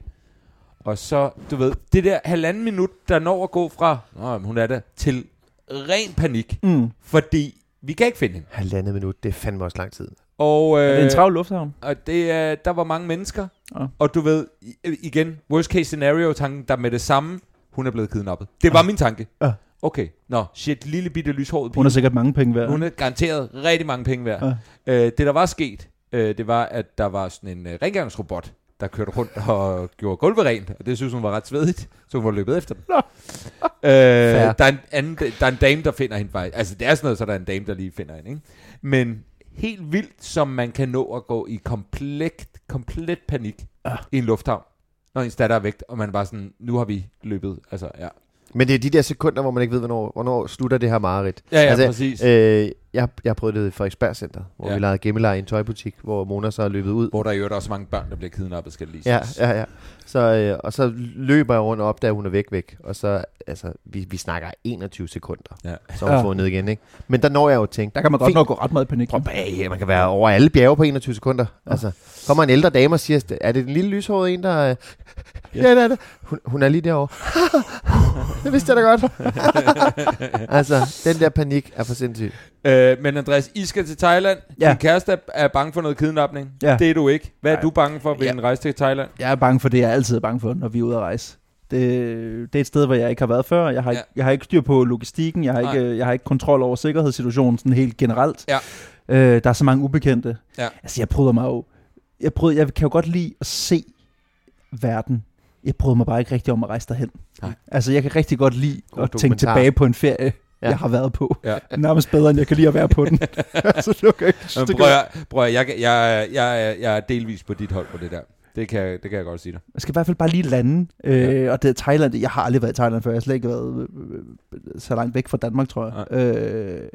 Speaker 2: Og så, du ved, det der halvanden minut, der når at gå fra, Nå, jamen, hun er der, til ren panik.
Speaker 4: Mm.
Speaker 2: Fordi vi kan ikke finde hende.
Speaker 1: Halvandet minut, det er fandme også lang tid.
Speaker 2: Og, øh,
Speaker 4: Er det en travl lufthavn?
Speaker 2: og det, er, der var mange mennesker.
Speaker 4: Ja.
Speaker 2: Og du ved, i- igen, worst case scenario tanken, der med det samme, hun er blevet kidnappet. Det var min tanke.
Speaker 4: Ja.
Speaker 2: Okay, nå, shit, lille bitte lyshåret
Speaker 4: Hun har sikkert mange penge værd.
Speaker 2: Hun er garanteret rigtig mange penge værd. Ja. Øh, det, der var sket, øh, det var, at der var sådan en øh, rengøringsrobot, der kørte rundt og *laughs* gjorde gulvet rent, og det synes hun var ret svedigt, så hun var løbet efter dem. øh, der, er en anden, der er en dame, der finder hende faktisk. Altså, det er sådan noget, så der er en dame, der lige finder hende, ikke? Men helt vildt, som man kan nå at gå i komplet, komplet panik ja. i en lufthavn, når ens datter er væk, og man er bare sådan, nu har vi løbet, altså, ja.
Speaker 1: Men det er de der sekunder, hvor man ikke ved, hvornår, hvornår slutter det her mareridt.
Speaker 2: Ja, ja, præcis.
Speaker 1: Øh, jeg, jeg har prøvet det i Frederiksberg Center, hvor
Speaker 2: Ja.
Speaker 1: ja. vi legede gemmeleje i en tøjbutik, hvor Mona så er løbet ud.
Speaker 2: Hvor der i øvrigt også er mange børn, der bliver kidnappet, skal det lige
Speaker 1: Ja,
Speaker 2: siges.
Speaker 1: ja, ja. Så, øh, og så løber jeg rundt og opdager, at hun er væk, væk. Og så, altså, vi, vi snakker 21 sekunder,
Speaker 2: Ja.
Speaker 1: så er hun
Speaker 4: Ja.
Speaker 1: ja. fundet igen, ikke? Men der når jeg jo at tænke,
Speaker 4: Der kan man godt
Speaker 1: fint.
Speaker 4: nok gå ret meget i panik.
Speaker 1: Prøv bag, man kan være over alle bjerge på 21 sekunder. Altså, kommer en ældre dame og siger, er det den lille lyshårede en, der... øh, *laughs* Ja, det er det. Hun, hun er lige derovre. *laughs* det vidste jeg da *laughs* godt. altså, den der panik er for *laughs* sindssyg.
Speaker 2: Øh, men Andreas, I skal til Thailand. Ja.
Speaker 4: Ja.
Speaker 2: Din kæreste er- er bange for noget kidnapning.
Speaker 4: Ja.
Speaker 2: Det er du ikke. Hvad er
Speaker 4: Nej.
Speaker 2: du bange for ved
Speaker 4: Ja.
Speaker 2: en rejse til Thailand?
Speaker 4: Jeg er bange for det, jeg altid er bange for, når vi er ude at rejse. Det, det er et sted, hvor jeg ikke har været før. Jeg har, ikke, jeg har ikke styr på logistikken. Jeg har,
Speaker 2: Nej.
Speaker 4: ikke, jeg har ikke kontrol over sikkerhedssituationen sådan helt generelt.
Speaker 2: Ja.
Speaker 4: Øh, der er så mange ubekendte.
Speaker 2: Ja.
Speaker 4: Altså, jeg bryder mig jo. Jeg, bryder, jeg kan jo godt lide at se verden. Jeg bryder mig bare ikke rigtig om at rejse derhen.
Speaker 2: Nej.
Speaker 4: Altså, jeg kan rigtig godt lide
Speaker 1: God
Speaker 4: at tænke
Speaker 1: dokumentar.
Speaker 4: tilbage på en ferie,
Speaker 1: Ja.
Speaker 4: ja. jeg har været på.
Speaker 2: Ja.
Speaker 4: Nærmest bedre, end jeg kan lide at være på den. altså, det kan jeg ikke
Speaker 2: Men
Speaker 4: stykke-
Speaker 2: Prøv, jeg, prøv at- jeg, kan- jeg, jeg, jeg, jeg er delvis på dit hold på det der. Det kan, jeg- det kan jeg godt sige dig.
Speaker 4: Jeg skal i hvert fald bare lige lande. Øh, Og det er Thailand. Jeg har aldrig været i Thailand før. Jeg har slet ikke været øh, øh, så langt væk fra Danmark, tror jeg. Øh,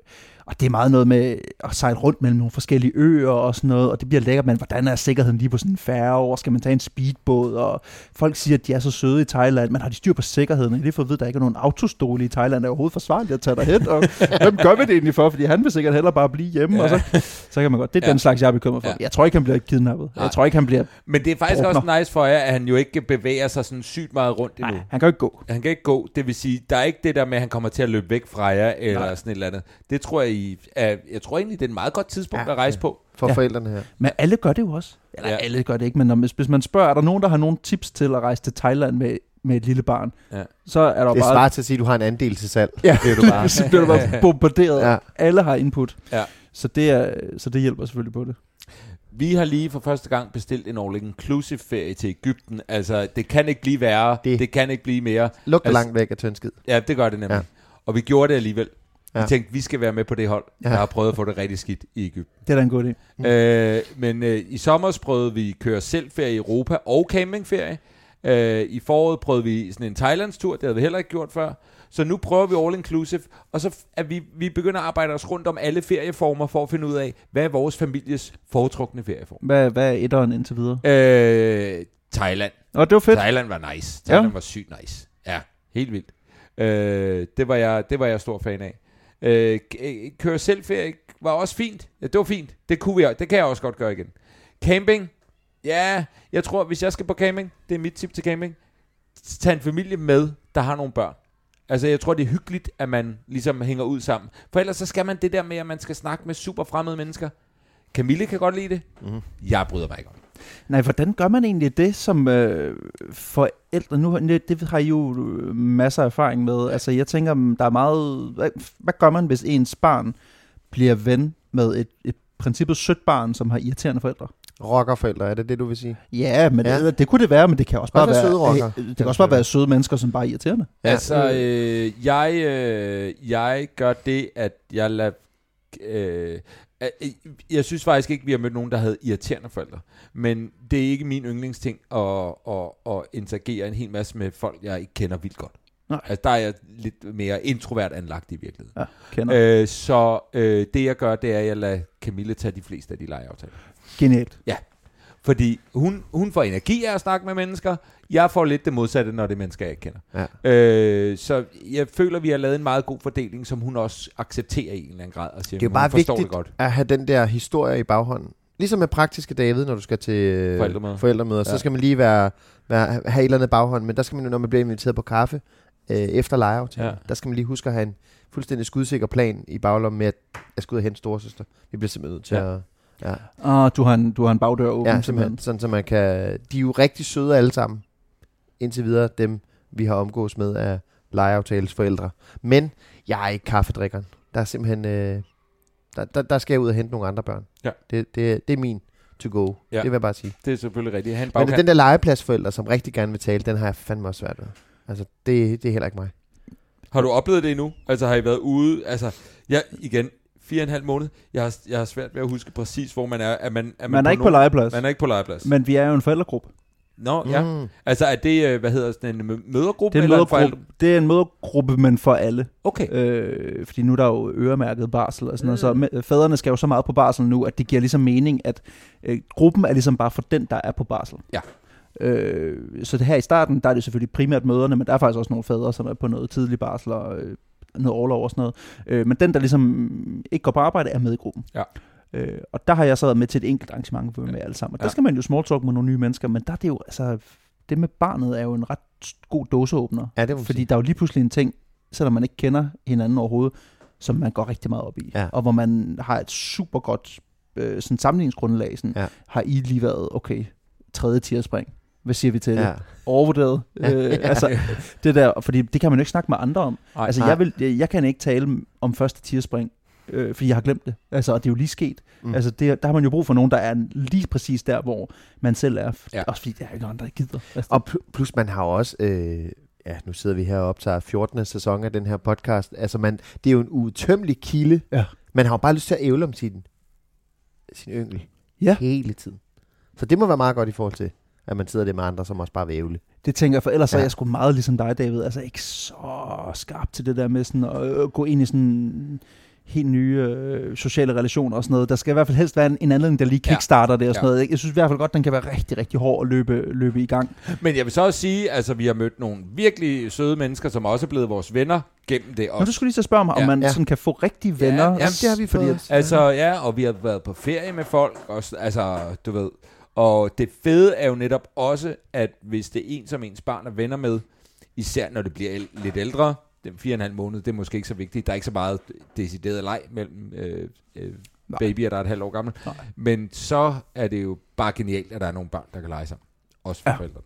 Speaker 4: og det er meget noget med at sejle rundt mellem nogle forskellige øer og sådan noget. Og det bliver lækkert, men hvordan er sikkerheden lige på sådan en færge? Hvor skal man tage en speedbåd? Og folk siger, at de er så søde i Thailand. Men har de styr på sikkerheden? Jeg har lige fået at vide, at der ikke er nogen autostole i Thailand. Er det overhovedet forsvarligt at tage derhen? Og hvem gør vi det egentlig for? Fordi han vil sikkert hellere bare blive hjemme. Ja. Og så, så kan man godt. Det er
Speaker 2: Ja.
Speaker 4: ja. den slags, jeg er bekymret for.
Speaker 2: Ja.
Speaker 4: Ja. Jeg tror ikke, han bliver kidnappet.
Speaker 2: Nej.
Speaker 4: Jeg tror ikke, han bliver...
Speaker 2: Men det er faktisk
Speaker 4: Drukner.
Speaker 2: også nice for jer, at han jo ikke bevæger sig sådan sygt meget rundt endnu.
Speaker 4: Nej,
Speaker 2: Nej.
Speaker 4: han kan jo ikke gå.
Speaker 2: Han kan ikke gå. Det vil sige, der er ikke det der med, at han kommer til at løbe væk fra jer, eller Nej. sådan et eller andet. Det tror jeg, I, er, jeg tror egentlig, det er et meget godt tidspunkt ja,
Speaker 1: Ja,
Speaker 2: at rejse
Speaker 1: ja.
Speaker 2: på.
Speaker 1: For
Speaker 4: Ja.
Speaker 1: ja. forældrene her.
Speaker 4: Men alle gør det jo også. Eller
Speaker 2: Ja.
Speaker 4: ja. alle gør det ikke, men når, hvis, hvis man spørger, er der nogen, der har nogle tips til at rejse til Thailand med, med et lille barn,
Speaker 2: Ja.
Speaker 4: så er der
Speaker 1: Det
Speaker 4: bare...
Speaker 1: svarer til at sige, at du har en andel til salg.
Speaker 4: Ja,
Speaker 1: Det er du bare.
Speaker 4: *laughs* så bliver du
Speaker 2: *laughs*
Speaker 4: bare bombarderet.
Speaker 1: Ja.
Speaker 4: Ja. Alle har input.
Speaker 2: Ja.
Speaker 4: Så, det er, så det hjælper selvfølgelig på det.
Speaker 2: Vi har lige for første gang bestilt en all inclusive ferie til Ægypten. Altså, det kan ikke blive værre. Det,
Speaker 1: Det-
Speaker 2: det kan ikke blive mere.
Speaker 1: Lugter
Speaker 2: Altså-
Speaker 1: langt væk af tyndskid.
Speaker 2: Ja, det gør det nemlig. Ja.
Speaker 1: Ja.
Speaker 2: Og vi gjorde det alligevel. Ja.
Speaker 1: Ja.
Speaker 2: Vi tænkte, vi skal være med på det hold, ja.
Speaker 1: Ja.
Speaker 2: der har prøvet at få det rigtig skidt i Ægypten.
Speaker 4: Det er da en god idé.
Speaker 2: Øh, men øh, i sommer prøvede vi køre selvferie i Europa og campingferie. Øh, I foråret prøvede vi sådan en Thailandstur, det havde vi heller ikke gjort før. Så nu prøver vi all inclusive, og så f- er vi, vi begynder at arbejde os rundt om alle ferieformer for at finde ud af, hvad er vores families foretrukne ferieform.
Speaker 4: Hvad, hvad er etteren indtil videre?
Speaker 2: Øh, Thailand.
Speaker 4: Og det var fedt.
Speaker 2: Thailand var nice.
Speaker 4: Ja.
Speaker 2: Thailand var sygt nice. Ja, helt vildt. Øh, det, var jeg, det var jeg stor fan af. Øh, k- øh, køre selvferie var også fint. Ja, det var fint. Det, kunne vi, det kan jeg også godt gøre igen. Camping. Ja, jeg tror, hvis jeg skal på camping, det er mit tip til camping, s- tag en familie med, der har nogle børn. Altså, jeg tror, det er hyggeligt, at man ligesom hænger ud sammen. For ellers så skal man det der med, at man skal snakke med super fremmede mennesker. Camille kan godt lide det.
Speaker 4: Mhm.
Speaker 2: Mm-hmm. Jeg bryder mig ikke om det.
Speaker 4: Nej, hvordan gør man egentlig det som øh, forældre? Nu, det det har I jo øh, masser af erfaring med. Altså, jeg tænker, mm, der er meget... Hvad, hvad gør man, hvis ens barn bliver ven med et, et princippet sødt barn, som har irriterende forældre?
Speaker 1: Rockerforældre, er det det, du vil sige?
Speaker 4: Ja, men
Speaker 1: Ja.
Speaker 4: ja. Det, det kunne det være, men det kan også
Speaker 1: Godt
Speaker 4: bare
Speaker 1: være
Speaker 4: være...
Speaker 1: søde rockere.
Speaker 4: øh, det kan også bare være søde mennesker, som bare er irriterende.
Speaker 2: Ja. Altså, øh, jeg, øh, jeg gør det, at jeg lader... Øh, at- øh, jeg synes faktisk ikke, vi har mødt nogen, der havde irriterende forældre. Men det er ikke min yndlingsting at, at, at interagere en hel masse med folk, jeg ikke kender vildt godt.
Speaker 4: Nej.
Speaker 2: Altså, der er jeg lidt mere introvert anlagt i virkeligheden.
Speaker 4: Ja, kender. Øh.
Speaker 2: Øh, så øh, det, jeg gør, det er, at jeg lader Camille tage de fleste af de legeaftaler.
Speaker 4: Genialt.
Speaker 2: Fordi hun, hun får energi af at snakke med mennesker. Jeg får lidt det modsatte, når det er mennesker, jeg ikke kender.
Speaker 1: Ja.
Speaker 2: Øh, så jeg føler, vi har lavet en meget god fordeling, som hun også accepterer i en eller anden grad. Og siger,
Speaker 1: Det er jo
Speaker 2: hun
Speaker 1: bare
Speaker 2: forstår
Speaker 1: vigtigt
Speaker 2: det godt.
Speaker 1: at have den der historie i baghånden. Ligesom med praktiske David, når du skal til øh,
Speaker 2: Forældremøder.
Speaker 1: forældremøder
Speaker 2: Ja.
Speaker 1: så skal man lige være, være, have et eller andet baghånd, men der skal man jo, når man bliver inviteret på kaffe øh, efter lejeaftalen,
Speaker 2: Ja.
Speaker 1: ja. der skal man lige huske at have en fuldstændig skudsikker plan i baglommen med, at jeg skal ud og hente storesøster. Vi bliver simpelthen nødt til
Speaker 2: Ja.
Speaker 1: ja. at... Ja,
Speaker 4: Og Ah, du har en, du har en bagdør åben,
Speaker 1: ja simpelthen. Sådan, så man kan... De er jo rigtig søde alle sammen. Indtil videre dem, vi har omgås med af lejeaftales forældre. Men jeg er ikke kaffedrikkeren. Der er simpelthen... Øh, der, der, der skal jeg ud og hente nogle andre børn.
Speaker 2: Ja.
Speaker 1: Det, det, det er min to go. Ja.
Speaker 2: Ja.
Speaker 1: Det vil jeg bare sige.
Speaker 2: Det er selvfølgelig rigtigt. Han
Speaker 1: Okay. Men
Speaker 2: bagkant.
Speaker 1: den der legepladsforældre, som rigtig gerne vil tale, den har jeg fandme også svært ved. Altså, det, det er heller ikke mig.
Speaker 2: Har du oplevet det endnu? Altså har I været ude? Altså, jeg, igen, fire og en halv måned. Jeg har, jeg har svært ved at huske præcis, hvor man er. Er man, er man,
Speaker 4: Man er ikke på
Speaker 2: nogen-
Speaker 4: legeplads,
Speaker 2: Man er ikke på legeplads.
Speaker 4: men vi er jo en forældregruppe.
Speaker 2: Nå, ja.
Speaker 1: Mm.
Speaker 2: Altså er det, øh, hvad hedder sådan en mø- mødergruppe?
Speaker 4: Det er en
Speaker 2: eller
Speaker 4: mødergruppe,
Speaker 2: forældre-
Speaker 4: det er en mødergruppe men for alle.
Speaker 2: Okay. Mm.
Speaker 4: Øh, fordi nu er der jo øremærket barsel og sådan noget, så mæ- fædrene skal jo så meget på barsel nu, at det giver ligesom mening, at øh, gruppen er ligesom bare for den, der er på barsel.
Speaker 2: Ja.
Speaker 4: Øh, så det her i starten, der er det selvfølgelig primært møderne, men der er faktisk også nogle fædre, som er på noget tidlig barsel og øh, noget overlov og sådan noget. Øh, men den, der ligesom ikke går på arbejde, er med i gruppen.
Speaker 2: Ja.
Speaker 4: Øh, og der har jeg så været med til et enkelt arrangement, hvor vi var med alle sammen. Og der
Speaker 2: Ja.
Speaker 4: skal man jo small talk med nogle nye mennesker, men der er det jo, altså, det med barnet er jo en ret god dåseåbner.
Speaker 1: Ja, det må man
Speaker 4: Fordi
Speaker 1: sige.
Speaker 4: der er jo lige pludselig en ting, selvom man ikke kender hinanden overhovedet, som man går rigtig meget op i.
Speaker 1: Ja.
Speaker 4: Og hvor man har et super godt øh, sådan sammenligningsgrundlag. Sådan,
Speaker 1: Ja.
Speaker 4: Har I lige været, okay, tredje tierspring? Hvad siger vi til
Speaker 1: Ja.
Speaker 4: det?
Speaker 1: *laughs*
Speaker 4: Overvurderet? Øh, altså, det der, fordi det kan man jo ikke snakke med andre om.
Speaker 2: Ej,
Speaker 4: altså, jeg, vil, jeg, jeg kan ikke tale om første tierspring, øh, fordi jeg har glemt det. Altså, og det er jo lige sket. Mm. Altså, det, der har man jo brug for nogen, der er lige præcis der, hvor man selv er.
Speaker 2: Ja.
Speaker 4: Ja. Også fordi der er jo ikke andre, der gider. Altså,
Speaker 1: Og pl- plus man har jo også, øh, ja, nu sidder vi her og optager 14. sæson af den her podcast. Altså man, det er jo en uudtømmelig kilde.
Speaker 4: Ja.
Speaker 1: Man har jo bare lyst til at ævle om sin, sin yngel
Speaker 4: Ja.
Speaker 1: hele tiden. Så det må være meget godt i forhold til, at man sidder der med andre, som også bare vil ævle.
Speaker 4: Det tænker jeg, for ellers ja. er
Speaker 1: Ja.
Speaker 4: jeg sgu meget ligesom dig, David. Altså ikke så skarp til det der med sådan at øh, gå ind i sådan helt nye øh, sociale relationer og sådan noget. Der skal i hvert fald helst være en, en anledning, der lige
Speaker 2: Ja.
Speaker 4: kickstarter det og sådan
Speaker 2: Ja.
Speaker 4: ja. noget. ikke? Jeg synes i hvert fald godt, den kan være rigtig, rigtig hård at løbe, løbe i gang.
Speaker 2: Men jeg vil så også sige, altså vi har mødt nogle virkelig søde mennesker, som også er blevet vores venner gennem det
Speaker 4: Men
Speaker 2: også.
Speaker 4: du skulle lige så spørge mig, om
Speaker 2: Ja.
Speaker 4: man
Speaker 1: Ja.
Speaker 4: sådan kan få rigtige venner.
Speaker 2: jamen,
Speaker 1: det har vi fået.
Speaker 2: Altså ja, og vi har været på ferie med folk, og, s- altså du ved. Og det fede er jo netop også, at hvis det er en, som ens barn er venner med, især når det bliver el- lidt ældre, den fire og en halv måned, det er måske ikke så vigtigt. Der er ikke så meget decideret leg mellem øh, øh,
Speaker 4: Nej.
Speaker 2: babyer, der er et halvt år gammel.
Speaker 4: Nej.
Speaker 2: Men så er det jo bare genialt, at der er nogle børn, der kan lege sammen. Også for ja.
Speaker 4: Ja.
Speaker 2: forældrene.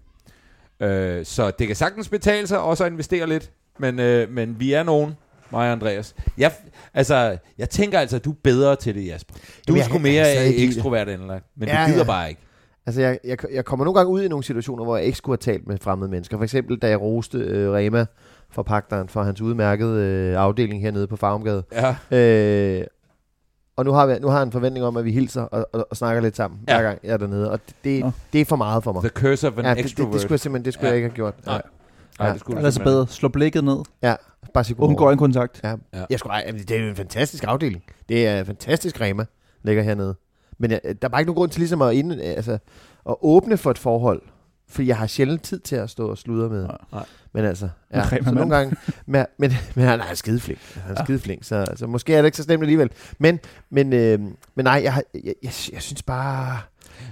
Speaker 2: Øh, så det kan sagtens betale sig også at investere lidt. Men, øh, men vi er nogen, mig og Andreas. Jeg, altså, jeg tænker altså, at du er bedre til det, Jasper. Du
Speaker 1: Jamen,
Speaker 2: er
Speaker 1: jeg
Speaker 2: sgu
Speaker 1: kan-
Speaker 2: mere
Speaker 1: jeg kan stadig lide det.
Speaker 2: ekstrovert anlagt, men
Speaker 1: Ja,
Speaker 2: du gider
Speaker 1: ja.
Speaker 2: bare ikke.
Speaker 1: Altså, jeg, jeg, jeg kommer nogle gange ud i nogle situationer, hvor jeg ikke skulle have talt med fremmede mennesker. For eksempel, da jeg roste øh, Rema forpagteren for hans udmærkede øh, afdeling hernede på Farumgade.
Speaker 2: Ja.
Speaker 1: Øh, og nu har, vi, nu har jeg en forventning om, at vi hilser og, og, og snakker lidt sammen
Speaker 2: Ja.
Speaker 1: ja. hver gang jeg er dernede. Og det,
Speaker 4: Nå.
Speaker 1: det, det er for meget for mig.
Speaker 2: The curse of an
Speaker 1: ja, det, det,
Speaker 2: extrovert.
Speaker 1: det, skulle jeg simpelthen det skulle
Speaker 2: Ja.
Speaker 1: ja. jeg ikke have gjort.
Speaker 2: Nej.
Speaker 1: Ja.
Speaker 2: Ej,
Speaker 1: ja.
Speaker 2: det skulle
Speaker 4: Det
Speaker 2: du
Speaker 4: er altså
Speaker 2: simpelthen.
Speaker 4: bedre. Slå blikket ned.
Speaker 1: Bare sige godmorgen.
Speaker 4: Undgå en kontakt.
Speaker 1: Ja.
Speaker 2: Ja.
Speaker 1: ja. Jeg skulle, ej, jamen, det er jo en fantastisk afdeling. Det er en fantastisk Rema, ligger hernede. Men jeg, der er bare ikke nogen grund til ligesom at, ind, altså, at åbne for et forhold. Fordi jeg har sjældent tid til at stå og sludre med.
Speaker 4: Nej,
Speaker 2: nej.
Speaker 1: Men altså,
Speaker 4: En
Speaker 1: ja, så
Speaker 4: Rema-mand.
Speaker 1: nogle gange... Men, men, men han er skideflink. Han er ja. skideflink, så, så måske er det ikke så stemt alligevel. Men, men, øh, men nej, jeg, har- jeg, jeg, jeg synes bare...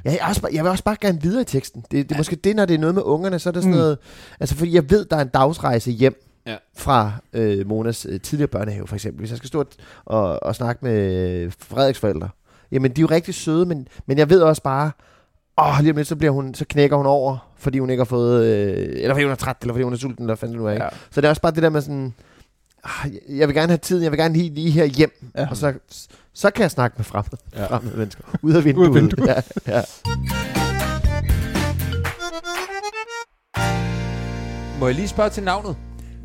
Speaker 1: Jeg, er også, bare- jeg vil også bare gerne videre i teksten. Det, det er måske det, når det er noget med ungerne, så er der sådan
Speaker 4: Mm.
Speaker 1: mm. noget... Altså, fordi jeg ved, der er en dagsrejse hjem
Speaker 2: Ja.
Speaker 1: fra øh, Monas øh, tidligere børnehave, for eksempel. Hvis jeg skal stå og, og snakke med øh, Frederiks forældre, jamen, de er jo rigtig søde, men, men jeg ved også bare, åh, lige om lidt, så, bliver hun, så knækker hun over, fordi hun ikke har fået... Øh, eller fordi hun er træt, eller fordi hun er sulten, eller hvad fanden det nu er. Ikke?
Speaker 4: Ja.
Speaker 1: Så det er også bare det der med sådan... ah, Jeg vil gerne have tid, jeg vil gerne lige, lige her hjem,
Speaker 4: Ja.
Speaker 1: og så, så kan jeg snakke med fremmede,
Speaker 2: Ja.
Speaker 1: ja. fremmede *laughs* mennesker. Ud af vinduet. Ud af vinduet. Ja, ja.
Speaker 2: Må jeg lige spørge til navnet?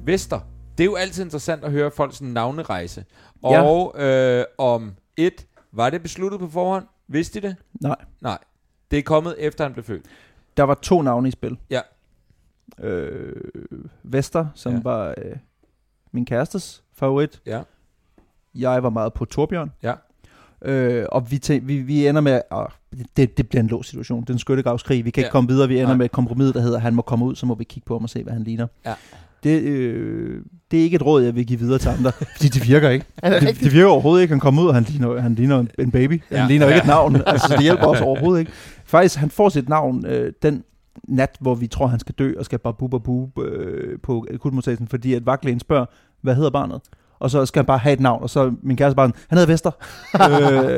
Speaker 2: Vester. Det er jo altid interessant at høre folks navnerejse.
Speaker 4: Ja.
Speaker 2: Og øh, om et, var det besluttet på forhånd? Vidste de det?
Speaker 4: Nej.
Speaker 2: Nej. Det er kommet efter han blev født.
Speaker 4: Der var to navne i spil.
Speaker 2: Ja.
Speaker 4: Øh, Vester, som
Speaker 2: Ja.
Speaker 4: ja. var øh, min kærestes favorit.
Speaker 2: Ja.
Speaker 4: Jeg var meget på Torbjørn.
Speaker 2: Ja.
Speaker 4: Øh, og vi, tæ- vi, vi ender med, at det, det bliver en låst situation. Den skyttegravskrig, vi kan
Speaker 2: Ja.
Speaker 4: ja. ikke komme videre. Vi ender
Speaker 2: Nej.
Speaker 4: Nej. med et kompromis, der hedder, at han må komme ud, så må vi kigge på ham og se, hvad han ligner.
Speaker 2: Ja.
Speaker 4: Det, øh, det er ikke et råd, jeg vil give videre til andre, *laughs* fordi det virker ikke.
Speaker 1: Er det
Speaker 4: Det, det virker overhovedet ikke. Han kommer ud, og han ligner, han ligner en- en baby. Han
Speaker 2: Ja.
Speaker 4: ja. ligner ikke
Speaker 2: Ja.
Speaker 4: et navn. Altså, det hjælper os overhovedet ikke. Faktisk, han får sit navn øh, den nat, hvor vi tror, han skal dø, og skal bare buba bub øh, på akutmodtagelsen, fordi at vagtlægen spørger, hvad hedder barnet? Og så skal han bare have et navn, og så min kæreste bare, sådan, han hedder Vester. *laughs*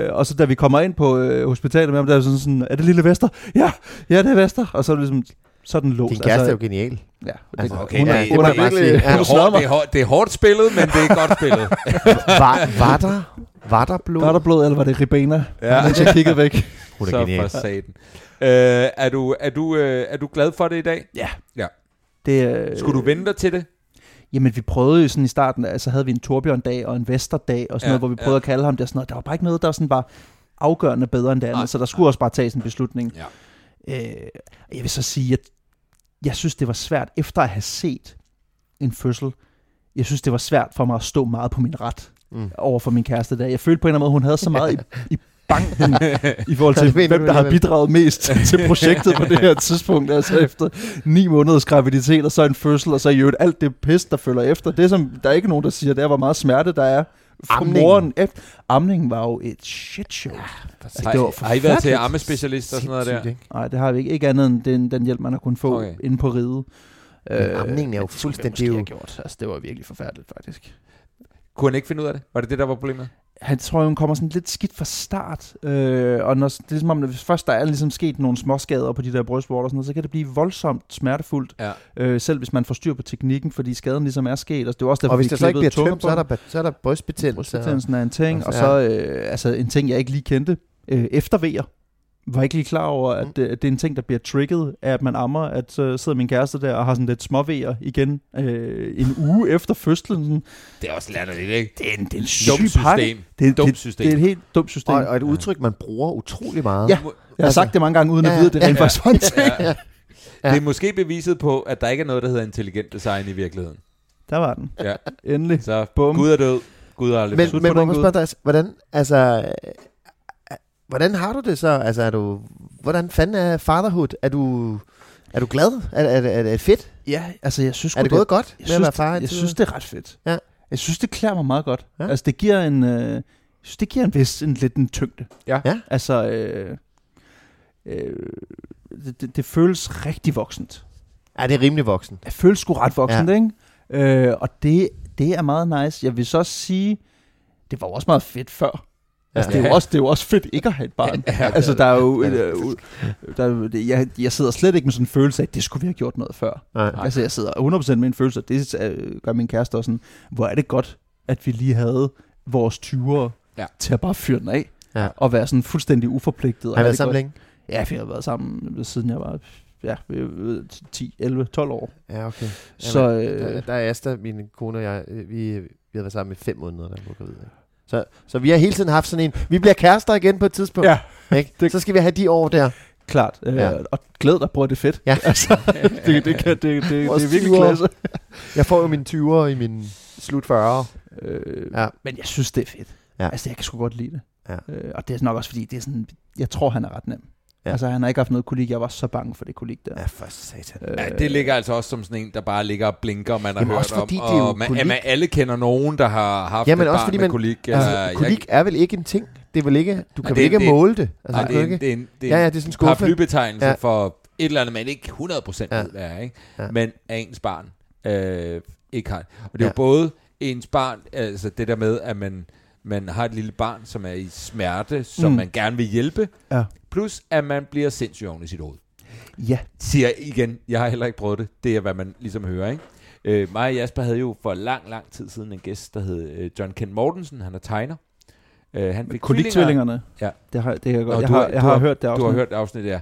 Speaker 4: øh, og så da vi kommer ind på øh, hospitalet med ham, der er sådan, sådan, er det lille Vester? Ja, ja, det er Vester. Og så er det ligesom, sådan låst.
Speaker 1: Din kæreste er jo genial.
Speaker 4: ja,
Speaker 1: Altså, okay,
Speaker 4: hun er,
Speaker 1: ja,
Speaker 4: ja,
Speaker 1: det
Speaker 4: hun
Speaker 1: må
Speaker 4: er,
Speaker 1: jeg bare sige.
Speaker 4: virkelig,
Speaker 1: Ja.
Speaker 4: hun
Speaker 2: det, er
Speaker 4: slår
Speaker 2: hårdt,
Speaker 4: mig.
Speaker 2: det, er hårdt, det er hårdt spillet, men det *laughs* er godt spillet.
Speaker 1: *laughs* Var, var der, var der blod?
Speaker 4: Var der blod, eller var det ribena?
Speaker 2: Ja.
Speaker 4: Ja. Mens jeg kiggede væk.
Speaker 1: Hun er
Speaker 2: så
Speaker 1: genial.
Speaker 2: for satan. Øh, er, du, er, du, øh, er du glad for det i dag?
Speaker 4: Ja.
Speaker 2: Ja.
Speaker 4: *laughs* Det, øh,
Speaker 2: Skulle du vente dig til det?
Speaker 4: Jamen, vi prøvede jo sådan i starten, altså havde vi en Torbjørn-dag og en Vesterdag og sådan
Speaker 2: Ja,
Speaker 4: ja, noget, hvor vi prøvede
Speaker 2: ja.
Speaker 4: ja. at kalde ham det og sådan noget. Der var bare ikke noget, der sådan var afgørende bedre end det andet,
Speaker 2: Nej.
Speaker 4: så der skulle også bare tages en beslutning.
Speaker 2: Ja.
Speaker 4: Øh, jeg vil så sige, at jeg synes, det var svært, efter at have set en fødsel, jeg synes, det var svært for mig at stå meget på min ret
Speaker 1: Mm.
Speaker 4: over for min kæreste der. Jeg følte på en eller anden måde, hun havde så meget i, i
Speaker 1: *laughs*
Speaker 4: banken i forhold til,
Speaker 1: Det mener
Speaker 4: hvem
Speaker 1: du
Speaker 4: der har
Speaker 1: alligevel.
Speaker 4: bidraget
Speaker 1: *laughs*
Speaker 4: mest til projektet på det her tidspunkt. Altså efter ni måneders graviditet, og så en fødsel, og så i øvrigt alt det pis, der følger efter. Det, som der er ikke nogen, der siger, det er, hvor meget smerte der er. For
Speaker 1: Amningen.
Speaker 4: moren efter. Amningen var jo et shit show.
Speaker 2: Har,
Speaker 4: det var
Speaker 2: har I været til
Speaker 4: forfærdeligt.
Speaker 2: ammespecialist og sådan noget der?
Speaker 1: Sindssygt, ikke?
Speaker 4: Nej, det har vi ikke. Ikke andet end den, den hjælp, man har kunnet få
Speaker 2: Okay.
Speaker 4: okay. inde på riget.
Speaker 1: Men amningen er jo
Speaker 4: men det skulle vi
Speaker 1: fuldstændig-
Speaker 4: måske
Speaker 1: det er jo-
Speaker 4: have gjort. Altså, det var virkelig forfærdeligt, faktisk.
Speaker 2: Kunne han ikke finde ud af det? Var det det, der var problemet?
Speaker 4: Han tror, hun kommer sådan lidt skidt fra start. Øh, og når, det er ligesom om, hvis først der er ligesom sket nogle småskader på de der brystvorter og sådan noget, så kan det blive voldsomt smertefuldt.
Speaker 2: Ja.
Speaker 4: Øh, selv hvis man får styr på teknikken, fordi skaden ligesom er sket. Altså, det var også derfor,
Speaker 1: Og hvis
Speaker 4: vi
Speaker 1: der så ikke
Speaker 4: klippede
Speaker 1: bliver tømt,
Speaker 4: tungerbånd.
Speaker 1: så er der, så er der brystbetændelse.
Speaker 4: Brystbetændelsen er en ting, og
Speaker 1: Og så-
Speaker 4: så øh, altså en ting, jeg ikke lige kendte, øh, eftervejer. Var ikke lige klar over, at,
Speaker 2: Mm.
Speaker 4: øh, at det er en ting, der bliver trigget af, at man ammer, at så sidder min kæreste der og har sådan lidt småvejer igen øh, en uge efter fødslen. Sådan.
Speaker 2: Det er også latterligt, ikke?
Speaker 4: Det er en, det er en syg
Speaker 2: Dumt
Speaker 4: pakke.
Speaker 2: system.
Speaker 4: Det er,
Speaker 2: Dumt
Speaker 4: det,
Speaker 2: system.
Speaker 4: Det er et helt dumt system.
Speaker 1: Og, og et udtryk, man bruger utrolig meget. *laughs*
Speaker 4: Ja. jeg har sagt det mange gange, uden ja,
Speaker 1: Altså- Ja,
Speaker 4: at vide, at det
Speaker 1: ja,
Speaker 4: rent
Speaker 1: *laughs*
Speaker 2: ja.
Speaker 4: faktisk var en ting.
Speaker 2: Ja. Det er måske beviset på, at der ikke er noget, der hedder intelligent design i virkeligheden.
Speaker 4: Der var den.
Speaker 2: Ja.
Speaker 4: Endelig.
Speaker 2: Så
Speaker 4: Bum.
Speaker 2: Gud er død. Gud er aldrig
Speaker 1: Men,
Speaker 2: død.
Speaker 4: på
Speaker 1: men må
Speaker 4: den
Speaker 1: man
Speaker 4: Gud.
Speaker 1: spørge dig, hvordan, altså, øh, øh, hvordan har du det så? Altså, er du, hvordan fanden er fatherhood? Er du, er du glad? Er, er, er, er det fedt?
Speaker 4: Ja, altså jeg synes
Speaker 1: Er
Speaker 4: sgu,
Speaker 1: det gået godt
Speaker 4: Jeg
Speaker 1: med at
Speaker 4: synes,
Speaker 1: være far?
Speaker 4: jeg
Speaker 1: indtil
Speaker 4: synes,
Speaker 1: videre?
Speaker 4: det er ret fedt.
Speaker 1: Ja.
Speaker 4: Jeg synes, det klæder mig meget godt.
Speaker 1: Ja.
Speaker 4: Ja. Altså, det giver en... Øh, jeg synes, det giver en vis en, lidt en tyngde.
Speaker 2: Ja.
Speaker 1: Ja.
Speaker 4: Altså, øh, øh, det, det, det føles rigtig voksent.
Speaker 1: Ja, det er rimelig voksen.
Speaker 4: Det føles sgu ret voksent, ja. ikke? Øh, og det, det er meget nice. Jeg vil så også sige, det var jo også meget fedt før. Altså,
Speaker 1: Ja.
Speaker 4: det, er jo også, det er jo også fedt ikke at have
Speaker 1: *laughs*
Speaker 4: et barn. Ja, altså, der er jo... øh, øh, Der, er jo- det- jeg, jeg sidder slet ikke med sådan en følelse af, at det skulle vi have gjort noget før.
Speaker 1: Nej.
Speaker 4: Altså, jeg sidder 100% med en følelse, og det øh, gør min kæreste også sådan, hvor er det godt, at vi lige havde vores 20'ere
Speaker 2: Ja.
Speaker 4: ja. til at bare fyre den af,
Speaker 1: Ja.
Speaker 4: og være sådan fuldstændig uforpligtet. og
Speaker 1: Har I
Speaker 4: have
Speaker 1: været
Speaker 4: det
Speaker 1: sammen
Speaker 4: godt.
Speaker 1: længe?
Speaker 4: Ja, vi har været sammen, øh, siden jeg var ja, øh, 10, 11, 12 år.
Speaker 1: Ja, okay. Jamen,
Speaker 4: Så,
Speaker 1: der,
Speaker 4: øh,
Speaker 1: der er Asta, min kone og jeg, øh, vi, vi har været sammen i fem måneder, da hun var gravid. ikke? Så, så vi har hele tiden haft sådan en, vi bliver kærester igen på et tidspunkt.
Speaker 4: Ja, *laughs*
Speaker 1: ikke? Så skal vi have de år der.
Speaker 4: klart. Øh,
Speaker 1: Ja.
Speaker 4: Og glæd dig, bror, det er fedt. *laughs*
Speaker 1: Ja.
Speaker 4: Altså,
Speaker 1: *laughs*
Speaker 4: det, det, kan, det, det, det
Speaker 1: Vores
Speaker 4: er virkelig
Speaker 1: 20'er.
Speaker 4: klasse.
Speaker 1: *laughs* Jeg får jo mine 20'er i min slut 40'er.
Speaker 4: Øh,
Speaker 1: Ja.
Speaker 4: ja. Men jeg synes, det er fedt.
Speaker 1: Ja.
Speaker 4: Ja. Altså, jeg kan sgu godt lide det.
Speaker 1: Ja.
Speaker 4: Øh, og det er nok også, fordi det er sådan, jeg tror, han er ret nem.
Speaker 1: Ja.
Speaker 4: Ja. Altså, han har ikke haft noget kolik. Jeg var så bange for det kolik der.
Speaker 1: Ja, for satan.
Speaker 4: Øh,
Speaker 2: Ja, det ligger altså også som sådan en, der bare ligger og blinker, man har
Speaker 1: Jamen,
Speaker 2: hørt
Speaker 1: også fordi
Speaker 2: om.
Speaker 1: det er jo
Speaker 2: og man,
Speaker 1: kolik.
Speaker 2: jamen, alle kender nogen, der har haft
Speaker 1: Jamen,
Speaker 2: et
Speaker 1: også
Speaker 2: barn
Speaker 1: fordi
Speaker 2: med
Speaker 1: man-
Speaker 2: kolik.
Speaker 1: Ja, altså, kolik er vel ikke en ting? Det er vel ikke, du kan
Speaker 2: det
Speaker 1: vel
Speaker 2: er-
Speaker 1: ikke
Speaker 2: det er-
Speaker 1: måle det? Altså,
Speaker 2: altså,
Speaker 1: du
Speaker 2: det, er
Speaker 1: kan
Speaker 2: en,
Speaker 1: ikke,
Speaker 2: det, er en, det er
Speaker 1: ja,
Speaker 2: en
Speaker 1: ja, det er sådan en skuffe.
Speaker 2: paraplybetegnelse
Speaker 1: Ja.
Speaker 2: ja. for et eller andet, man ikke 100%
Speaker 1: Ja.
Speaker 2: ja. ved, hvad er, ikke?
Speaker 1: Ja.
Speaker 2: Ja. men er ens barn øh, ikke har. det. Og det er
Speaker 1: Ja.
Speaker 2: jo både ens barn, altså det der med, at man, man har et lille barn, som er i smerte, som
Speaker 4: Mm.
Speaker 2: mm. man gerne vil hjælpe,
Speaker 4: Ja.
Speaker 2: plus at man bliver sindssyg oven i sit hoved.
Speaker 4: ja.
Speaker 2: Siger jeg igen, jeg har heller ikke prøvet det, det er hvad man ligesom hører, ikke? Øh, mig og Jasper havde jo for lang, lang tid siden en gæst, der hed øh, John Ken Mortensen, han er tegner. Øh, han fik tvillinger.
Speaker 4: Koliktvillingerne.
Speaker 2: Ja.
Speaker 4: Det har, det har, jeg
Speaker 2: Nå,
Speaker 4: godt- jeg
Speaker 2: du
Speaker 4: har,
Speaker 2: har-
Speaker 4: jeg
Speaker 2: du
Speaker 4: har
Speaker 2: har-
Speaker 4: hørt det
Speaker 2: Du
Speaker 4: også.
Speaker 2: har hørt afsnittet der.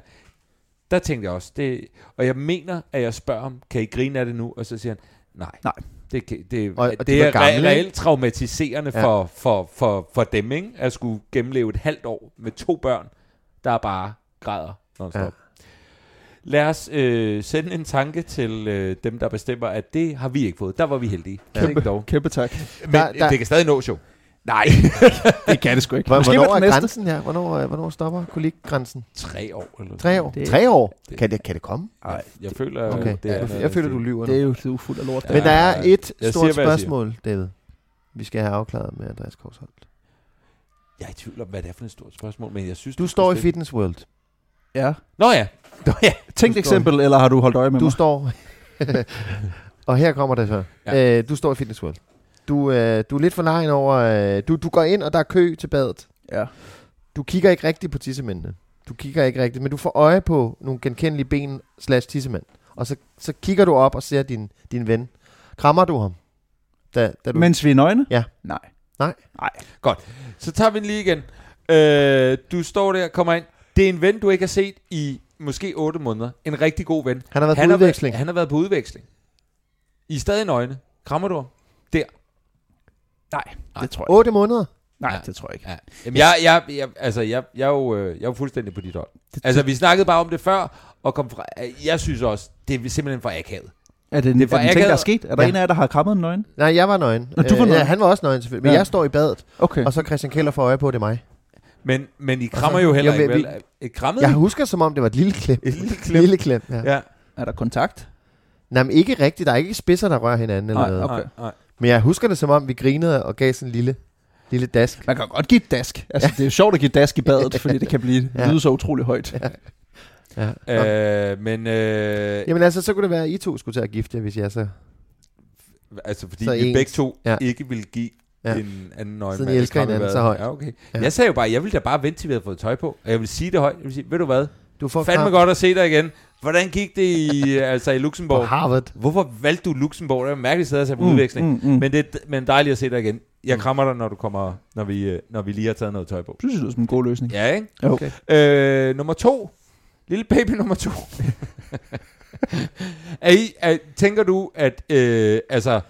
Speaker 2: Der tænkte jeg også, det, og jeg mener, at jeg spørger ham, kan I grine af det nu? Og så siger han, nej.
Speaker 4: Nej.
Speaker 2: Det, kan- det,
Speaker 1: Og-
Speaker 2: og,
Speaker 1: og de
Speaker 2: det
Speaker 1: var
Speaker 2: er
Speaker 1: gamle,
Speaker 2: gamle,
Speaker 1: ikke?
Speaker 2: reelt traumatiserende
Speaker 1: Ja.
Speaker 2: ja. for, for, for, for dem, ikke? At skulle gennemleve et halvt år med to børn, der bare græder nonstop.
Speaker 1: Ja.
Speaker 2: Ja. Lad os øh, sende en tanke til øh, dem, der bestemmer, at det har vi ikke fået. Der var vi heldige. Ja. Tænk dog.
Speaker 4: Kæmpe tak.
Speaker 2: Men
Speaker 1: Der- der-
Speaker 2: det kan stadig nås jo. *laughs* Nej.
Speaker 4: Det kan det sgu ikke.
Speaker 1: Hvor-
Speaker 4: Måske
Speaker 1: Hvornår
Speaker 4: med den
Speaker 1: er
Speaker 4: næste.
Speaker 1: grænsen her? Hvornår, øh, hvornår stopper kolikgrænsen?
Speaker 2: Tre år. Eller
Speaker 1: Tre år?
Speaker 4: Det-
Speaker 1: Tre år?
Speaker 2: det-
Speaker 1: Kan det, kan det komme?
Speaker 2: Nej, jeg føler,
Speaker 1: Okay.
Speaker 2: det er
Speaker 1: Jeg føler, du lyver nu.
Speaker 4: Det er jo det er ufuldt af lort.
Speaker 2: Ja.
Speaker 1: Men der er et
Speaker 2: Jeg
Speaker 1: stort
Speaker 2: siger, hvad jeg
Speaker 1: spørgsmål, David. Vi skal have afklaret med Andreas Korsholm.
Speaker 2: Jeg er i tvivl om, hvad det er for et stort spørgsmål, men jeg synes...
Speaker 1: Du står i
Speaker 2: skal stille-
Speaker 1: Fitness World.
Speaker 4: Ja.
Speaker 2: Nå ja. Nå ja.
Speaker 4: Tænkt
Speaker 1: Du står-
Speaker 4: eksempel, eller har du holdt øje med
Speaker 1: Du
Speaker 4: mig?
Speaker 1: står...
Speaker 4: *laughs*
Speaker 1: og her kommer det så. Ja.
Speaker 2: Ja.
Speaker 1: Øh, du står i Fitness World. Du, øh, du er lidt for lejen over... Øh, du, du går ind, og der er kø til badet.
Speaker 4: Ja.
Speaker 1: Du kigger ikke rigtigt på tissemændene. Du kigger ikke rigtigt, men du får øje på nogle genkendelige ben slash tissemænd. Og så, så kigger du op og ser din, din ven. Krammer du ham? Da, da du...
Speaker 4: Mens vi er nøgne?
Speaker 1: Ja.
Speaker 4: Nej.
Speaker 2: Så tager vi den lige igen. Øh, du står der, kommer ind. Det er en ven, du ikke har set i måske 8 måneder. En rigtig god ven.
Speaker 1: han har været på
Speaker 2: har
Speaker 1: udveksling.
Speaker 2: Været, han har været på udveksling. I er stadig nøgne. Krammer du ham?
Speaker 4: Nej, det tror jeg ikke.
Speaker 1: Otte måneder?
Speaker 4: Nej,
Speaker 2: Ja.
Speaker 4: det tror jeg ikke.
Speaker 2: Ja. Jamen, jeg, jeg, jeg, altså, jeg, jeg, er jo, øh, jeg er jo fuldstændig på dit hold. Altså, vi snakkede bare om det før, og kom fra, øh, jeg synes også, det er simpelthen for akavet.
Speaker 4: Er det en,
Speaker 2: Det
Speaker 4: det
Speaker 2: er for
Speaker 4: er det en ting,
Speaker 2: akavet.
Speaker 4: der er sket? Er
Speaker 1: Ja.
Speaker 4: der ja. en af jer, der har krammet en nøgen?
Speaker 1: Nej, jeg var nøgen.
Speaker 4: Nå, du var
Speaker 1: Øh, Ja,
Speaker 4: nøgen.
Speaker 1: han var også nøgen selvfølgelig. Men ja.
Speaker 4: Ja.
Speaker 1: jeg står i badet,
Speaker 4: Okay.
Speaker 1: og så Christian Keller får øje på, at det er mig.
Speaker 2: Men, men I krammer jo heller
Speaker 1: Jamen,
Speaker 2: ikke,
Speaker 1: vi-
Speaker 2: vel? Øh, I krammede?
Speaker 1: Jeg husker, som om det var et lille klem.
Speaker 2: Et lille klem.
Speaker 1: Lille klem, ja.
Speaker 2: Ja.
Speaker 4: Er der kontakt?
Speaker 1: Nej, men ikke rigtigt. Der er ikke spidser, der rører hinanden eller
Speaker 4: Nej,
Speaker 1: noget.
Speaker 4: Okay.
Speaker 2: Nej, nej.
Speaker 1: Men jeg husker det som om, vi grinede og gav sådan en lille, lille dask.
Speaker 4: Man kan godt give et dask. Altså, det er jo sjovt at give et dask i badet, fordi det kan blive
Speaker 1: Ja.
Speaker 4: ja. lyde så utrolig højt. Ja.
Speaker 1: Ja. Øh.
Speaker 2: Øh, men øh,
Speaker 1: Jamen altså, så kunne det være, at I to skulle til at gifte jer, hvis jeg så...
Speaker 2: Altså fordi
Speaker 1: Så
Speaker 2: så vi
Speaker 1: ens.
Speaker 2: begge to
Speaker 1: Ja.
Speaker 2: ja. ikke ville give
Speaker 1: Ja.
Speaker 2: ja. en anden nøgen
Speaker 1: Siden I
Speaker 2: mand et
Speaker 1: elsker
Speaker 2: kram i
Speaker 1: hinanden
Speaker 2: badet.
Speaker 1: så højt.
Speaker 2: Ja, okay.
Speaker 1: Ja.
Speaker 2: ja. Jeg sagde jo bare, jeg ville da bare vente til vi havde fået tøj på. Og jeg ville sige det højt. Jeg ville sige, ved du hvad?
Speaker 1: Du får
Speaker 2: Fandme
Speaker 1: kram
Speaker 2: godt at se dig igen. Hvordan gik det
Speaker 1: *laughs*
Speaker 2: i, altså i
Speaker 1: på
Speaker 2: Luxembourg?
Speaker 1: Harvard.
Speaker 2: Hvorfor valgte du Luxembourg? Det er et mærkeligt sted at tage på mm, udveksling. Mm.
Speaker 4: mm. Men
Speaker 2: Men, det, er- men dejligt at se dig igen. Jeg
Speaker 1: Mm.
Speaker 2: krammer dig, når du kommer, når vi, øh, når vi lige har taget noget tøj på.
Speaker 4: det synes jeg lyder som en god løsning.
Speaker 2: Ja, ikke?
Speaker 4: Jo. Okay.
Speaker 2: Øh, nummer to. Lille baby *laughs* nummer to. er I, er, tænker du, at øh, altså,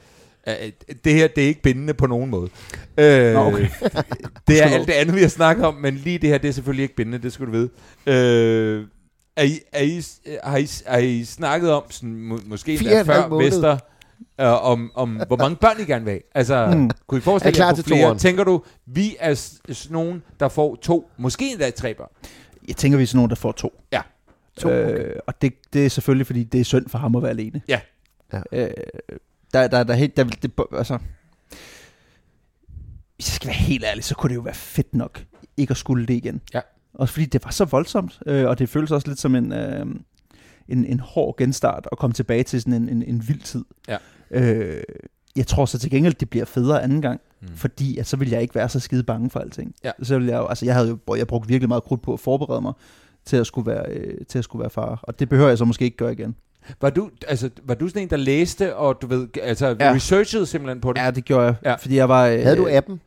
Speaker 2: at det her det er ikke bindende på nogen måde? Øh,
Speaker 4: Nå, okay.
Speaker 2: det er
Speaker 4: Forstået.
Speaker 2: alt det andet, vi har snakket om, men lige det her, det er selvfølgelig ikke bindende, det skal du vide. Øh, er I, er I, har, I, har I snakket om, sådan, må, måske
Speaker 1: Fire
Speaker 2: endda
Speaker 1: og en halv
Speaker 2: før
Speaker 1: måned.
Speaker 2: Vester, øh, om, om hvor mange børn I gerne vil have? Altså,
Speaker 4: Mm.
Speaker 2: mm. kunne I forestille
Speaker 1: Hmm. Er klar
Speaker 2: jer at få
Speaker 1: til
Speaker 2: flere?
Speaker 1: toeren?
Speaker 2: Tænker du, vi er s- sådan nogen, der får to, måske endda tre børn?
Speaker 4: Jeg tænker, vi er sådan nogen, der får to.
Speaker 2: Ja.
Speaker 4: To, okay. øh, og det, det er selvfølgelig, fordi det er synd for ham at være alene.
Speaker 2: Ja.
Speaker 1: Ja.
Speaker 4: Øh, der, der, der, helt, der, vil- det, altså, hvis jeg skal være helt ærlig, så kunne det jo være fedt nok ikke at skulle det igen.
Speaker 2: Ja.
Speaker 4: Også fordi det var så voldsomt, øh, og det føles også lidt som en, øh, en, en hård genstart at komme tilbage til sådan en, en, en vild tid.
Speaker 2: Ja.
Speaker 4: Øh, jeg tror så til gengæld, det bliver federe anden gang,
Speaker 2: Mm.
Speaker 4: fordi at så ville jeg ikke være så skide bange for alting.
Speaker 2: Ja.
Speaker 4: Så ville jeg, jo- altså jeg havde jo jeg brugte virkelig meget krudt på at forberede mig til at skulle være, øh, til at skulle være far, og det behøver jeg så måske ikke gøre igen.
Speaker 2: Var du, altså, var du sådan en, der læste, og du ved, altså,
Speaker 4: Ja.
Speaker 2: ja. researchede simpelthen på det?
Speaker 4: Ja, det gjorde jeg,
Speaker 2: Ja.
Speaker 4: fordi jeg var... Øh,
Speaker 1: Havde du appen?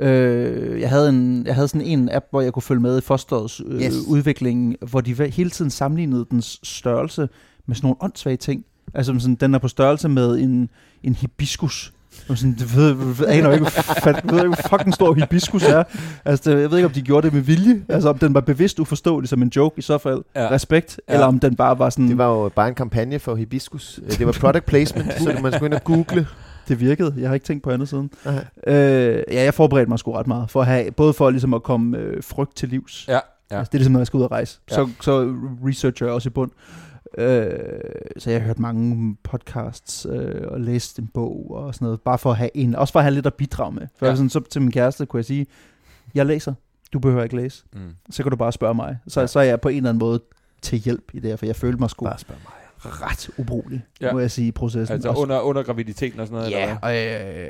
Speaker 4: Øh, jeg, havde en, jeg havde sådan en app, hvor jeg kunne følge med i fosterets øh,
Speaker 1: Yes.
Speaker 4: yes. udvikling, hvor de hver- hele tiden sammenlignede dens størrelse med sådan nogle åndssvage ting. Altså sådan, den er på størrelse med en, en hibiskus. Og sådan, det ved, ved, aner jo ikke, fat, ved ikke, hvor fucking stor hibiskus er. Altså, det, jeg ved ikke, om de gjorde det med vilje. Altså, om den var bevidst uforståelig som en joke i så fald.
Speaker 2: Ja.
Speaker 4: Ja. Respekt.
Speaker 2: Ja.
Speaker 4: Ja. Eller om den bare var sådan...
Speaker 1: Det var jo bare en kampagne for hibiskus. Øh, Det var product
Speaker 4: *laughs*
Speaker 1: placement, så man skulle ind og google.
Speaker 4: Det virkede. Jeg har ikke tænkt på andet siden.
Speaker 1: Nej.
Speaker 4: Øh, ja, jeg forberedte mig sgu ret meget. For at have, både for ligesom at komme øh, frygt til livs.
Speaker 2: Ja, ja.
Speaker 4: Altså, det er ligesom, når jeg skal ud og rejse.
Speaker 2: Ja.
Speaker 4: Ja. Så, så researcher jeg også i bund. Øh, så jeg har hørt mange podcasts øh, og læst en bog og sådan noget. Bare for at have en. Også for at have lidt at bidrage med. For
Speaker 2: Ja.
Speaker 4: ja. sådan, så til min kæreste kunne jeg sige, jeg læser. Du behøver ikke læse.
Speaker 2: Mm.
Speaker 4: Så kan du bare spørge mig. Så,
Speaker 2: Ja.
Speaker 4: ja. så er jeg på en eller anden måde til hjælp i det her, for jeg følte mig sgu
Speaker 1: Bare spørg mig.
Speaker 4: ret ubrugelig,
Speaker 2: Ja.
Speaker 4: ja. må jeg sige, i processen.
Speaker 2: Altså
Speaker 4: Også-
Speaker 2: under, under graviditeten og sådan noget?
Speaker 4: Ja,
Speaker 2: Eller
Speaker 4: og,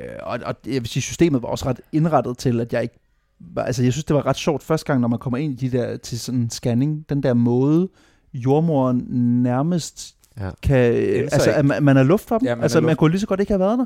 Speaker 4: øh, og, og jeg vil sige, systemet var også ret indrettet til, at jeg ikke... var- Altså, jeg synes, det var ret sjovt første gang, når man kommer ind i de der, til sådan en scanning, den der måde, jordmoren nærmest
Speaker 1: Ja.
Speaker 4: ja. kan...
Speaker 2: Ændrer
Speaker 4: Altså,
Speaker 2: ikke.
Speaker 4: at man, man er luft for dem.
Speaker 2: Ja,
Speaker 4: Ja,
Speaker 2: man
Speaker 4: man
Speaker 2: er
Speaker 4: altså, man
Speaker 2: luft.
Speaker 4: kunne lige så godt ikke have været der.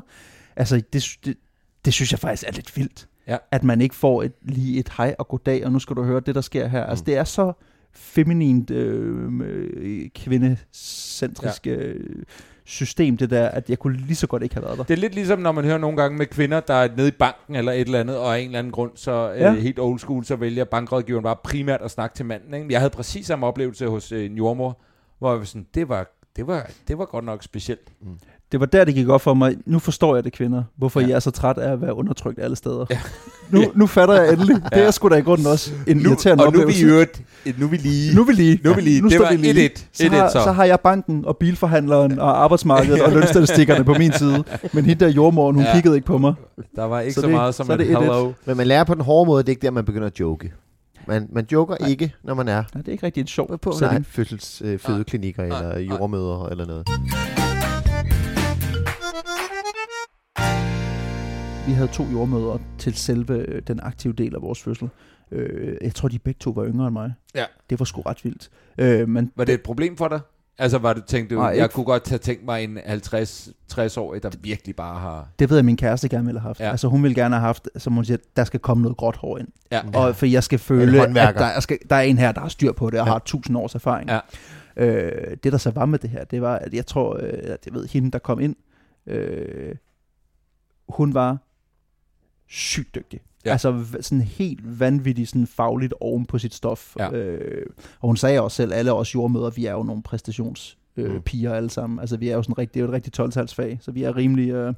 Speaker 4: Altså, det, sy- det, det synes jeg faktisk er lidt vildt.
Speaker 2: Ja.
Speaker 4: At man ikke får et, lige et hej og goddag, og nu skal du høre det, der sker her. Altså, det er så feminint øh, øh, kvindecentrisk ja. øh, system, det der, at jeg kunne lige så godt ikke have været der.
Speaker 2: Det er lidt ligesom, når man hører nogle gange med kvinder, der er nede i banken eller et eller andet, og af en eller anden grund, så øh,
Speaker 4: Ja.
Speaker 2: helt old school, så vælger bankrådgiveren bare primært at snakke til manden. Ikke? Jeg havde præcis samme oplevelse hos øh, en jordmor, hvor jeg var sådan, det var, det var, det var godt nok specielt.
Speaker 4: Det var der, det gik op for mig. Nu forstår jeg det, kvinder. Hvorfor
Speaker 2: Ja.
Speaker 4: ja. I er så træt af at være undertrykt alle steder.
Speaker 2: Ja.
Speaker 4: Ja. *laughs* Nu, nu fatter jeg endelig. Det er sgu da i grunden også en nu, irriterende
Speaker 2: og nu er vi
Speaker 4: oplevelse.
Speaker 2: i øvrigt, nu er vi lige,
Speaker 4: nu er vi lige.
Speaker 2: nu er vi lige.
Speaker 4: Nu
Speaker 2: det
Speaker 4: står
Speaker 2: var
Speaker 4: vi lige.
Speaker 2: 1-1.
Speaker 4: Så, har,
Speaker 2: 1-1 så.
Speaker 4: så har jeg banken og bilforhandleren og
Speaker 2: *laughs*
Speaker 4: arbejdsmarkedet og lønstatistikkerne på min side. Men hende der jordmoren, hun
Speaker 2: Ja.
Speaker 4: ja. kiggede ikke på mig.
Speaker 2: Der var ikke så,
Speaker 4: så
Speaker 2: så
Speaker 4: det-
Speaker 2: meget som
Speaker 4: så er
Speaker 2: et
Speaker 4: det 1-1.
Speaker 2: hello.
Speaker 1: Men man lærer på den hårde måde, det er ikke der, man begynder at joke. Man, man joker Nej. ikke, når man er
Speaker 4: Nej, det er ikke rigtig en sjov
Speaker 1: på
Speaker 4: sætning.
Speaker 1: Nej, fødsels, øh, fødeklinikker
Speaker 2: Nej.
Speaker 1: eller
Speaker 2: Nej.
Speaker 1: jordmøder eller noget.
Speaker 4: Vi havde to jordmøder til selve øh, den aktive del af vores fødsel. Øh, jeg tror, de begge to var yngre end mig.
Speaker 2: Ja.
Speaker 4: Det var sgu ret vildt. Øh, men
Speaker 2: Var det et problem for dig? Altså, var du tænkte, du,
Speaker 4: Nej,
Speaker 2: jeg
Speaker 4: ikke-
Speaker 2: kunne godt have tænkt mig en 50-60-årig, der virkelig bare har...
Speaker 4: Det ved jeg, min kæreste gerne ville have haft.
Speaker 2: Ja.
Speaker 4: Ja. Altså hun ville gerne have haft, som hun siger, der skal komme noget gråt hår ind.
Speaker 2: Ja,
Speaker 4: Ja. Og for jeg skal
Speaker 1: En
Speaker 4: føle, at
Speaker 1: håndværker.
Speaker 4: der, jeg skal, der er en her, der har styr på det og
Speaker 1: Ja.
Speaker 4: ja. har tusind års erfaring.
Speaker 2: Ja.
Speaker 4: Øh, det der så var med det her, det var, at jeg tror, øh, at jeg ved, hende der kom ind, øh, hun var sygt dygtig.
Speaker 2: Ja.
Speaker 4: Ja. Altså v- sådan helt vanvittigt sådan fagligt oven på sit stof.
Speaker 2: Ja.
Speaker 4: Øh, og hun sagde også selv, alle os jordmøder, vi er jo nogle præstations øh,
Speaker 1: Mm.
Speaker 4: piger alle sammen. Altså vi er jo sådan rigtig, det er jo et rigtigt 12-talsfag, så vi er rimelig... Øh,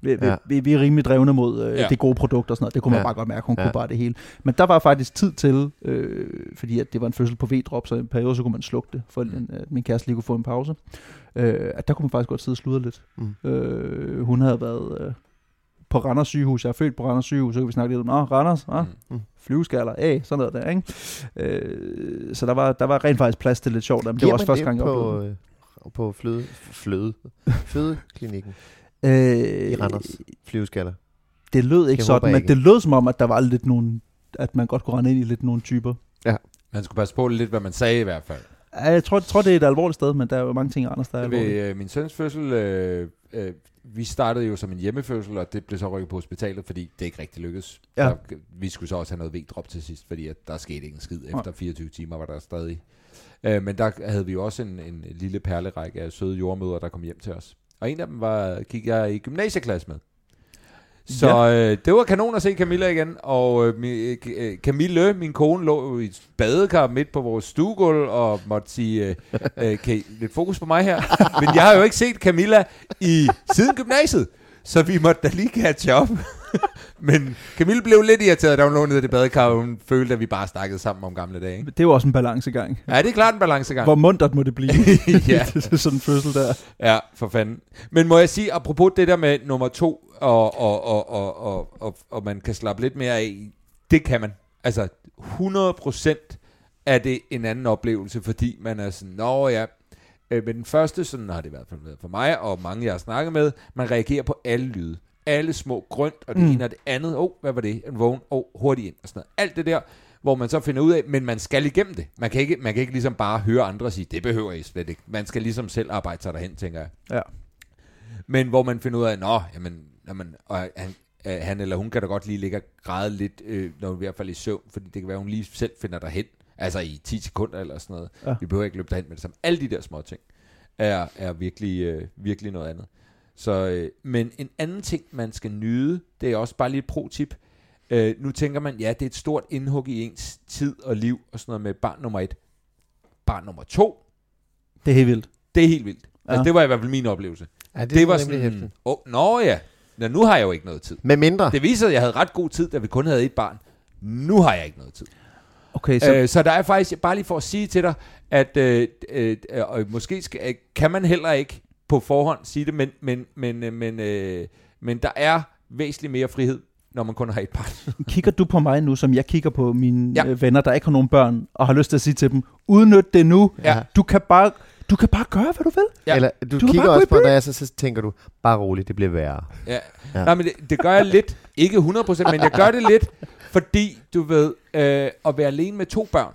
Speaker 4: vi,
Speaker 1: Ja.
Speaker 4: ja. vi, vi er rimelig drevne mod øh,
Speaker 2: Ja.
Speaker 4: ja. det gode produkt og sådan noget. Det kunne man
Speaker 1: Ja.
Speaker 4: ja. bare godt mærke, hun
Speaker 1: Ja.
Speaker 4: ja. kunne bare det hele. Men der var faktisk tid til, øh, fordi at det var en fødsel på V-drop, så i en periode så kunne man slukke det, for at
Speaker 2: Mm.
Speaker 4: øh, min kæreste lige kunne få en pause. Øh, at der kunne man faktisk godt sidde og sludre lidt.
Speaker 1: Mm.
Speaker 4: Øh, hun havde været øh, på Randers sygehus. Jeg er født på Randers sygehus, så kan vi snakke lidt om, ah, Randers, ah,
Speaker 1: Mm.
Speaker 4: mm. flyveskaller, af, sådan noget der, ikke? Øh, så der var, der var rent faktisk plads til lidt sjovt, men det var
Speaker 1: Giver
Speaker 4: også
Speaker 1: man
Speaker 4: første gang, jeg oplevede det.
Speaker 1: på, øh, på fløde, *laughs* fløde, fødeklinikken
Speaker 4: Øh,
Speaker 1: i Randers flyveskaller.
Speaker 4: Det lød ikke
Speaker 1: Jeg håber
Speaker 4: sådan, men
Speaker 1: ikke.
Speaker 4: det lød som om, at der var lidt nogle, at man godt kunne rende ind i lidt nogle typer.
Speaker 2: man skulle passe på lidt, hvad man sagde i hvert fald.
Speaker 4: Ja, Jeg tror, tror, det er et alvorligt sted, men der er jo mange ting i Randers, der er
Speaker 2: Ved
Speaker 4: alvorlige.
Speaker 2: øh, min søns fødsel, øh, øh, vi startede jo som en hjemmefødsel, og det blev så rykket på hospitalet, fordi det ikke rigtig lykkedes.
Speaker 4: Ja.
Speaker 2: Der, vi skulle så også have noget V-drop til sidst, fordi at der skete ikke en skid. Efter 24 timer var der stadig. Øh, men der havde vi jo også en, en lille perlerække af søde jordmøder, der kom hjem til os. Og en af dem var, gik jeg i gymnasieklasse med. Så ja. øh, det var kanon at se Camilla igen, og øh, mi- øh, Camille, min kone, lå jo i et badekar midt på vores stuegulv, og måtte sige, øh, øh, kan I, lidt fokus på mig her, *laughs* men jeg har jo ikke set Camilla i siden gymnasiet, så vi måtte da lige catche op. *laughs* men Camille blev lidt irriteret, da hun lå nede i det badekar, og hun følte, at vi bare snakkede sammen om gamle dage. Ikke?
Speaker 4: Det er jo også en balancegang.
Speaker 2: Ja, det er klart en balancegang.
Speaker 4: Hvor mundtet må det blive?
Speaker 2: *laughs*
Speaker 4: *laughs*
Speaker 2: Ja.
Speaker 4: det er sådan en fødsel der.
Speaker 2: Ja, for fanden. Men må jeg sige, apropos det der med nummer to, og, og, og, og, og, og, og man kan slappe lidt mere af, det kan man. Altså, 100 procent er det en anden oplevelse, fordi man er sådan, nå ja, øh, men den første, sådan har det i hvert fald været for mig, og mange jeg har snakket med, man reagerer på alle lyde. Alle små grønt, og det mm.
Speaker 4: Mm.
Speaker 2: ene og det andet. Åh, oh, hvad var det? En vågen. Åh, oh, hurtigt ind og sådan noget. Alt det der, hvor man så finder ud af, men man skal igennem det. Man kan ikke, man kan ikke ligesom bare høre andre sige, det behøver I slet ikke. Man skal ligesom selv arbejde sig derhen, tænker jeg.
Speaker 4: Ja.
Speaker 2: Men hvor man finder ud af, nå, jamen, jamen og han, øh, han eller hun kan da godt lige ligge og græde lidt, øh, når hun i hvert fald er i søvn, fordi det kan være, hun lige selv finder dig hen, altså i 10 sekunder eller sådan noget.
Speaker 4: Ja.
Speaker 2: Ja. Vi behøver ikke løbe derhen med det samme. Alle de der små ting er, er virkelig, øh, virkelig noget andet. Så, øh, men en anden ting, man skal nyde, det er også bare lige et pro-tip. Øh, nu tænker man, ja, det er et stort indhug i ens tid og liv og sådan noget med barn nummer et. Barn nummer to,
Speaker 4: Det er helt vildt.
Speaker 2: det er helt vildt. Ja.
Speaker 4: Ja.
Speaker 2: Altså, det var i hvert fald min oplevelse.
Speaker 1: Ja,
Speaker 2: Det, det var
Speaker 1: nemlig
Speaker 2: sådan,
Speaker 1: hæftigt.
Speaker 2: åh, oh, nå ja, nå, nu har jeg jo ikke noget tid.
Speaker 1: Med mindre.
Speaker 2: *laughs* Det viser, at jeg havde ret god tid, da vi kun havde et barn. Nu har jeg ikke noget tid.
Speaker 4: Okay, så,
Speaker 2: Så, øh, så der er faktisk, bare lige for at sige til dig, at øh, øh, øh, og måske skal, øh, kan man heller ikke på forhånd sige det, men, men, men, øh, men, øh, men der er væsentlig mere frihed, når man kun har et barn.
Speaker 4: Kigger du på mig nu, som jeg kigger på mine
Speaker 2: Ja.
Speaker 4: ja. venner, der ikke har nogen børn, og har lyst til at sige til dem, udnyt det nu.
Speaker 2: Ja.
Speaker 4: Du, kan bare, du kan bare gøre, hvad du vil.
Speaker 2: Ja.
Speaker 1: Eller du,
Speaker 4: Du
Speaker 1: du
Speaker 4: kan
Speaker 1: kigger
Speaker 4: bare gå
Speaker 1: også
Speaker 4: i
Speaker 1: på
Speaker 4: byen.
Speaker 1: Andreas, og så tænker du, bare roligt, det bliver værre.
Speaker 2: Ja.
Speaker 1: Ja.
Speaker 2: Ja. Nej, men det, det gør jeg lidt. Ikke 100%, men jeg gør det lidt, fordi du ved, øh, at være alene med to børn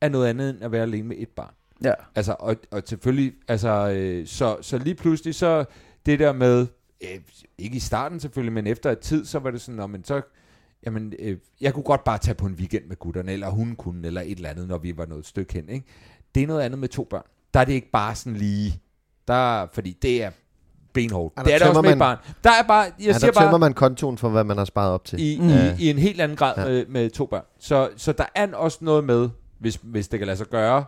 Speaker 2: er noget andet end at være alene med et barn.
Speaker 4: Ja.
Speaker 2: Altså, og, og selvfølgelig, altså, øh, så, så lige pludselig, så det der med, øh, ikke i starten selvfølgelig, men efter et tid, så var det sådan, "Nå, men så, jamen, øh, jeg kunne godt bare tage på en weekend med gutterne, eller hun kunne, eller et eller andet, når vi var noget stykke hen, ikke? Det er noget andet med to børn. Der er det ikke bare sådan lige, der, fordi det er benhårdt.
Speaker 1: Ej, der
Speaker 2: Det er det også
Speaker 1: tømmer
Speaker 2: med et
Speaker 1: man-
Speaker 2: barn. Der er bare, jeg
Speaker 1: Jeg ja,
Speaker 2: siger
Speaker 1: der
Speaker 2: bare,
Speaker 1: tømmer man kontoen for, hvad man har sparet op til.
Speaker 2: i,
Speaker 4: Mm.
Speaker 2: i, i en helt anden grad
Speaker 1: Ja.
Speaker 2: ja. med, med to børn. Så, så der er også noget med, hvis, hvis det kan lade sig gøre,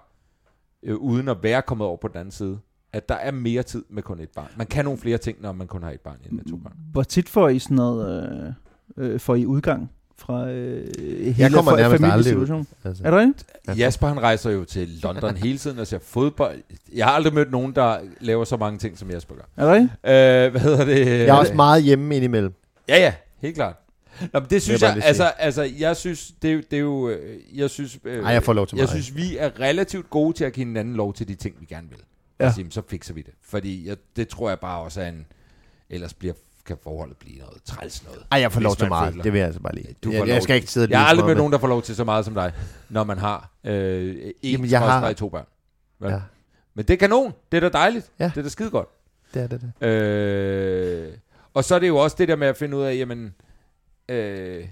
Speaker 2: øh, uden at være kommet over på den anden side, at der er mere tid med kun et barn. Man kan nogle flere ting, når man kun har et barn, end med to børn.
Speaker 4: Hvor tit får I sådan noget, øh, øh, får I udgang fra øh, hele
Speaker 1: kommer
Speaker 4: fa-
Speaker 1: nærmest aldrig ud.
Speaker 4: familiesituationen?
Speaker 1: Altså.
Speaker 4: Er du ikke?
Speaker 1: Ja.
Speaker 2: Jasper, han rejser jo til London hele tiden og ser fodbold. Jeg har aldrig mødt nogen, der laver så mange ting, som Jasper gør.
Speaker 4: Er du ikke?
Speaker 2: Øh, hvad hedder det?
Speaker 1: Jeg er også meget hjemme indimellem.
Speaker 2: Ja, ja, helt klart. Nå, men det synes
Speaker 1: bare
Speaker 2: jeg,
Speaker 1: lige
Speaker 2: altså,
Speaker 1: sige.
Speaker 2: altså, jeg synes, det, er jo- det er jo, øh, jeg synes, øh,
Speaker 1: Ej, jeg får lov til
Speaker 2: jeg
Speaker 1: meget.
Speaker 2: synes, vi er relativt gode til at give hinanden lov til de ting, vi gerne vil.
Speaker 4: Ja.
Speaker 2: Ja. Altså, jamen, så fikser vi det. Fordi jeg, det tror jeg bare også er en, ellers bliver, kan forholdet blive noget træls noget.
Speaker 1: Ej, jeg får
Speaker 2: Hvis
Speaker 1: lov til
Speaker 2: man
Speaker 1: meget.
Speaker 2: føler.
Speaker 1: Det vil jeg altså bare lige.
Speaker 2: Du får
Speaker 1: jeg,
Speaker 2: lov
Speaker 1: jeg skal
Speaker 2: til-
Speaker 1: ikke sidde og
Speaker 2: Jeg har
Speaker 1: lyve
Speaker 2: aldrig
Speaker 1: som om,
Speaker 2: mødt nogen, der får lov til så meget som dig, når man har øh, en
Speaker 1: Jamen,
Speaker 2: jamen,
Speaker 1: jeg
Speaker 2: jeg
Speaker 1: har-
Speaker 2: to børn.
Speaker 1: Ja.
Speaker 2: Ja. Men det er kanon. Det er da dejligt.
Speaker 1: Ja.
Speaker 2: Ja. Det er da skide godt.
Speaker 1: at- Det er det, det.
Speaker 2: Øh, og så er det jo også det der med at finde ud af, jamen, øh, det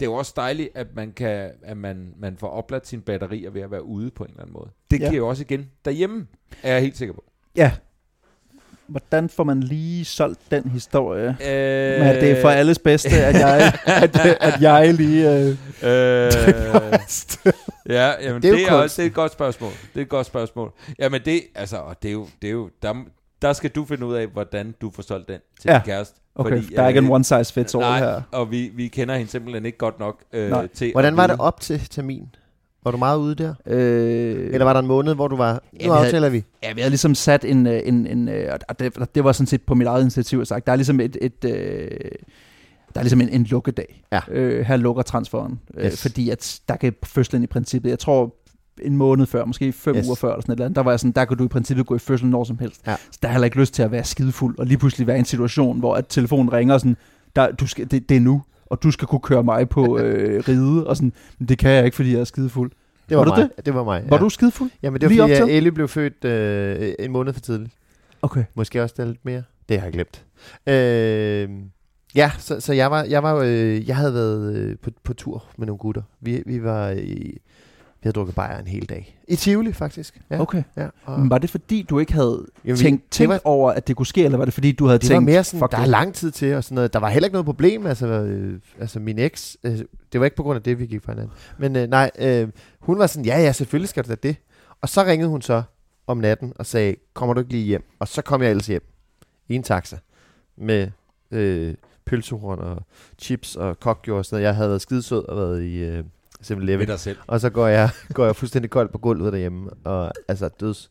Speaker 2: er jo også dejligt, at man, kan, at man, man får opladt sine batterier ved at være ude på en eller anden måde. Det
Speaker 4: Ja.
Speaker 2: ja. giver jo også igen derhjemme, er jeg helt sikker på.
Speaker 4: Ja. Hvordan får man lige solgt den historie?
Speaker 2: Øh,
Speaker 4: Men at det er for alles bedste, at
Speaker 2: *laughs*
Speaker 4: jeg, at, at jeg lige... Øh,
Speaker 2: Øh, ja, jamen,
Speaker 1: Det er jo
Speaker 2: det, er også,
Speaker 1: kunsten.
Speaker 2: det er et godt spørgsmål. Det er et godt spørgsmål. Jamen det, altså, og det er jo, det er jo der, der skal du finde ud af, hvordan du får solgt den til
Speaker 4: Ja.
Speaker 2: ja. din kæreste.
Speaker 4: okay, fordi, der er ikke en one size fits all her.
Speaker 2: øh, Nej, og vi, vi kender hende simpelthen ikke godt nok
Speaker 4: Nej.
Speaker 2: øh,
Speaker 1: *laughs*
Speaker 2: til
Speaker 1: Hvordan
Speaker 2: at
Speaker 1: var
Speaker 2: vide-
Speaker 1: det op til termin? Var du meget ude der?
Speaker 4: Øh,
Speaker 1: Eller var der en måned, hvor du var...
Speaker 4: Ja,
Speaker 1: Nu
Speaker 4: vi havde-
Speaker 1: aftaler vi.
Speaker 4: Ja, vi havde ligesom sat en, øh, en, en øh, og det, og det var sådan set på mit eget initiativ, jeg sagt, der er ligesom et, et øh, der er ligesom en, en lukkedag.
Speaker 1: Ja.
Speaker 4: Øh, her lukker transferen, øh,
Speaker 1: Yes.
Speaker 4: fordi at der kan fødslen i princippet, jeg tror en måned før, måske fem
Speaker 1: Yes.
Speaker 4: yes. uger før, eller sådan et eller andet, der var jeg sådan, der kunne du i princippet gå i fødsel når som helst.
Speaker 1: Ja.
Speaker 4: Så der har jeg heller ikke lyst til at være skidefuld, og lige pludselig være i en situation, hvor at telefonen ringer og sådan, der, du skal, det, det er nu, og du skal kunne køre
Speaker 1: *laughs*
Speaker 4: mig på øh, ride, og sådan, "Men det kan jeg ikke, fordi jeg er skidefuld.
Speaker 1: Det var,
Speaker 4: Var du
Speaker 1: mig. Det? var mig.
Speaker 4: Var
Speaker 1: ja.
Speaker 4: du skidefuld?
Speaker 1: Jamen, det var
Speaker 4: lige
Speaker 1: fordi,
Speaker 4: op
Speaker 1: at
Speaker 4: til?
Speaker 1: Ellie blev født øh, en måned for tidligt.
Speaker 4: Okay.
Speaker 1: Måske også der lidt mere. Det har jeg glemt. Øh, ja, så, så jeg var, jeg var, øh, jeg havde været øh, på, på tur med nogle gutter. Vi, vi var i, vi havde drukket bajer en hel dag. I Tivoli, faktisk. Ja,
Speaker 4: Okay.
Speaker 1: ja, og,
Speaker 4: Men var det fordi, du ikke havde
Speaker 1: Jamen,
Speaker 4: Jamen,
Speaker 1: vi-
Speaker 4: tænkt,
Speaker 1: det
Speaker 4: tænkt
Speaker 1: var-
Speaker 4: var, over, at det kunne ske, eller var det fordi, du havde
Speaker 1: det var
Speaker 4: tænkt,
Speaker 1: mere sådan,
Speaker 4: fuck
Speaker 1: der
Speaker 4: det.
Speaker 1: er lang tid til og sådan noget. Der var heller ikke noget problem. Altså, øh, altså min eks, øh, det var ikke på grund af det, vi gik fra hinanden. Men øh, nej, øh, hun var sådan, ja, ja, selvfølgelig skal du da det. Og så ringede hun så om natten og sagde, kommer du ikke lige hjem? Og så kom jeg ellers hjem i en taxa med øh, pølsehorn og chips og kokjo og sådan noget. Jeg havde været skidesød og været i øh, 7-Eleven.
Speaker 2: ved dig selv.
Speaker 1: Og så går jeg, *laughs* går jeg fuldstændig kold på gulvet derhjemme, og altså døds,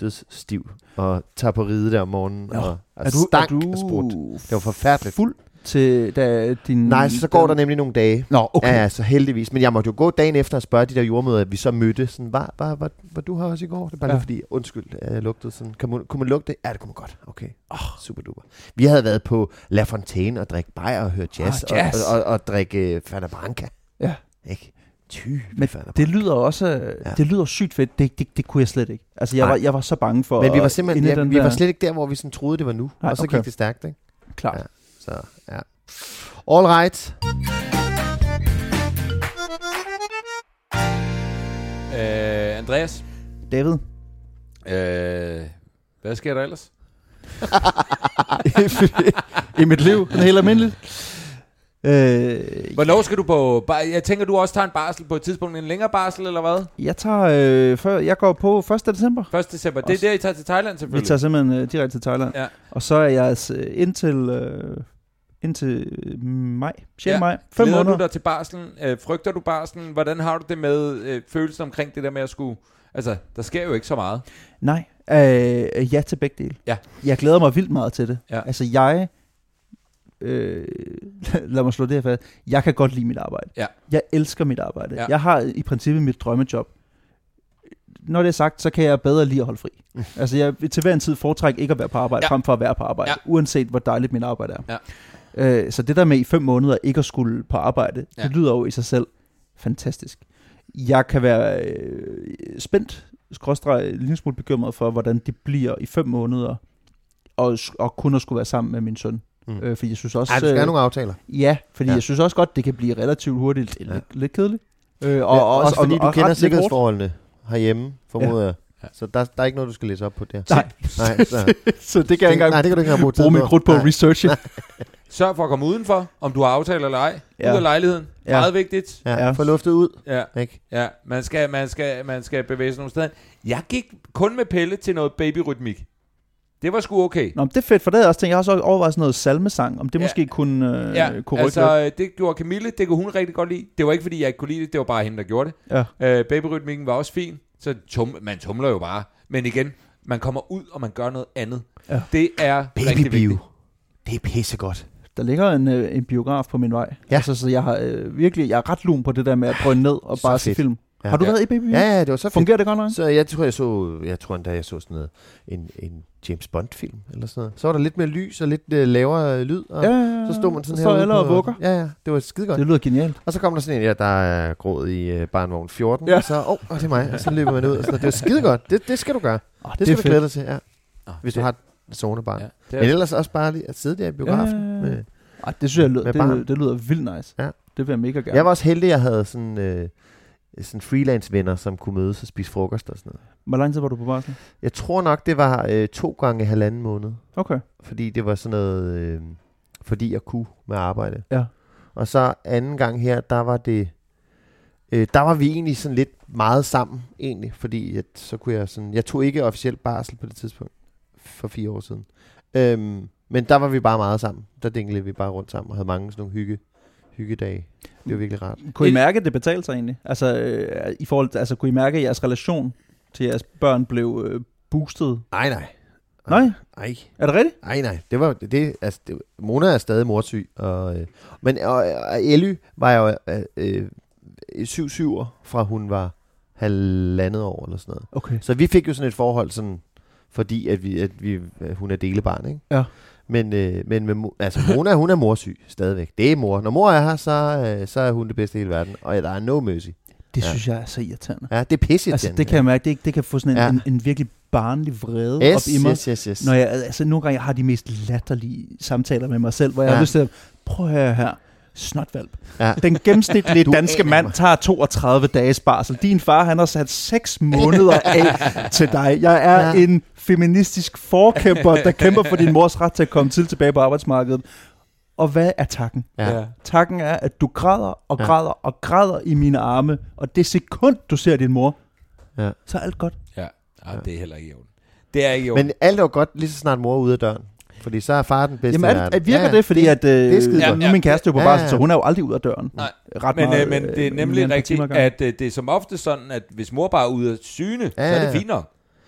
Speaker 1: døds stiv, og tager på ride der om morgenen,
Speaker 4: Nå,
Speaker 1: og, og
Speaker 4: er du,
Speaker 1: stank
Speaker 4: er du
Speaker 1: af sprut. Det var forfærdeligt.
Speaker 4: fuld til da din...
Speaker 1: Nej, så går der nemlig nogle dage.
Speaker 4: Nå, okay.
Speaker 1: Ja, så heldigvis. Men jeg måtte jo gå dagen efter og spørge de der jordmøder, at vi så mødte. Sådan, var, var, var, var du her også i går? Det er bare ja.
Speaker 4: Ja.
Speaker 1: lige fordi, undskyld, at jeg lugtede sådan. Kan man, kunne man lugte det? Ja, det kunne man godt. Okay, oh. super duper. Vi havde været på La Fontaine og drikke bajer og høre jazz,
Speaker 4: Ah, jazz.
Speaker 1: Og, og, og, og drikke øh, Fanta Branca.
Speaker 4: Ja.
Speaker 1: Ikke? Tyve
Speaker 4: Men
Speaker 1: Fanta
Speaker 4: det lyder også
Speaker 1: Ja.
Speaker 4: ja. det lyder sygt fedt. Det, det, det kunne jeg slet ikke. Altså, jeg,
Speaker 1: Nej.
Speaker 4: var, jeg var så bange for...
Speaker 1: Men vi var
Speaker 4: at-
Speaker 1: simpelthen,
Speaker 4: inden
Speaker 1: ja,
Speaker 4: den
Speaker 1: vi
Speaker 4: der-
Speaker 1: var slet ikke der, hvor vi sådan troede, det var nu. Nej,
Speaker 4: Nej,
Speaker 1: og så okay.
Speaker 4: okay.
Speaker 1: gik det stærkt, ikke?
Speaker 4: Klart.
Speaker 1: Ja. Så, ja. All right.
Speaker 2: Øh, Andreas,
Speaker 4: David,
Speaker 2: øh, hvad sker der ellers?
Speaker 4: *laughs* i mit liv, den er helt almindelig. Øh,
Speaker 2: Hvornår skal du på... Bar- jeg tænker, du også tager en barsel på et tidspunkt. En længere barsel, eller hvad?
Speaker 4: jeg tager, øh, før, jeg går på 1. december.
Speaker 2: 1. december. Det er
Speaker 4: Også-
Speaker 2: der, I tager til Thailand,
Speaker 4: Vi
Speaker 2: selvfølgelig.
Speaker 4: tager simpelthen øh, direkte til Thailand.
Speaker 2: Ja.
Speaker 4: Og så er jeg altså indtil, øh, indtil øh, maj, 6.
Speaker 2: Ja.
Speaker 4: Ja. maj, 5
Speaker 2: Glæder
Speaker 4: måneder.
Speaker 2: du dig til barslen? Øh, frygter du barslen? Hvordan har du det med øh, følelsen omkring det der med at skulle... Altså, der sker jo ikke så meget.
Speaker 4: Nej, øh, ja til begge dele.
Speaker 2: Ja.
Speaker 4: Jeg glæder mig vildt meget til det.
Speaker 2: Ja.
Speaker 4: Altså jeg, øh, *laughs* lad mig slå det her fast, jeg kan godt lide mit arbejde.
Speaker 2: Ja.
Speaker 4: Jeg elsker mit arbejde.
Speaker 2: Ja.
Speaker 4: Jeg har i princippet mit drømmejob. Når det er sagt, så kan jeg bedre lige at holde fri. altså jeg vil til hver en tid foretrække ikke at være på arbejde,
Speaker 2: Mm. Ja.
Speaker 4: frem for at være på arbejde,
Speaker 2: Ja.
Speaker 4: uanset hvor dejligt mit arbejde er.
Speaker 2: Ja.
Speaker 4: Øh, så det der med i fem måneder ikke at skulle på arbejde,
Speaker 2: Ja.
Speaker 4: det lyder jo i sig selv fantastisk. Jeg kan være øh, spændt, skråstreg, en lille smule bekymret for, hvordan det bliver i fem måneder, og, sk- og kun at skulle være sammen med min søn.
Speaker 1: Mm.
Speaker 4: Mm. Øh, fordi jeg synes også,
Speaker 1: Ej, du skal have
Speaker 4: øh,
Speaker 1: nogle aftaler.
Speaker 4: ja, fordi
Speaker 1: Ja.
Speaker 4: ja. jeg synes også godt, det kan blive relativt hurtigt lidt,
Speaker 1: Ja.
Speaker 4: lidt, lidt kedeligt. Øh,
Speaker 1: Og, ja, også fordi du kender
Speaker 4: ret lidt hårdt.
Speaker 1: sikkerhedsforholdene herhjemme, formoder jeg.
Speaker 2: Ja.
Speaker 1: Så der, der er ikke noget, du skal læse op på der.
Speaker 4: Nej, *laughs*
Speaker 1: Nej, så,
Speaker 4: så det kan jeg ikke
Speaker 1: nej,
Speaker 4: engang
Speaker 1: det kan du ikke have brugt tid
Speaker 4: bruge mit krudt på at
Speaker 1: *laughs*
Speaker 4: researche.
Speaker 2: Sørg for at komme udenfor, om du har aftale eller ej. Ja.
Speaker 4: Ja.
Speaker 2: Ud af lejligheden. Ja.
Speaker 4: Ja.
Speaker 2: Meget vigtigt.
Speaker 1: Ja,
Speaker 4: Ja.
Speaker 1: få luftet ud,
Speaker 2: Ja,
Speaker 1: ikke?
Speaker 2: ja. Man, skal, man, skal, man skal bevæge sig nogle steder. Jeg gik kun med Pelle til noget babyrytmik. Det var sgu okay.
Speaker 4: Nå, men det er fedt, for det havde jeg også tænkt. Jeg har også overvejet sådan noget salmesang, om det
Speaker 2: Ja.
Speaker 4: ja. måske kunne, øh,
Speaker 2: Ja,
Speaker 4: ja. kunne rykke altså,
Speaker 2: altså det gjorde Camille, det kunne hun rigtig godt lide. Det var ikke fordi jeg ikke kunne lide det, det var bare hende der gjorde det.
Speaker 4: Ja.
Speaker 2: Øh, babyrytmikken var også fin, så tum, man tumler jo bare. Men igen, man kommer ud og man gør noget andet.
Speaker 4: Ja.
Speaker 2: Det er rigtig vigtigt.
Speaker 1: Det er pissegodt.
Speaker 4: Der ligger en, øh, en biograf på min vej.
Speaker 1: Ja.
Speaker 4: Altså, så jeg har øh, virkelig, jeg er ret lun på det der med at drøne ned og
Speaker 1: Så
Speaker 4: bare se
Speaker 1: fedt.
Speaker 4: film.
Speaker 1: Ja.
Speaker 4: Ja. Har du
Speaker 2: Ja.
Speaker 4: været i Baby
Speaker 1: Ja, ja, det var så fedt.
Speaker 4: Fungerer det godt nok?
Speaker 1: Så jeg tror, jeg så, jeg tror endda, jeg så sådan noget, en, en James Bond-film eller sådan noget. Så var der lidt mere lys og lidt øh, lavere lyd, og
Speaker 4: Ja, ja, ja.
Speaker 1: så stod man sådan
Speaker 4: så
Speaker 1: her.
Speaker 4: står alle og vugger.
Speaker 1: Ja, ja, det var skide godt.
Speaker 4: Det lyder genialt.
Speaker 1: Og så kom der sådan en, ja, der er gråd i øh, barnvogn 14, ja.
Speaker 4: Ja.
Speaker 1: og så, åh, oh, det er mig, og så løber man ud. Og sådan, noget. det var skide godt, det, det skal du gøre.
Speaker 4: Oh,
Speaker 1: Det, det skal du glæde dig til, ja,
Speaker 2: Nå,
Speaker 1: hvis
Speaker 2: det,
Speaker 1: du har et sovende barn. Ja.
Speaker 2: Ja, det er,
Speaker 1: Men ellers også bare lige at sidde der i biografen.
Speaker 4: Ja, ja, ja.
Speaker 1: med-
Speaker 4: Ej, det synes jeg, lyder,
Speaker 1: Med barn.
Speaker 4: det, det lyder vildt nice.
Speaker 1: Ja.
Speaker 4: Det vil jeg mega gerne.
Speaker 1: Jeg var også heldig, at jeg havde sådan, øh, sådan freelance-venner, som kunne mødes og spise frokost og sådan noget.
Speaker 4: Hvor lang tid var du på barsel?
Speaker 1: Jeg tror nok, det var øh, to gange halvanden måned.
Speaker 4: Okay.
Speaker 1: fordi det var sådan noget, øh, fordi jeg kunne med arbejde.
Speaker 4: Ja.
Speaker 1: Og så anden gang her, der var det, øh, der var vi egentlig sådan lidt meget sammen egentlig, fordi at, så kunne jeg sådan, jeg tog ikke officielt barsel på det tidspunkt, for fire år siden. Øhm, men der var vi bare meget sammen. Der dinglede vi bare rundt sammen og havde mange sådan nogle hygge, hyggedage. Det var virkelig rart.
Speaker 4: Kunne I
Speaker 2: Et-
Speaker 4: mærke, at det betalte sig egentlig? Altså, øh, i forhold til, altså, kunne I mærke, at jeres relation til jeres børn blev øh, boostet?
Speaker 1: Nej, nej.
Speaker 4: Nej,
Speaker 1: Nej.
Speaker 4: er det rigtigt?
Speaker 1: Nej, nej. Det var, det, altså, det, Mona er stadig morsyg. Og, øh, men og, og Elly var jo øh, øh, syv syver, fra hun var halvandet år eller sådan noget.
Speaker 4: Okay.
Speaker 1: Så vi fik jo sådan et forhold, sådan, fordi at vi, at vi, at hun er delebarn, ikke?
Speaker 4: Ja.
Speaker 1: Men, øh, men med, mo- altså, Mona, hun er morsyg stadigvæk. Det er mor. Når mor er her, så, øh, så er hun det bedste i hele verden. Og ja, der er no mercy.
Speaker 4: Det
Speaker 1: Ja.
Speaker 4: synes jeg er så irriterende.
Speaker 1: Ja, det er pisse
Speaker 4: Altså, det kan jeg mærke. Det, det kan få sådan en,
Speaker 1: Ja.
Speaker 4: ja. en, en virkelig barnlig vrede
Speaker 1: yes,
Speaker 4: op i mig.
Speaker 1: Yes, yes, yes.
Speaker 4: Når jeg, altså, nogle gange jeg har de mest latterlige samtaler med mig selv, hvor jeg ja.
Speaker 1: Ja.
Speaker 4: har lyst til at, prøv at høre her, snotvalp.
Speaker 1: Ja.
Speaker 4: Den gennemsnitlige
Speaker 1: Du
Speaker 4: danske
Speaker 1: aner
Speaker 4: mand
Speaker 1: mig.
Speaker 4: tager 32 dages barsel. Din far, han har sat 6 måneder af til dig. Jeg er
Speaker 1: Ja.
Speaker 4: ja. en feministisk forkæmper, der kæmper for din mors ret til at komme til tilbage på arbejdsmarkedet. Og hvad er takken?
Speaker 1: Ja.
Speaker 2: ja.
Speaker 4: Takken er, at du græder og
Speaker 1: Ja.
Speaker 4: græder ja. og græder i mine arme, og det sekund, du ser din mor,
Speaker 1: Ja.
Speaker 4: ja. så er alt godt.
Speaker 2: Ja. Ej, det er heller ikke i orden. Det er ikke i orden.
Speaker 1: Men alt er jo godt, lige så snart mor er ude af døren. Fordi så er far den bedste
Speaker 4: Jamen,
Speaker 1: i
Speaker 4: er,
Speaker 1: verden.
Speaker 4: er, virker ja, det, fordi at, øh,
Speaker 1: er skide
Speaker 2: godt.
Speaker 4: nu er min kæreste jo på
Speaker 1: Ja,
Speaker 4: barsel,
Speaker 1: ja.
Speaker 4: så hun er jo aldrig ud af døren.
Speaker 2: Nej.
Speaker 4: Ret
Speaker 2: Men,
Speaker 4: meget,
Speaker 2: øh, men det er
Speaker 4: øh, mere
Speaker 2: nemlig
Speaker 4: end et par
Speaker 2: rigtigt,
Speaker 4: timer ad gangen.
Speaker 2: at øh, det er som ofte sådan, at hvis mor bare er ude af syne, ja, så
Speaker 1: Ja,
Speaker 2: er
Speaker 1: ja.
Speaker 2: det finere.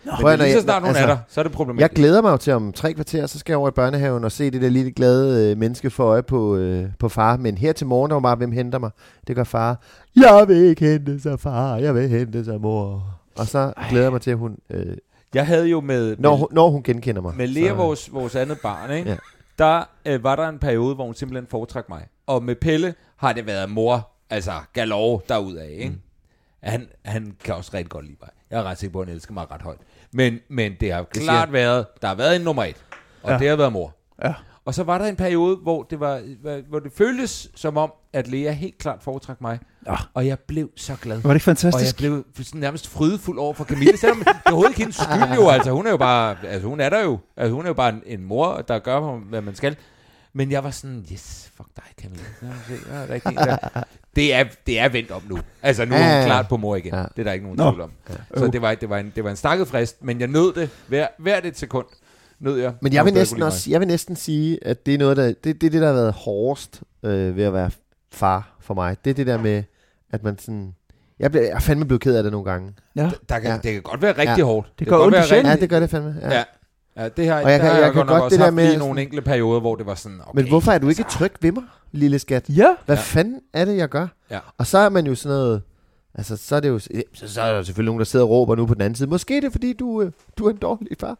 Speaker 2: Nå,
Speaker 1: Prøv at-
Speaker 2: men lige så
Speaker 1: jeg-
Speaker 2: snart hun
Speaker 1: altså,
Speaker 2: er der, så er det
Speaker 1: Jeg
Speaker 2: problematisk.
Speaker 1: glæder mig jo til om tre kvarter, så skal jeg over i børnehaven og se det der lille glade øh, menneske for øje på, øh, på far. Men her til morgen, der var bare, hvem henter mig? Det gør far. Jeg vil ikke hente sig far, jeg vil hente sig mor. Og så glæder jeg mig til, at hun, øh,
Speaker 2: Jeg havde jo med,
Speaker 1: når,
Speaker 2: med,
Speaker 1: hun, når hun genkender mig.
Speaker 2: med
Speaker 1: så-
Speaker 2: Lea, vores, vores andet barn, ikke?
Speaker 1: Ja.
Speaker 2: Ja. der øh, var der en periode, hvor hun simpelthen foretrak mig. Og med Pelle har det været mor, altså galore derudad. Ikke? Mm. Han, han kan også rigtig godt lide mig. Jeg er ret sikker på, at han elsker mig ret højt. Men, men det har klart
Speaker 1: siger-
Speaker 2: været, der har været en nummer et, og ja. det har været mor.
Speaker 4: Ja.
Speaker 2: Og Og så var der en periode, hvor det, var, hvor- hvor det føltes som om, at Lea helt klart foretrak mig.
Speaker 4: Nå.
Speaker 2: Og jeg blev så glad.
Speaker 4: Var det ikke
Speaker 2: Og jeg
Speaker 4: fantastisk?
Speaker 2: blev sådan nærmest frydefuld over for Camille, selvom det er overhovedet ikke hendes skyld jo, altså hun er jo bare, altså hun er der jo, altså hun er jo bare en, en mor, der gør, hvad man skal. Men jeg var sådan, yes, fuck dig Camille. Nå, se, nå, der er ikke en, der. Det, er, det er vendt om nu. Altså nu er
Speaker 1: Ja.
Speaker 2: hun klart på mor igen.
Speaker 1: Ja.
Speaker 2: Det er der ikke nogen
Speaker 4: Nå.
Speaker 2: tvivl om. Så det var, det var, en, det var en stakket frist, men jeg nød det hver, hvert et sekund. Nød jeg.
Speaker 1: Men
Speaker 2: Hun
Speaker 1: jeg vil,
Speaker 2: kunne
Speaker 1: næsten
Speaker 2: lide mig.
Speaker 1: også, jeg vil næsten sige, at det er noget, der, det, det, er det der har været hårdest øh, ved at være far for mig. Det er det der med, at man sådan... Jeg, blev, jeg er fandme blevet ked af det nogle gange.
Speaker 4: Ja.
Speaker 2: Der kan,
Speaker 1: Ja.
Speaker 2: det kan godt være rigtig
Speaker 1: Ja.
Speaker 2: hårdt.
Speaker 4: gør
Speaker 2: kan godt
Speaker 4: ondt i
Speaker 2: være
Speaker 4: sjælen.
Speaker 1: Ja,
Speaker 2: rigtig-
Speaker 1: det gør det fandme. Ja.
Speaker 2: Ja. Ja, det
Speaker 1: Og
Speaker 2: har,
Speaker 1: jeg
Speaker 2: der
Speaker 1: kan-
Speaker 2: har
Speaker 1: jeg
Speaker 2: jeg
Speaker 1: kan
Speaker 2: godt nok
Speaker 1: godt
Speaker 2: også
Speaker 1: det der
Speaker 2: haft
Speaker 1: med
Speaker 2: lige
Speaker 1: sådan-
Speaker 2: nogle enkelte perioder, hvor det var sådan, okay, Altså-
Speaker 1: Men hvorfor er du ikke tryg ved mig, lille skat?
Speaker 4: Ja.
Speaker 1: Hvad
Speaker 2: Ja.
Speaker 1: fanden er det, jeg gør?
Speaker 2: Ja.
Speaker 1: Og så er man jo sådan noget... Altså, så er det jo... Så, så er der selvfølgelig nogen, der sidder og råber nu på den anden side. Måske er det, fordi du, øh, du er en dårlig far.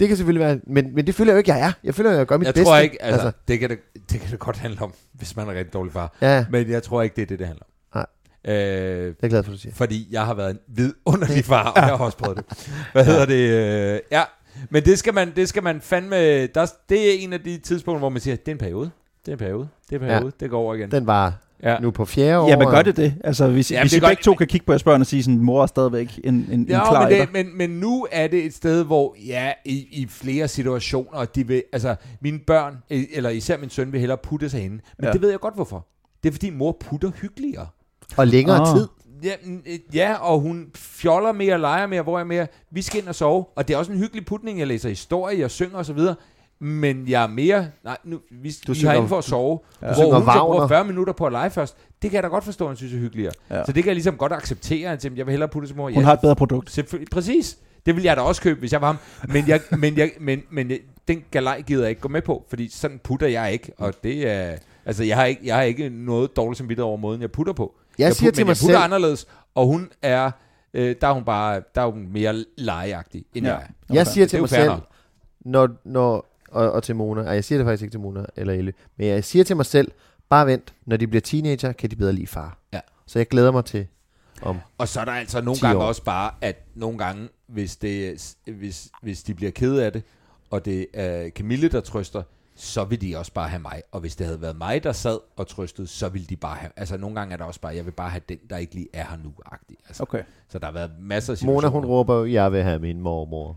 Speaker 1: Det kan selvfølgelig være... Men, men det føler jeg jo ikke, jeg er. Jeg føler, jeg gør mit
Speaker 2: jeg
Speaker 1: bedste.
Speaker 2: tror ikke, altså, altså. Det, kan det, det kan det godt handle om, hvis man er en rigtig dårlig far.
Speaker 1: Ja, det
Speaker 2: Men jeg tror ikke, det er det, det handler om.
Speaker 1: Nej.
Speaker 2: Øh,
Speaker 1: er jeg glad for, du siger.
Speaker 2: fordi jeg har været en vidunderlig far, og jeg har også prøvet det. Hvad
Speaker 1: *laughs*
Speaker 2: hedder det? Øh, ja, men det skal man, det skal man fandme... Der, det er en af de tidspunkter, hvor man siger, det er en periode. Det er en periode. Det er en periode. Ja. Det går over igen.
Speaker 1: Den var
Speaker 2: ja.
Speaker 1: nu på fjerde år.
Speaker 4: Ja, men gør det det? Altså, hvis,
Speaker 2: Jamen,
Speaker 4: hvis
Speaker 2: det
Speaker 4: I
Speaker 2: gør
Speaker 4: begge
Speaker 2: det,
Speaker 4: to
Speaker 2: men-
Speaker 4: kan kigge på jeres børn og sige sådan, mor er stadigvæk en, en, en
Speaker 2: Ja,
Speaker 4: klar
Speaker 2: men,
Speaker 4: etter.
Speaker 2: det, men, men nu er det et sted, hvor ja, i, i flere situationer, de vil, altså mine børn, eh, eller især min søn, vil hellere putte sig henne. Men ja.
Speaker 4: Ja.
Speaker 2: det ved jeg godt, hvorfor. Det er, fordi mor putter hyggeligere.
Speaker 1: Og længere
Speaker 4: Ah.
Speaker 1: tid.
Speaker 2: Ja, mm, øh, ja, og hun fjoller mere, leger mere, hvor jeg mere, vi skal ind og sove. Og det er også en hyggelig putning, jeg læser historie, jeg synger osv., men jeg er mere, nej, nu, vi,
Speaker 1: Du
Speaker 2: du vi
Speaker 1: synger-
Speaker 2: har inden for at sove, ja.
Speaker 1: synger
Speaker 2: hvor hun så
Speaker 1: Wagner.
Speaker 2: bruger 40 minutter på at lege først. Det kan jeg da godt forstå, at hun synes er hyggeligere.
Speaker 4: Ja.
Speaker 2: Ja. Så det kan jeg ligesom godt acceptere, at jeg vil hellere putte til mor.
Speaker 4: Hun
Speaker 2: Ja,
Speaker 4: har et bedre produkt.
Speaker 2: Selvfølgelig, præcis. Det ville jeg da også købe, hvis jeg var ham. Men, jeg, men, jeg, men, men øh, den galej gider jeg ikke gå med på, fordi sådan putter jeg ikke. Og det er... Altså, jeg har ikke, jeg har ikke noget dårligt samvittighed over måden, jeg putter på.
Speaker 1: Jeg siger
Speaker 2: put-
Speaker 1: til
Speaker 2: men
Speaker 1: mig
Speaker 2: jeg putter
Speaker 1: selv-
Speaker 2: anderledes, og hun er... Øh, der er hun bare der er hun mere legeagtig, end
Speaker 4: Ja.
Speaker 2: ja. jeg er.
Speaker 1: Jeg
Speaker 4: Okay.
Speaker 1: siger
Speaker 2: Det er
Speaker 1: til
Speaker 2: jo
Speaker 1: mig
Speaker 2: fair
Speaker 1: selv,
Speaker 2: nok.
Speaker 1: når, når, og, og til Mona, og jeg siger det faktisk ikke til Mona eller Elle, men jeg siger til mig selv, bare vent, når de bliver teenager, kan de bedre lide far.
Speaker 2: Ja.
Speaker 1: Så jeg glæder mig til om...
Speaker 2: Og så er der altså nogle
Speaker 1: 10
Speaker 2: gange
Speaker 1: år.
Speaker 2: også bare, at nogle gange, hvis, det, hvis, hvis de bliver ked af det, og det er Camille, der trøster, så vil de også bare have mig. Og hvis det havde været mig, der sad og trøstede, så ville de bare have... Altså nogle gange er der også bare, jeg vil bare have den, der ikke lige er her nu, agtig. Altså,
Speaker 4: Okay.
Speaker 2: Så der har været masser af
Speaker 1: Mona,
Speaker 2: situationer.
Speaker 1: hun
Speaker 2: *laughs*
Speaker 1: råber, jeg vil have min mormor.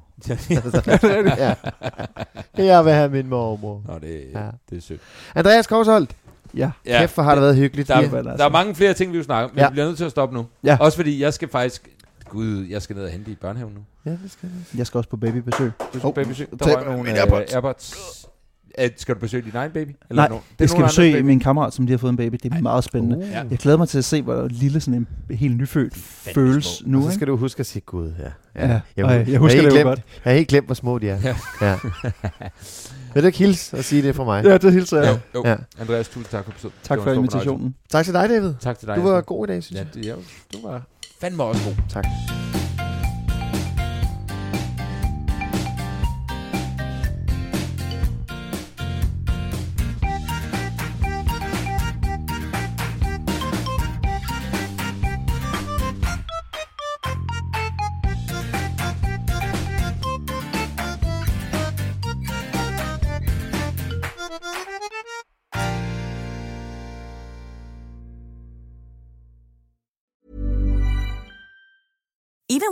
Speaker 1: ja. Jeg vil have min mormor.
Speaker 2: Nå, det,
Speaker 1: Ja.
Speaker 2: ja. det er sødt.
Speaker 1: Andreas Korsholt,
Speaker 4: Ja.
Speaker 1: ja, kæft for har det været hyggeligt.
Speaker 2: der,
Speaker 1: Vi-
Speaker 2: er,
Speaker 4: vel,
Speaker 2: der
Speaker 4: altså.
Speaker 2: er mange flere ting, vi vil snakke om, men
Speaker 1: Ja.
Speaker 2: ja. vi bliver nødt til at stoppe nu.
Speaker 4: Ja.
Speaker 2: Også fordi jeg skal faktisk... Gud, jeg skal ned og hente i børnehaven nu.
Speaker 1: Ja, det skal vi.
Speaker 4: Jeg skal også på babybesøg.
Speaker 2: Du skal
Speaker 1: Hov,
Speaker 2: oh, babysøge.
Speaker 1: tag
Speaker 2: Der var nogle
Speaker 1: mine
Speaker 2: øh,
Speaker 1: AirPods.
Speaker 2: Airpods. Øh, Skal du besøge din egen baby?
Speaker 4: Nej,
Speaker 2: nogen- er
Speaker 4: Det skal
Speaker 2: nogen andres
Speaker 4: besøge
Speaker 2: baby. Oh.
Speaker 4: min kammerat, som lige har fået en baby. Det er meget spændende.
Speaker 1: Uh.
Speaker 2: Ja.
Speaker 4: Jeg glæder mig til at se, hvor lille sådan en helt nyfødt føles
Speaker 2: små.
Speaker 4: nu.
Speaker 1: Og så
Speaker 4: ikke?
Speaker 1: skal du huske at sige Gud, ja.
Speaker 4: Ja, og jeg- jeg husker
Speaker 1: har helt
Speaker 4: det jo
Speaker 1: glemt,
Speaker 4: godt.
Speaker 1: Jeg har helt glemt, hvor små de er. Ja.
Speaker 2: Ja.
Speaker 1: ja. Vil du ikke hilse og sige det for mig?
Speaker 4: Ja, det hilser jeg.
Speaker 2: Jo, jo.
Speaker 1: Ja.
Speaker 2: Ja. Andreas, tusind tak for besøget.
Speaker 4: Tak
Speaker 2: Det
Speaker 4: for
Speaker 2: var en stor
Speaker 4: invitationen.
Speaker 1: Tak til dig, David.
Speaker 2: fornøjelse. Tak til dig.
Speaker 1: Du var
Speaker 2: Asger.
Speaker 1: god i dag, synes
Speaker 2: Ja,
Speaker 1: jeg.
Speaker 2: det, ja, du var fandme også god.
Speaker 1: Tak.
Speaker 6: Even